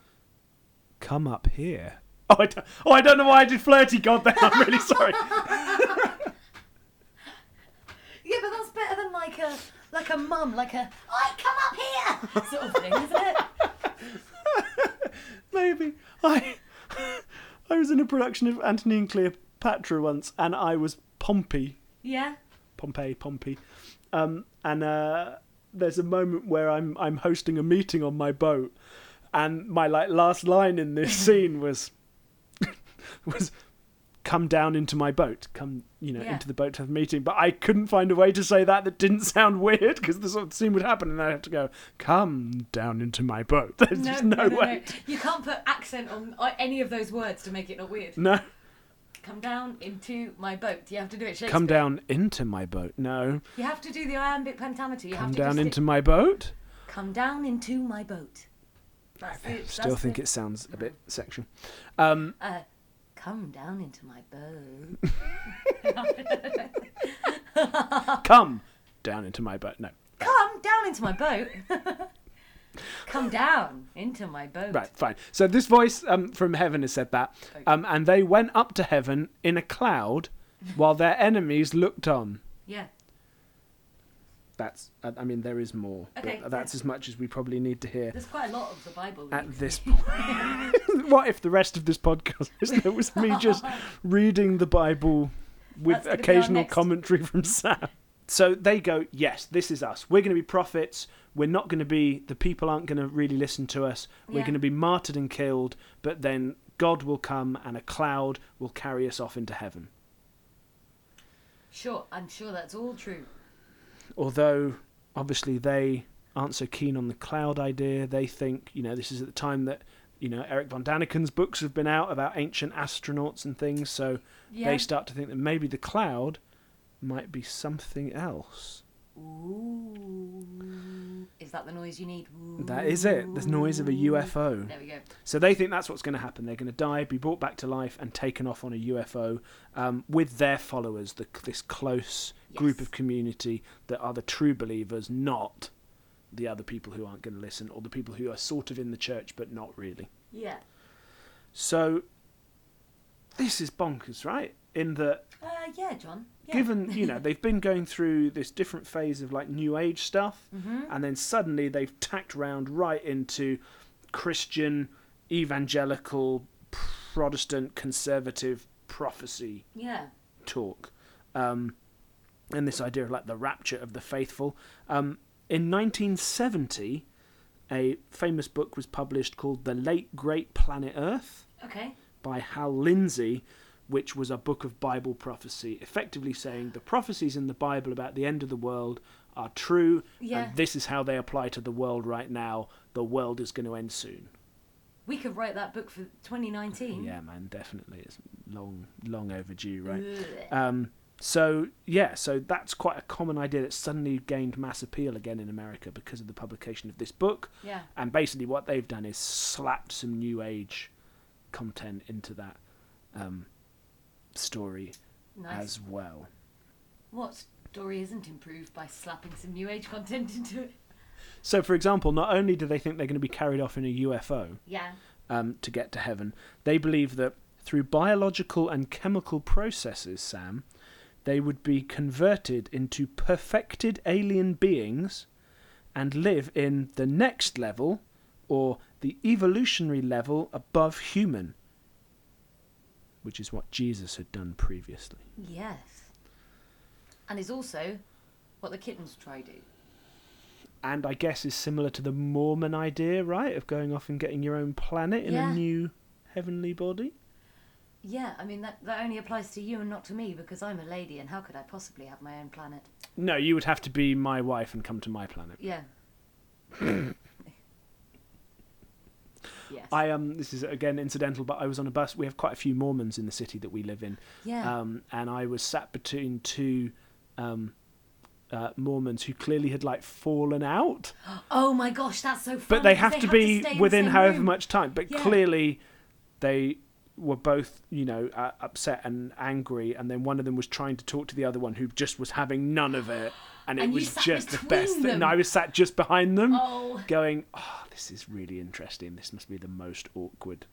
Speaker 9: Come up here. Oh, I don't, oh, I don't know why I did flirty god there. I'm really sorry.
Speaker 8: Yeah, but that's better than like a like a mum, like a I come up here sort of thing, isn't it?
Speaker 9: Maybe. I I was in a production of Antony and Cleopatra. Patra once, and I was Pompey,
Speaker 8: Yeah.
Speaker 9: Pompey, Pompey, um, and uh, there's a moment where I'm I'm hosting a meeting on my boat, and my like last line in this scene was was come down into my boat, come you know
Speaker 8: Yeah.
Speaker 9: into the boat to have a meeting. But I couldn't find a way to say that that didn't sound weird because the sort of scene would happen, and I would have to go come down into my boat. There's just no, way.
Speaker 8: You can't put accent on uh, any of those words to make it not weird.
Speaker 9: No.
Speaker 8: Come down into my boat. You have to do it.
Speaker 9: Come
Speaker 8: Shakespeare.
Speaker 9: down into my boat. No.
Speaker 8: You have to do the iambic pentameter. You
Speaker 9: Come
Speaker 8: have to
Speaker 9: down
Speaker 8: just
Speaker 9: into my boat.
Speaker 8: Come down into my boat. That's
Speaker 9: I
Speaker 8: it.
Speaker 9: still
Speaker 8: that's
Speaker 9: think
Speaker 8: the-
Speaker 9: it sounds a bit sexual.
Speaker 8: Uh, come down into my boat.
Speaker 9: Come down into my boat. No.
Speaker 8: Come down into my boat. come down into my boat.
Speaker 9: Right, fine. So this voice um, from heaven has said that. Um, and they went up to heaven in a cloud while their enemies looked on.
Speaker 8: Yeah.
Speaker 9: That's, I I mean, there is more. but
Speaker 8: Okay,
Speaker 9: that's as much as we probably need to hear
Speaker 8: There's quite a lot of the Bible.
Speaker 9: at this point. what if the rest of this podcast listener was me just reading the Bible with
Speaker 8: That's gonna be our
Speaker 9: occasional
Speaker 8: next-
Speaker 9: commentary from Sam? So they go, yes, this is us. We're going to be prophets. We're not going to be, the people aren't going to really listen to us. We're
Speaker 8: Yeah.
Speaker 9: going to be martyred and killed, but then God will come and a cloud will carry us off into heaven.
Speaker 8: Sure, I'm sure that's all true.
Speaker 9: although obviously they aren't so keen on the cloud idea. They think, you know, this is at the time that, you know, Eric von Daniken's books have been out about ancient astronauts and things, so
Speaker 8: Yeah.
Speaker 9: they start to think that maybe the cloud might be something else.
Speaker 8: Ooh. Is that the noise you need? Ooh.
Speaker 9: That is it. The noise of a UFO.
Speaker 8: There we go.
Speaker 9: So they think that's what's going to happen. They're going to die, be brought back to life, and taken off on a UFO um, with their followers, the, this close group
Speaker 8: Yes.
Speaker 9: of community that are the true believers, not the other people who aren't going to listen, or the people who are sort of in the church but not really.
Speaker 8: Yeah.
Speaker 9: So this is bonkers, right? In that
Speaker 8: Uh, yeah, John. Yeah.
Speaker 9: given you know they've been going through this different phase of like new age stuff and then suddenly they've tacked round right into christian evangelical protestant conservative prophecy
Speaker 8: Yeah.
Speaker 9: talk um, and this idea of like the rapture of the faithful um, in 1970 a famous book was published called the late great planet earth
Speaker 8: Okay.
Speaker 9: by Hal Lindsey, which was a book of Bible prophecy, effectively saying the prophecies in the Bible about the end of the world are true,
Speaker 8: Yeah.
Speaker 9: and this is how they apply to the world right now. The world is going to end soon.
Speaker 8: We could write that book for 2019.
Speaker 9: Yeah, man, definitely, it's long, long overdue, right?
Speaker 8: Mm.
Speaker 9: Um, so yeah, so that's quite a common idea that suddenly gained mass appeal again in America because of the publication of this book.
Speaker 8: Yeah.
Speaker 9: And basically, what they've done is slapped some new age content into that um, story
Speaker 8: Nice.
Speaker 9: as well.
Speaker 8: What story isn't improved by slapping some new age content into it?
Speaker 9: So, for example, not only do they think they're going to be carried off in a UFO
Speaker 8: Yeah.
Speaker 9: um, to get to heaven, they believe that through biological and chemical processes, Sam, they would be converted into perfected alien beings and live in the next level or the evolutionary level above human, which is what Jesus had done previously.
Speaker 8: Yes. And is also what the kittens try do.
Speaker 9: and I guess is similar to the Mormon idea, right, of going off and getting your own planet in
Speaker 8: Yeah.
Speaker 9: a new heavenly body.
Speaker 8: Yeah, I mean that that only applies to you and not to me because I'm a lady and how could I possibly have my own planet?
Speaker 9: No, you would have to be my wife and come to my planet.
Speaker 8: Yeah. yes.
Speaker 9: I um, this is again incidental, but I was on a bus. We have quite a few Mormons in the city that we live in,
Speaker 8: yeah.
Speaker 9: um, and I was sat between two um, uh, Mormons who clearly had like fallen out,
Speaker 8: oh my gosh, that's so fun.
Speaker 9: but they
Speaker 8: 'cause
Speaker 9: have to be
Speaker 8: stay in the
Speaker 9: within
Speaker 8: same
Speaker 9: however
Speaker 8: room.
Speaker 9: much time. But
Speaker 8: Yeah.
Speaker 9: clearly, they were both, you know, uh, upset and angry, and then one of them was trying to talk to the other one, who just was having none of it, and it
Speaker 8: And you
Speaker 9: was
Speaker 8: sat
Speaker 9: just the
Speaker 8: between
Speaker 9: best. thing.
Speaker 8: them.
Speaker 9: And I was sat just behind them,
Speaker 8: Oh.
Speaker 9: going, "Oh, this is really interesting. This must be the most awkward."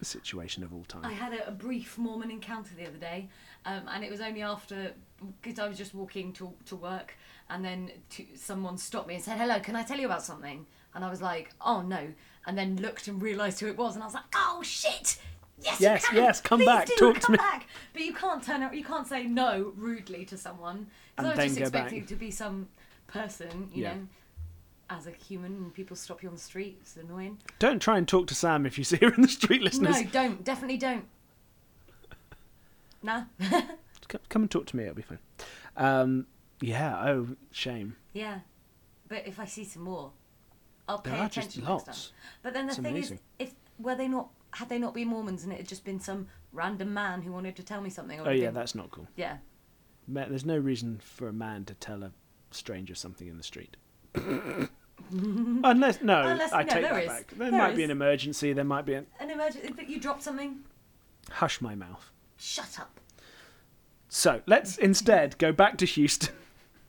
Speaker 9: Situation of all time.
Speaker 8: I had a, a brief Mormon encounter the other day, um, and it was only after because I was just walking to to work, and then to, someone stopped me and said, "Hello, can I tell you about something?" And I was like, "Oh no," and then looked and realised who it was, and I was like, "Oh shit!" Yes,
Speaker 9: Yes,
Speaker 8: you can.
Speaker 9: yes, come
Speaker 8: Please
Speaker 9: back,
Speaker 8: do,
Speaker 9: talk to
Speaker 8: come
Speaker 9: me."
Speaker 8: back. But you can't turn up. You can't say no rudely to someone.
Speaker 9: And
Speaker 8: Because I was
Speaker 9: then
Speaker 8: just
Speaker 9: go
Speaker 8: expecting
Speaker 9: back.
Speaker 8: it to be some person, you
Speaker 9: Yeah.
Speaker 8: know, as a human, and people stop you on the street. It's annoying.
Speaker 9: Don't try and talk to Sam if you see her in the street, listeners.
Speaker 8: No, don't. Definitely don't. Nah.
Speaker 9: Come, come and talk to me. It'll be fine. Um, yeah. Oh, shame.
Speaker 8: yeah. But if I see some more, I'll pay
Speaker 9: There are
Speaker 8: attention
Speaker 9: just
Speaker 8: next time.
Speaker 9: lots.
Speaker 8: But then the
Speaker 9: It's
Speaker 8: thing
Speaker 9: amazing.
Speaker 8: is, if were they not had they not been Mormons and it had just been some random man who wanted to tell me something, I
Speaker 9: Oh
Speaker 8: would've
Speaker 9: yeah,
Speaker 8: been-
Speaker 9: that's not cool.
Speaker 8: yeah.
Speaker 9: Ma- There's no reason for a man to tell a stranger something in the street. Unless no,
Speaker 8: Unless-
Speaker 9: I
Speaker 8: no,
Speaker 9: take
Speaker 8: there
Speaker 9: that
Speaker 8: is.
Speaker 9: back. There,
Speaker 8: There
Speaker 9: might be
Speaker 8: is.
Speaker 9: an emergency. There might be an
Speaker 8: An emergency. But you dropped something.
Speaker 9: hush my mouth.
Speaker 8: Shut up.
Speaker 9: So let's instead go back to Houston.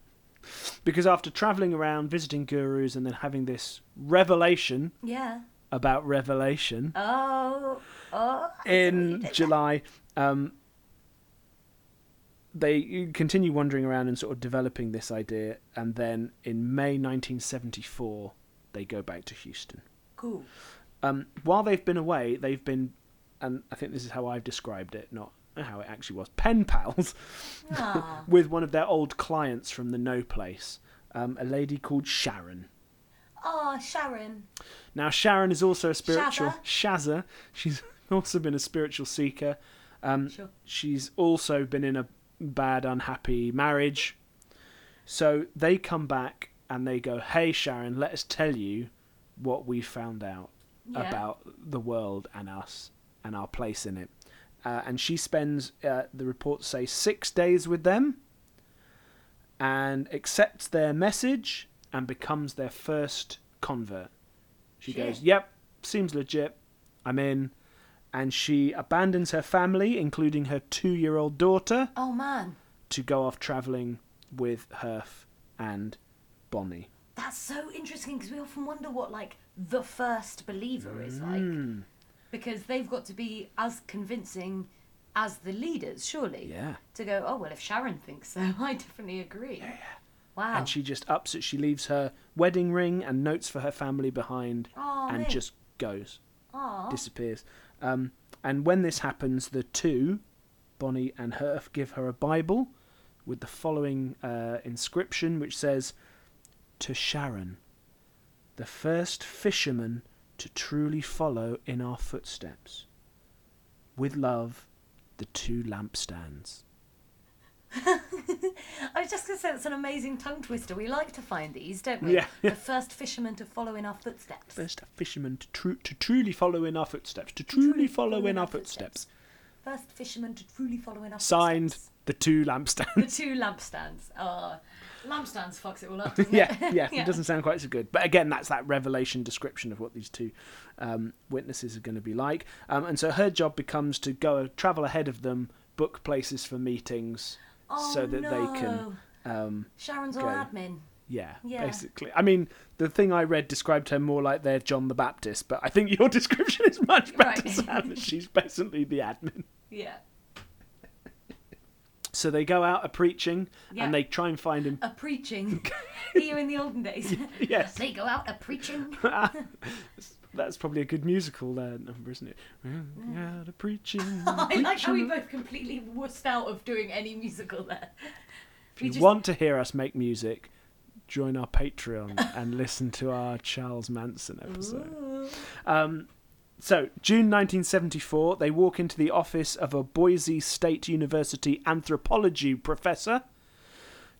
Speaker 9: because after travelling around, visiting gurus, and then having this revelation
Speaker 8: Yeah.
Speaker 9: about revelation
Speaker 8: Oh. Oh.
Speaker 9: Eh. in July, um, they continue wandering around and sort of developing this idea. And then in May 1974, they go back to Houston.
Speaker 8: Cool.
Speaker 9: um, while they've been away, they've been, and I think this is how I've described it, not how it actually was, pen pals
Speaker 8: Ah.
Speaker 9: with one of their old clients from the No Place, um, a lady called Sharon.
Speaker 8: Oh, Sharon.
Speaker 9: Now, Sharon is also a spiritual
Speaker 8: Shazza.
Speaker 9: Shazza. She's also been a spiritual seeker. Um,
Speaker 8: Sure.
Speaker 9: She's also been in a bad, unhappy marriage. So they come back and they go, Hey, Sharon, let us tell you what we found out
Speaker 8: Yeah.
Speaker 9: about the world and us and our place in it. Uh, and she spends, uh, the reports say, six days with them and accepts their message and becomes their first convert. She
Speaker 8: Shit.
Speaker 9: goes, Yep, seems legit. I'm in. And she abandons her family, including her two year old daughter,
Speaker 8: Oh man,
Speaker 9: to go off travelling with Herf and Bonnie.
Speaker 8: that's so interesting because we often wonder what like the first believer is
Speaker 9: Mm.
Speaker 8: like, because they've got to be as convincing as the leaders, surely.
Speaker 9: Yeah.
Speaker 8: To go, oh well, if Sharon thinks so, I definitely agree. Yeah. Wow.
Speaker 9: And she just ups it. She leaves her wedding ring and notes for her family behind
Speaker 8: Aw,
Speaker 9: and
Speaker 8: mate.
Speaker 9: just goes.
Speaker 8: Aw.
Speaker 9: disappears. Um, and when this happens, the two, Bonnie and Herf, give her a Bible with the following uh, inscription, which says, To Sharon, the first fisherman to truly follow in our footsteps. With love, the two lampstands.
Speaker 8: I was just going to say that's an amazing tongue twister. We like to find these, don't we?
Speaker 9: Yeah.
Speaker 8: The first fisherman to follow in our footsteps.
Speaker 9: First fisherman to, tru- to truly follow in our footsteps. To truly follow in our footsteps.
Speaker 8: First fisherman to truly follow in our
Speaker 9: Signed,
Speaker 8: footsteps.
Speaker 9: the two
Speaker 8: The
Speaker 9: lampstands.
Speaker 8: two lampstands. Oh, lampstands fucks it all up, doesn't
Speaker 9: yeah,
Speaker 8: it?
Speaker 9: yeah, it doesn't sound quite so good. But again, that's that revelation description of what these two um, witnesses are going to be like. Um, and so her job becomes to go travel ahead of them, book places for meetings,
Speaker 8: Oh,
Speaker 9: so that
Speaker 8: no.
Speaker 9: they can, um,
Speaker 8: Sharon's all
Speaker 9: Go.
Speaker 8: admin.
Speaker 9: yeah,
Speaker 8: Yeah.
Speaker 9: basically. I mean, the thing I read described her more like they're John the Baptist, but I think your description is much better,
Speaker 8: Right.
Speaker 9: Sam. She's basically the admin.
Speaker 8: Yeah.
Speaker 9: So they go out a preaching,
Speaker 8: Yeah.
Speaker 9: and they try and find him.
Speaker 8: A preaching. Are you in the olden days?
Speaker 9: yes.
Speaker 8: They go out a preaching.
Speaker 9: That's probably a good musical uh, number, isn't it? We're out a preaching.
Speaker 8: I like how we
Speaker 9: preaching.
Speaker 8: both completely wussed out of doing any musical there.
Speaker 9: If
Speaker 8: We
Speaker 9: you
Speaker 8: just-
Speaker 9: want to hear us make music, join our Patreon and listen to our Charles Manson episode. Um,
Speaker 8: Ooh.
Speaker 9: So, June 1974, they walk into the office of a Boise State University anthropology professor,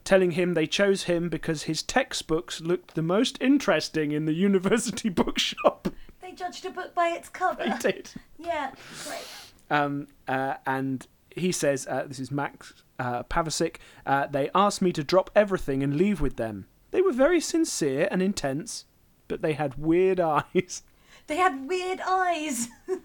Speaker 9: telling him they chose him because his textbooks looked the most interesting in the university bookshop.
Speaker 8: They judged a book by its cover.
Speaker 9: They did.
Speaker 8: Yeah, great.
Speaker 9: Um, uh, and he says, uh, this is Max uh, Pavasic, uh, they asked me to drop everything and leave with them. They were very sincere and intense, but they had weird eyes.
Speaker 8: They had weird eyes. to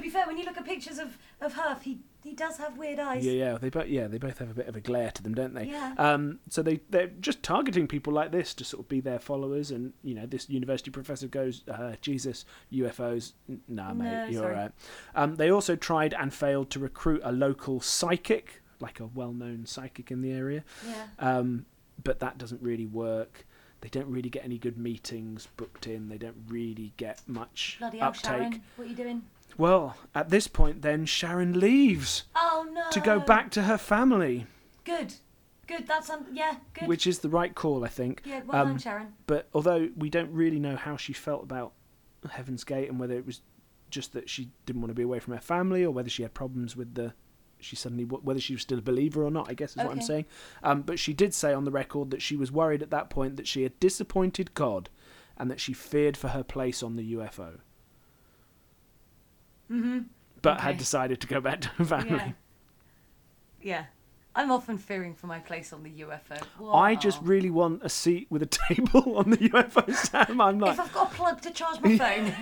Speaker 8: be fair, when you look at pictures of of Herf, he he does have weird eyes.
Speaker 9: yeah, yeah, they both yeah they both have a bit of a glare to them, don't they?
Speaker 8: Yeah.
Speaker 9: Um, so they they're just targeting people like this to sort of be their followers, and you know this university professor goes, uh, Jesus, UFOs, n- nah, mate,
Speaker 8: No,
Speaker 9: you're
Speaker 8: sorry.
Speaker 9: alright. Um, they also tried and failed to recruit a local psychic, like a well-known psychic in the area.
Speaker 8: Yeah.
Speaker 9: Um, but that doesn't really work. They don't really get any good meetings booked in. They don't really get much
Speaker 8: Bloody hell,
Speaker 9: uptake.
Speaker 8: Sharon, what are you doing?
Speaker 9: Well, at this point, then Sharon leaves
Speaker 8: Oh no.
Speaker 9: to go back to her family,
Speaker 8: Good. Good. That's um. Yeah. Good.
Speaker 9: which is the right call, I think.
Speaker 8: yeah. Well
Speaker 9: Um,
Speaker 8: done, Sharon.
Speaker 9: But although we don't really know how she felt about Heaven's Gate and whether it was just that she didn't want to be away from her family or whether she had problems with the she suddenly whether she was still a believer or not, I guess is what I'm
Speaker 8: Okay.
Speaker 9: saying. Um, but she did say on the record that she was worried at that point that she had disappointed God and that she feared for her place on the UFO. Mm-hmm. But had
Speaker 8: Mm-hmm. Okay.
Speaker 9: decided to go back to her family.
Speaker 8: Yeah. Yeah. I'm often fearing for my place on the UFO.
Speaker 9: I just
Speaker 8: Wow.
Speaker 9: really want a seat with a table on the UFO, Sam. I'm like,
Speaker 8: If I've got a plug to charge my phone.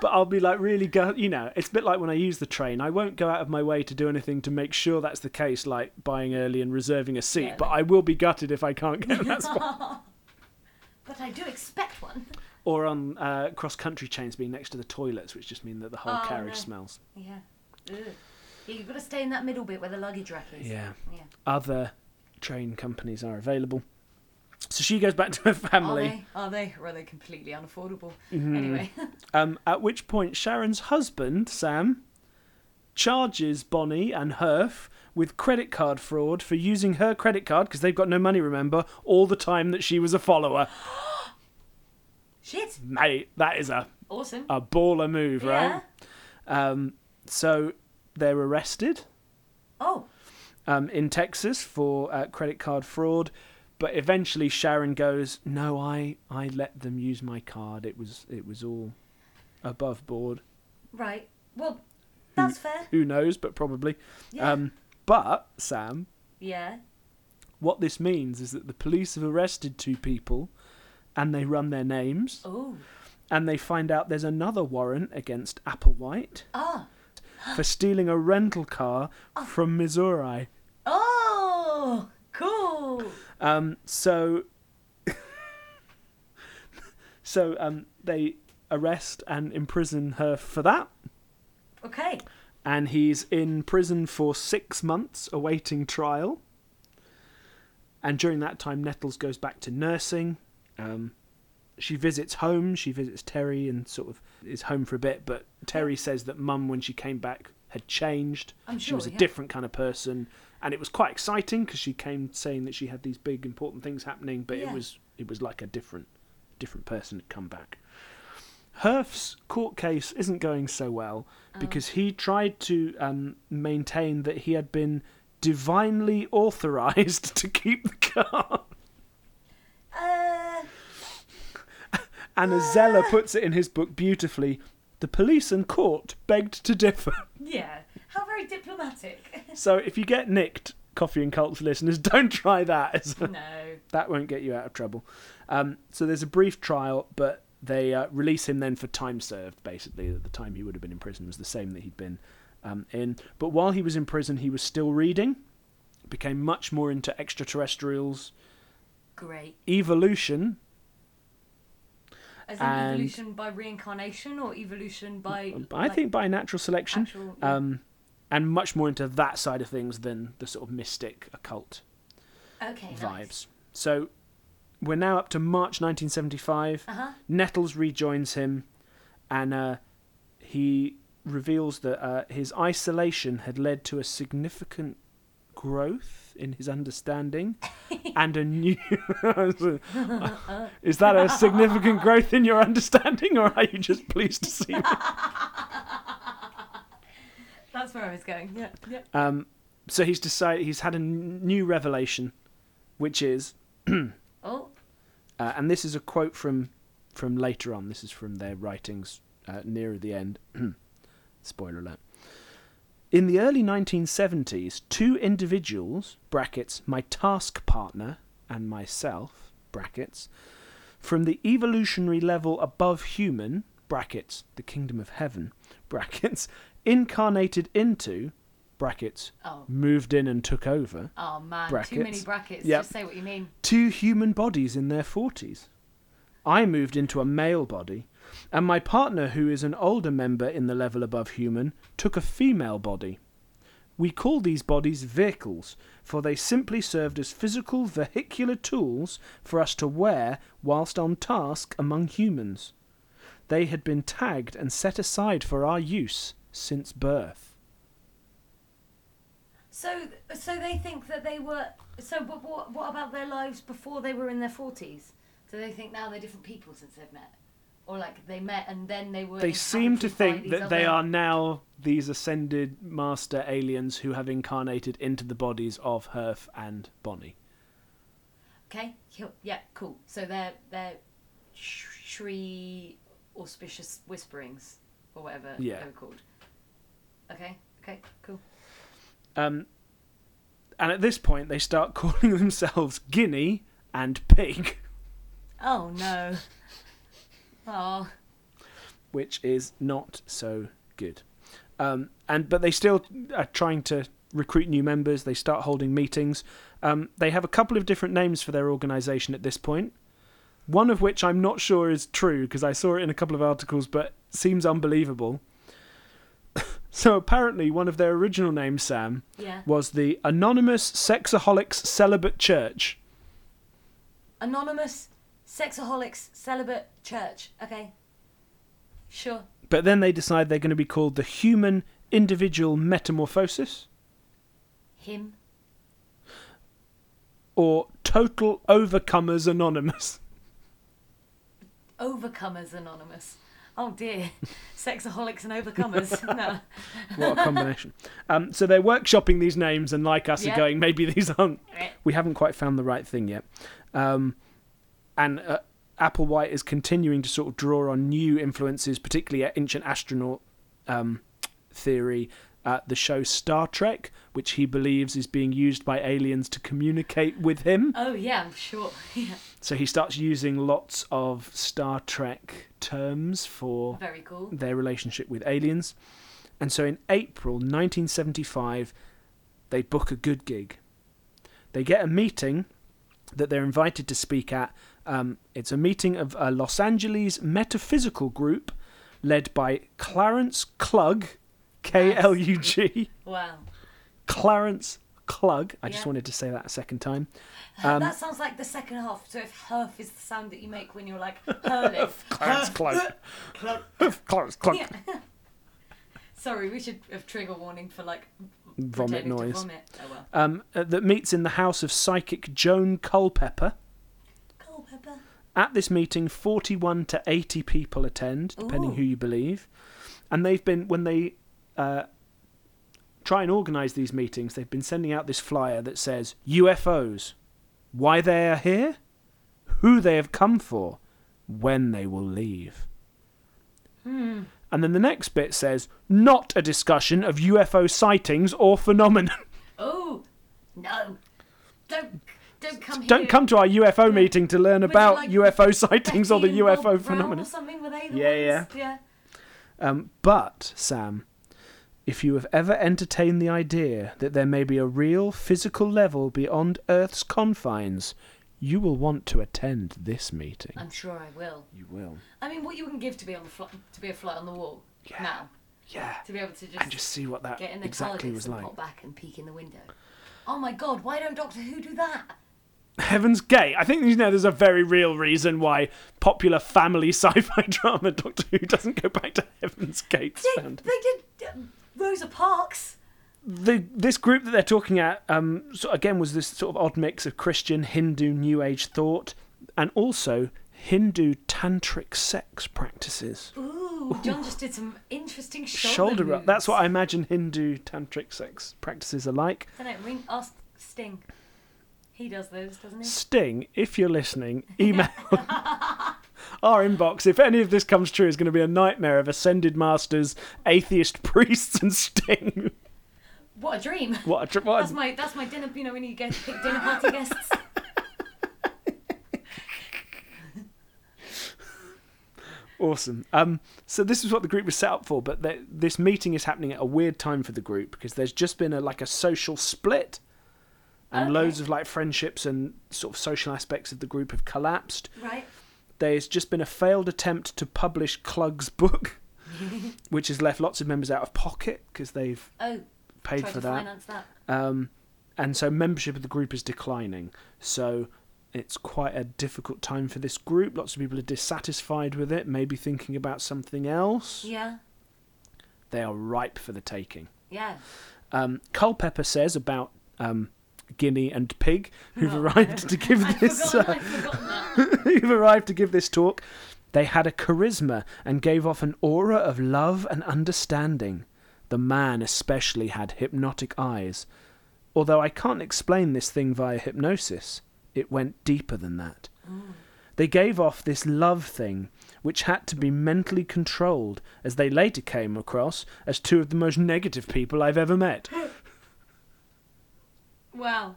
Speaker 9: but I'll be like really go you know it's a bit like when I use the train I won't go out of my way to do anything to make sure that's the case like buying early and reserving a seat
Speaker 8: Yeah,
Speaker 9: but I will be gutted if I can't get that spot
Speaker 8: but I do expect one.
Speaker 9: or on uh, cross country trains being next to the toilets which just mean that the whole
Speaker 8: Oh,
Speaker 9: carriage
Speaker 8: no.
Speaker 9: smells
Speaker 8: Yeah. Ugh. Yeah, you've got to stay in that middle bit where the luggage rack is.
Speaker 9: Yeah.
Speaker 8: Yeah.
Speaker 9: other train companies are available so she goes back to her
Speaker 8: Oh,
Speaker 9: family
Speaker 8: Are they? Are they? Or are they completely unaffordable?
Speaker 9: Mm-hmm.
Speaker 8: Anyway.
Speaker 9: um, at which point Sharon's husband Sam charges Bonnie and Herf with credit card fraud for using her credit card because they've got no money remember all the time that she was a follower
Speaker 8: Shit.
Speaker 9: mate, that is a,
Speaker 8: Awesome.
Speaker 9: a baller move,
Speaker 8: yeah.
Speaker 9: right? Um, so they're arrested
Speaker 8: Oh.
Speaker 9: um, in Texas for uh, credit card fraud, but eventually Sharon goes, "No, I I let them use my card. It was it was all above board.
Speaker 8: Right. Well,
Speaker 9: Mm.
Speaker 8: that's fair.
Speaker 9: Who knows? But probably.
Speaker 8: Yeah.
Speaker 9: Um, but Sam,
Speaker 8: yeah.
Speaker 9: what this means is that the police have arrested two people." And they run their names,
Speaker 8: Oh.
Speaker 9: and they find out there's another warrant against Applewhite,
Speaker 8: Ah.
Speaker 9: for stealing a rental car from Missouri.
Speaker 8: Oh. Cool.
Speaker 9: Um, so, so um, they arrest and imprison her for that,
Speaker 8: Okay.
Speaker 9: and he's in prison for six months awaiting trial. And during that time, Nettles goes back to nursing. Um, she visits home. She visits Terry and sort of is home for a bit. But Terry says that Mum, when she came back, had changed.
Speaker 8: I'm
Speaker 9: she
Speaker 8: sure,
Speaker 9: was a
Speaker 8: yeah.
Speaker 9: different kind of person, and it was quite exciting because she came saying that she had these big important things happening. But it
Speaker 8: Yeah.
Speaker 9: was it was like a different different person had come back. Herf's court case isn't going so well because he tried to um, maintain that he had been divinely authorized to keep the car.
Speaker 8: Uh.
Speaker 9: Anna Zeller puts it in his book beautifully. The police and court begged to differ.
Speaker 8: Yeah. How very diplomatic.
Speaker 9: So if you get nicked, coffee and cults listeners, don't try that. It's-
Speaker 8: no.
Speaker 9: that won't get you out of trouble. Um, so there's a brief trial, but they uh, release him then for time served, basically. That the time he would have been in prison was the same that he'd been um, in. But while he was in prison, he was still reading, became much more into extraterrestrials,
Speaker 8: Great.
Speaker 9: evolution,
Speaker 8: As in
Speaker 9: And-
Speaker 8: evolution by reincarnation or evolution by.
Speaker 9: I
Speaker 8: like,
Speaker 9: think by natural selection,
Speaker 8: actual- yeah.
Speaker 9: um, and much more into that side of things than the sort of mystic occult
Speaker 8: Okay.
Speaker 9: vibes. So we're now up to March 1975.
Speaker 8: Uh-huh.
Speaker 9: Nettles rejoins him, and uh, he reveals that uh, his isolation had led to a significant growth in his understanding and a new is that a significant growth in your understanding or are you just pleased to see me
Speaker 8: That's where I was going. Yeah. Yeah.
Speaker 9: Um, so he's decided he's had a n- new revelation, which is,
Speaker 8: Oh.
Speaker 9: uh, and this is a quote from from later on. This is from their writings uh, nearer the end. Spoiler alert. In the early 1970s, two individuals (brackets my task partner and myself) brackets from the evolutionary level above human (brackets the kingdom of heaven) brackets incarnated into (brackets
Speaker 8: Oh.
Speaker 9: moved in and took over
Speaker 8: Oh man, too many
Speaker 9: Brackets.
Speaker 8: brackets.
Speaker 9: Yep.
Speaker 8: Just say what you mean.
Speaker 9: two human bodies in their 40s. I moved into a male body, and my partner, who is an older member in the level above human, took a female body. We call these bodies vehicles, for they simply served as physical vehicular tools for us to wear whilst on task among humans. They had been tagged and set aside for our use since birth.
Speaker 8: So, so they think that they were. So, but what, what about their lives before they were in their forties? Do they think now they're different people since they've met, or like they met and then they were?
Speaker 9: They seem to
Speaker 8: impacted by
Speaker 9: think
Speaker 8: these
Speaker 9: that they
Speaker 8: other-
Speaker 9: are now these ascended master aliens who have incarnated into the bodies of Herf and Bonnie.
Speaker 8: Okay. cool, Yeah. Cool. So they're they're sh- Shri auspicious whisperings or whatever
Speaker 9: Yeah.
Speaker 8: they were called. Okay. Okay. Cool.
Speaker 9: Um, and at this point, they start calling themselves Guinea and Pig,
Speaker 8: Oh no. Oh.
Speaker 9: which is not so good. Um, and but they still are trying to recruit new members. They start holding meetings. Um, they have a couple of different names for their organisation at this point. One of which I'm not sure is true because I saw it in a couple of articles, but seems unbelievable. so apparently, one of their original names, Sam,
Speaker 8: Yeah.
Speaker 9: was the Anonymous Sexaholics Celibate Church.
Speaker 8: Anonymous sexaholics celibate church. Okay. Sure.
Speaker 9: But then they decide they're going to be called the Human Individual Metamorphosis
Speaker 8: Him.
Speaker 9: or Total Overcomers Anonymous.
Speaker 8: Overcomers Anonymous. Oh dear. Sexaholics and overcomers. no.
Speaker 9: What a combination. um, so they're workshopping these names and, like us,
Speaker 8: Yeah.
Speaker 9: are going, maybe these aren't.
Speaker 8: Right.
Speaker 9: We haven't quite found the right thing yet. Um, and uh, Applewhite is continuing to sort of draw on new influences, particularly at ancient astronaut um, theory. Uh, the show Star Trek, which he believes is being used by aliens to communicate with him.
Speaker 8: Oh yeah, I'm sure. Yeah.
Speaker 9: So he starts using lots of Star Trek terms for
Speaker 8: Very cool.
Speaker 9: their relationship with aliens. And so in April 1975, they book a good gig. They get a meeting that they're invited to speak at. Um, it's a meeting of a Los Angeles metaphysical group led by Clarence Klug, K L U G.
Speaker 8: Wow.
Speaker 9: Clarence Klug. I just
Speaker 8: Yeah.
Speaker 9: wanted to say that a second time. Um,
Speaker 8: that sounds like the second half. So if herf is the sound that you make when you're like hurling.
Speaker 9: Clarence Klug. Clarence Klug.
Speaker 8: Yeah. Sorry, we should have trigger warning for like
Speaker 9: Vomit
Speaker 8: pretending to
Speaker 9: noise.
Speaker 8: Vomit. Oh well.
Speaker 9: um, uh, that meets in the house of psychic Joan Culpepper.
Speaker 8: Culpepper.
Speaker 9: At this meeting, 41 to 80 people attend, depending
Speaker 8: Ooh.
Speaker 9: who you believe. And they've been, when they uh, try and organise these meetings, they've been sending out this flyer that says UFOs, why they are here, who they have come for, when they will leave.
Speaker 8: Hmm.
Speaker 9: And then the next bit says, not a discussion of UFO sightings or phenomena.
Speaker 8: Oh no! Don't don't come here.
Speaker 9: Don't come to our UFO meeting to learn
Speaker 8: Would you
Speaker 9: about
Speaker 8: like
Speaker 9: UFO sightings or the
Speaker 8: Becky and Bob
Speaker 9: UFO
Speaker 8: Brown
Speaker 9: phenomena.
Speaker 8: Or something were they the
Speaker 9: Yeah,
Speaker 8: ones? yeah.
Speaker 9: Um, but, Sam, if you have ever entertained the idea that there may be a real physical level beyond Earth's confines, you will want to attend this meeting.
Speaker 8: I'm sure I will.
Speaker 9: You will.
Speaker 8: I mean, what you can give to be on the fly, to be a fly on the wall
Speaker 9: Yeah.
Speaker 8: now,
Speaker 9: Yeah.
Speaker 8: to be able to just,
Speaker 9: And just see what that
Speaker 8: get in the
Speaker 9: exactly
Speaker 8: TARDIS
Speaker 9: was
Speaker 8: and
Speaker 9: like.
Speaker 8: pop back and peek in the window. Oh my God! Why don't Doctor Who do that?
Speaker 9: Heaven's Gate. I think you know there's a very real reason why popular family sci-fi drama Doctor Who doesn't go back to Heaven's Gate's
Speaker 8: They,
Speaker 9: found.
Speaker 8: they did um, Rosa Parks.
Speaker 9: the this group that they're talking at um so again was this sort of odd mix of Christian, Hindu, New Age thought, and also Hindu tantric sex practices.
Speaker 8: Oh, Ooh, John just did some interesting shoulder
Speaker 9: Shoulder
Speaker 8: moves.
Speaker 9: up. That's what I imagine Hindu tantric sex practices are like.
Speaker 8: Don't know, ring, ask Sting. He does those, doesn't he?
Speaker 9: Sting, if you're listening, email our inbox. If any of this comes true, is going to be a nightmare of ascended masters, atheist priests, and Sting.
Speaker 8: What a dream!
Speaker 9: what a trip! What a
Speaker 8: That's my that's my dinner. You know when you get pick dinner party guests.
Speaker 9: Awesome. Um, so this is what the group was set up for, but th- this meeting is happening at a weird time for the group because there's just been a like a social split, and
Speaker 8: Okay.
Speaker 9: loads of like friendships and sort of social aspects of the group have collapsed.
Speaker 8: Right.
Speaker 9: There's just been a failed attempt to publish Klug's book, which has left lots of members out of pocket because they've
Speaker 8: Oh,
Speaker 9: paid
Speaker 8: tried
Speaker 9: for
Speaker 8: to
Speaker 9: that,
Speaker 8: finance that.
Speaker 9: um, and so membership of the group is declining. So It's quite a difficult time for this group. Lots of people are dissatisfied with it, maybe thinking about something else.
Speaker 8: Yeah.
Speaker 9: They are ripe for the taking.
Speaker 8: Yeah.
Speaker 9: Um, Culpepper says about um, Guinea and Pig, who've
Speaker 8: Oh.
Speaker 9: arrived to give
Speaker 8: I've
Speaker 9: this.
Speaker 8: forgotten,
Speaker 9: uh,
Speaker 8: I've forgotten that.
Speaker 9: who've arrived to give this talk. They had a charisma and gave off an aura of love and understanding. The man especially had hypnotic eyes. Although I can't explain this thing via hypnosis, it went deeper than that.
Speaker 8: Oh.
Speaker 9: They gave off this love thing, which had to be mentally controlled, as they later came across as two of the most negative people I've ever met.
Speaker 8: Wow.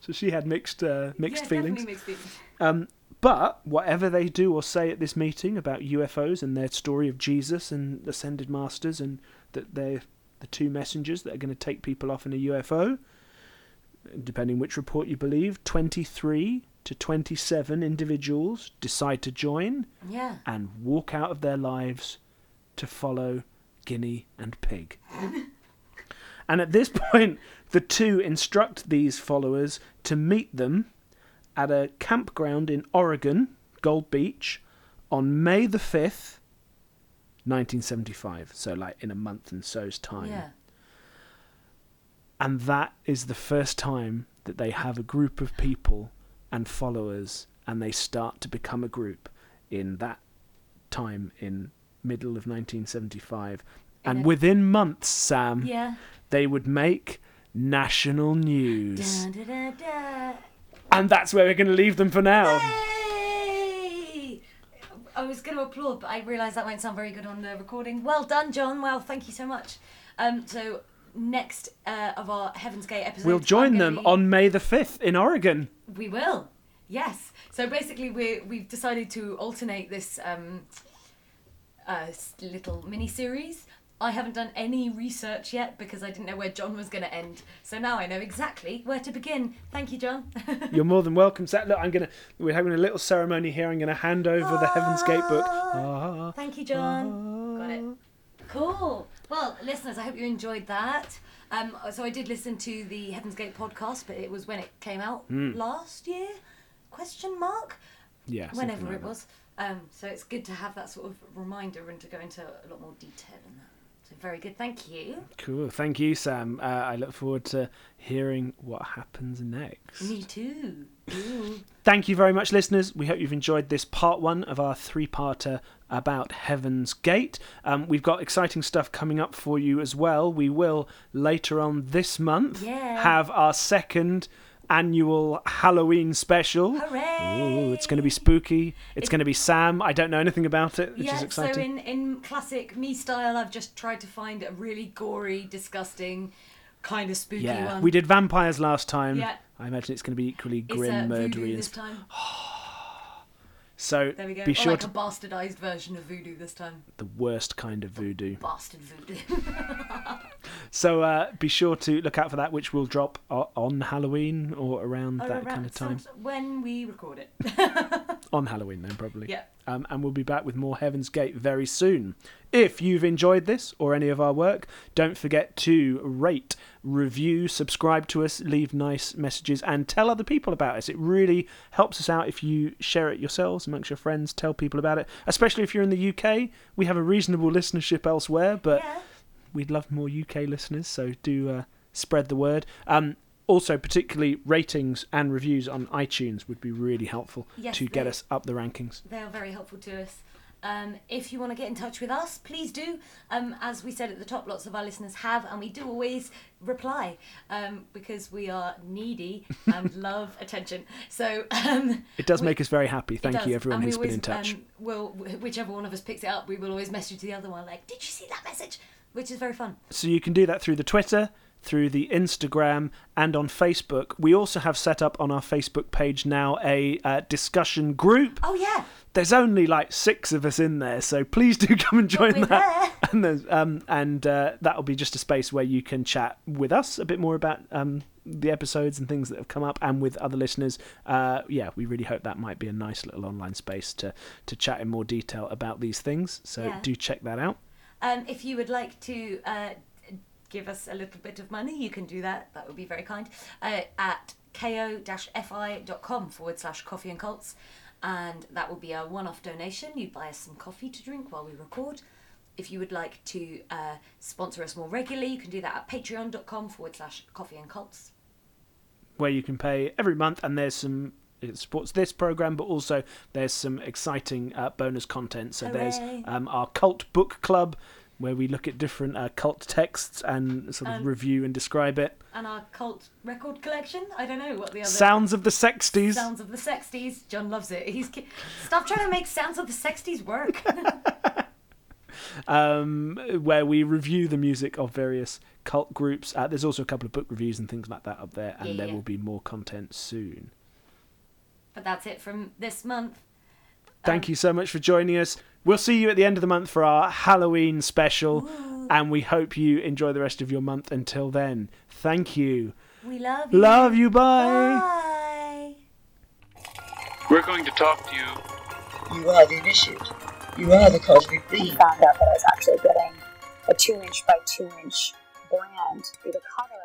Speaker 9: So she had mixed uh, mixed
Speaker 8: yeah,
Speaker 9: feelings.
Speaker 8: Definitely mixed feelings.
Speaker 9: Um, but whatever they do or say at this meeting about UFOs and their story of Jesus and ascended masters, and that they're the two messengers that are going to take people off in a UFO, depending which report you believe, 23 to 27 individuals decide to join
Speaker 8: Yeah.
Speaker 9: and walk out of their lives to follow Guinea and Pig. and at this point, the two instruct these followers to meet them at a campground in Oregon, Gold Beach, on May the 5th, 1975. So, like in a month and so's time.
Speaker 8: Yeah.
Speaker 9: And that is the first time that they have a group of people and followers and they start to become a group in that time in middle of 1975 and
Speaker 8: Yeah.
Speaker 9: within months Sam
Speaker 8: Yeah.
Speaker 9: they would make national news
Speaker 8: Da, da, da, da.
Speaker 9: and that's where we're going to leave them for now
Speaker 8: Yay! I was going to applaud, but I realised that won't sound very good on the recording. Well done, John. Well, thank you so much. Um, so next uh, of our Heaven's Gate episode,
Speaker 9: we'll join
Speaker 8: I'm gonna
Speaker 9: them
Speaker 8: be-
Speaker 9: on May the 5th in Oregon
Speaker 8: We will. Yes. So basically, we we've decided to alternate this um, uh, s- little mini series. I haven't done any research yet because I didn't know where John was going to end. So now I know exactly where to begin. Thank you, John.
Speaker 9: you're more than welcome Sam look I'm going to we're having a little ceremony here I'm going to hand over the Heaven's Gate book Ah,
Speaker 8: Thank you, John.
Speaker 9: ah.
Speaker 8: Got it. Cool. Well, listeners, I hope you enjoyed that. Um, so I did listen to the Heaven's Gate podcast, but it was when it came out last year? Question mark.
Speaker 9: Hmm. yeah something
Speaker 8: Whenever
Speaker 9: like
Speaker 8: it
Speaker 9: that.
Speaker 8: was. Um, so it's good to have that sort of reminder and to go into a lot more detail in that. So very good. Thank you.
Speaker 9: Cool. Thank you, Sam. Uh, I look forward to hearing what happens next.
Speaker 8: Me too. Ooh.
Speaker 9: Thank you very much, listeners. We hope you've enjoyed this part one of our three parter about Heaven's Gate. Um, we've got exciting stuff coming up for you as well. We will later on this month
Speaker 8: Yeah.
Speaker 9: have our second annual Halloween special.
Speaker 8: Hooray!
Speaker 9: Ooh, it's going to be spooky. It's, going to be Sam. I don't know anything about it, which
Speaker 8: yeah,
Speaker 9: is exciting.
Speaker 8: so in, in classic me style, I've just tried to find a really gory, disgusting, kind of spooky
Speaker 9: yeah,
Speaker 8: one.
Speaker 9: we did vampires last time.
Speaker 8: Yeah.
Speaker 9: I imagine it's going to be equally
Speaker 8: It's
Speaker 9: grim,
Speaker 8: a
Speaker 9: murdery,
Speaker 8: voodoo
Speaker 9: and
Speaker 8: this time.
Speaker 9: So
Speaker 8: There we go.
Speaker 9: be
Speaker 8: or
Speaker 9: sure
Speaker 8: like
Speaker 9: to
Speaker 8: a bastardized version of voodoo this time.
Speaker 9: the worst kind of voodoo.
Speaker 8: Bastard voodoo.
Speaker 9: So uh, be sure to look out for that, which will drop o- on Halloween or around that
Speaker 8: Around-
Speaker 9: kind of time.
Speaker 8: some- When we record it.
Speaker 9: On Halloween, then probably.
Speaker 8: Yeah.
Speaker 9: Um, and we'll be back with more Heaven's Gate very soon. If you've enjoyed this or any of our work, don't forget to rate, review, subscribe to us, leave nice messages, and tell other people about us. It really helps us out if you share it yourselves amongst your friends, tell people about it, especially if you're in the UK. We have a reasonable listenership elsewhere, but
Speaker 8: yeah.
Speaker 9: we'd love more UK listeners, so do uh, spread the word. Um, also, particularly ratings and reviews on iTunes would be really helpful
Speaker 8: Yes,
Speaker 9: to get
Speaker 8: they-
Speaker 9: us up the rankings.
Speaker 8: They are very helpful to us. Um, if you want to get in touch with us, please do. Um, as we said at the top, lots of our listeners have, and we do always reply um, because we are needy and love attention. So um,
Speaker 9: It does
Speaker 8: we-
Speaker 9: make us very happy. Thank
Speaker 8: does,
Speaker 9: you, everyone
Speaker 8: and we
Speaker 9: who's been
Speaker 8: always,
Speaker 9: in touch.
Speaker 8: Um, well, wh- whichever one of us picks it up, we will always message the other one like, "Did you see that message?" Which is very fun.
Speaker 9: So you can do that through the Twitter, through the Instagram, and on Facebook. We also have set up on our Facebook page now a uh, discussion group.
Speaker 8: Oh yeah,
Speaker 9: There's only like six of us in there, so please do come and join
Speaker 8: we're
Speaker 9: that. And there's, um, and uh, that'll be just a space where you can chat with us a bit more about um, the episodes and things that have come up, and with other listeners. Uh, yeah, we really hope that might be a nice little online space to to chat in more detail about these things. So
Speaker 8: Yeah.
Speaker 9: do check that out.
Speaker 8: Um, if you would like to uh, give us a little bit of money, you can do that. That would be very kind. Uh, at ko-fi.com forward slash coffee and cults. And that will be a one off donation. You buy us some coffee to drink while we record. If you would like to uh, sponsor us more regularly, you can do that at patreon.com forward slash coffee and cults.
Speaker 9: where you can pay every month, and there's some it supports this program, but also there's some exciting uh, bonus content. So
Speaker 8: Hooray.
Speaker 9: there's um, our cult book club, where we look at different uh, cult texts and sort of
Speaker 8: Um,
Speaker 9: review and describe it.
Speaker 8: And our cult record collection. I don't know what the other.
Speaker 9: Sounds of the Sexties.
Speaker 8: Sounds of the Sexties. John loves it. He's ki- stop trying to make Sounds of the Sexties work.
Speaker 9: um, where we review the music of various cult groups. Uh, there's also a couple of book reviews and things like that up there, and
Speaker 8: Yeah,
Speaker 9: there
Speaker 8: yeah.
Speaker 9: will be more content soon.
Speaker 8: but that's it from this month.
Speaker 9: Thank you so much for joining us. We'll see you at the end of the month for our Halloween special, and we hope you enjoy the rest of your month until then. Thank you.
Speaker 8: We love you.
Speaker 9: Love you. Bye.
Speaker 8: Bye.
Speaker 1: We're going to talk to you
Speaker 2: You are the initiate. You are the cosmic
Speaker 3: and
Speaker 2: being.
Speaker 3: found out that I was actually getting a two inch by two inch brand through the cutter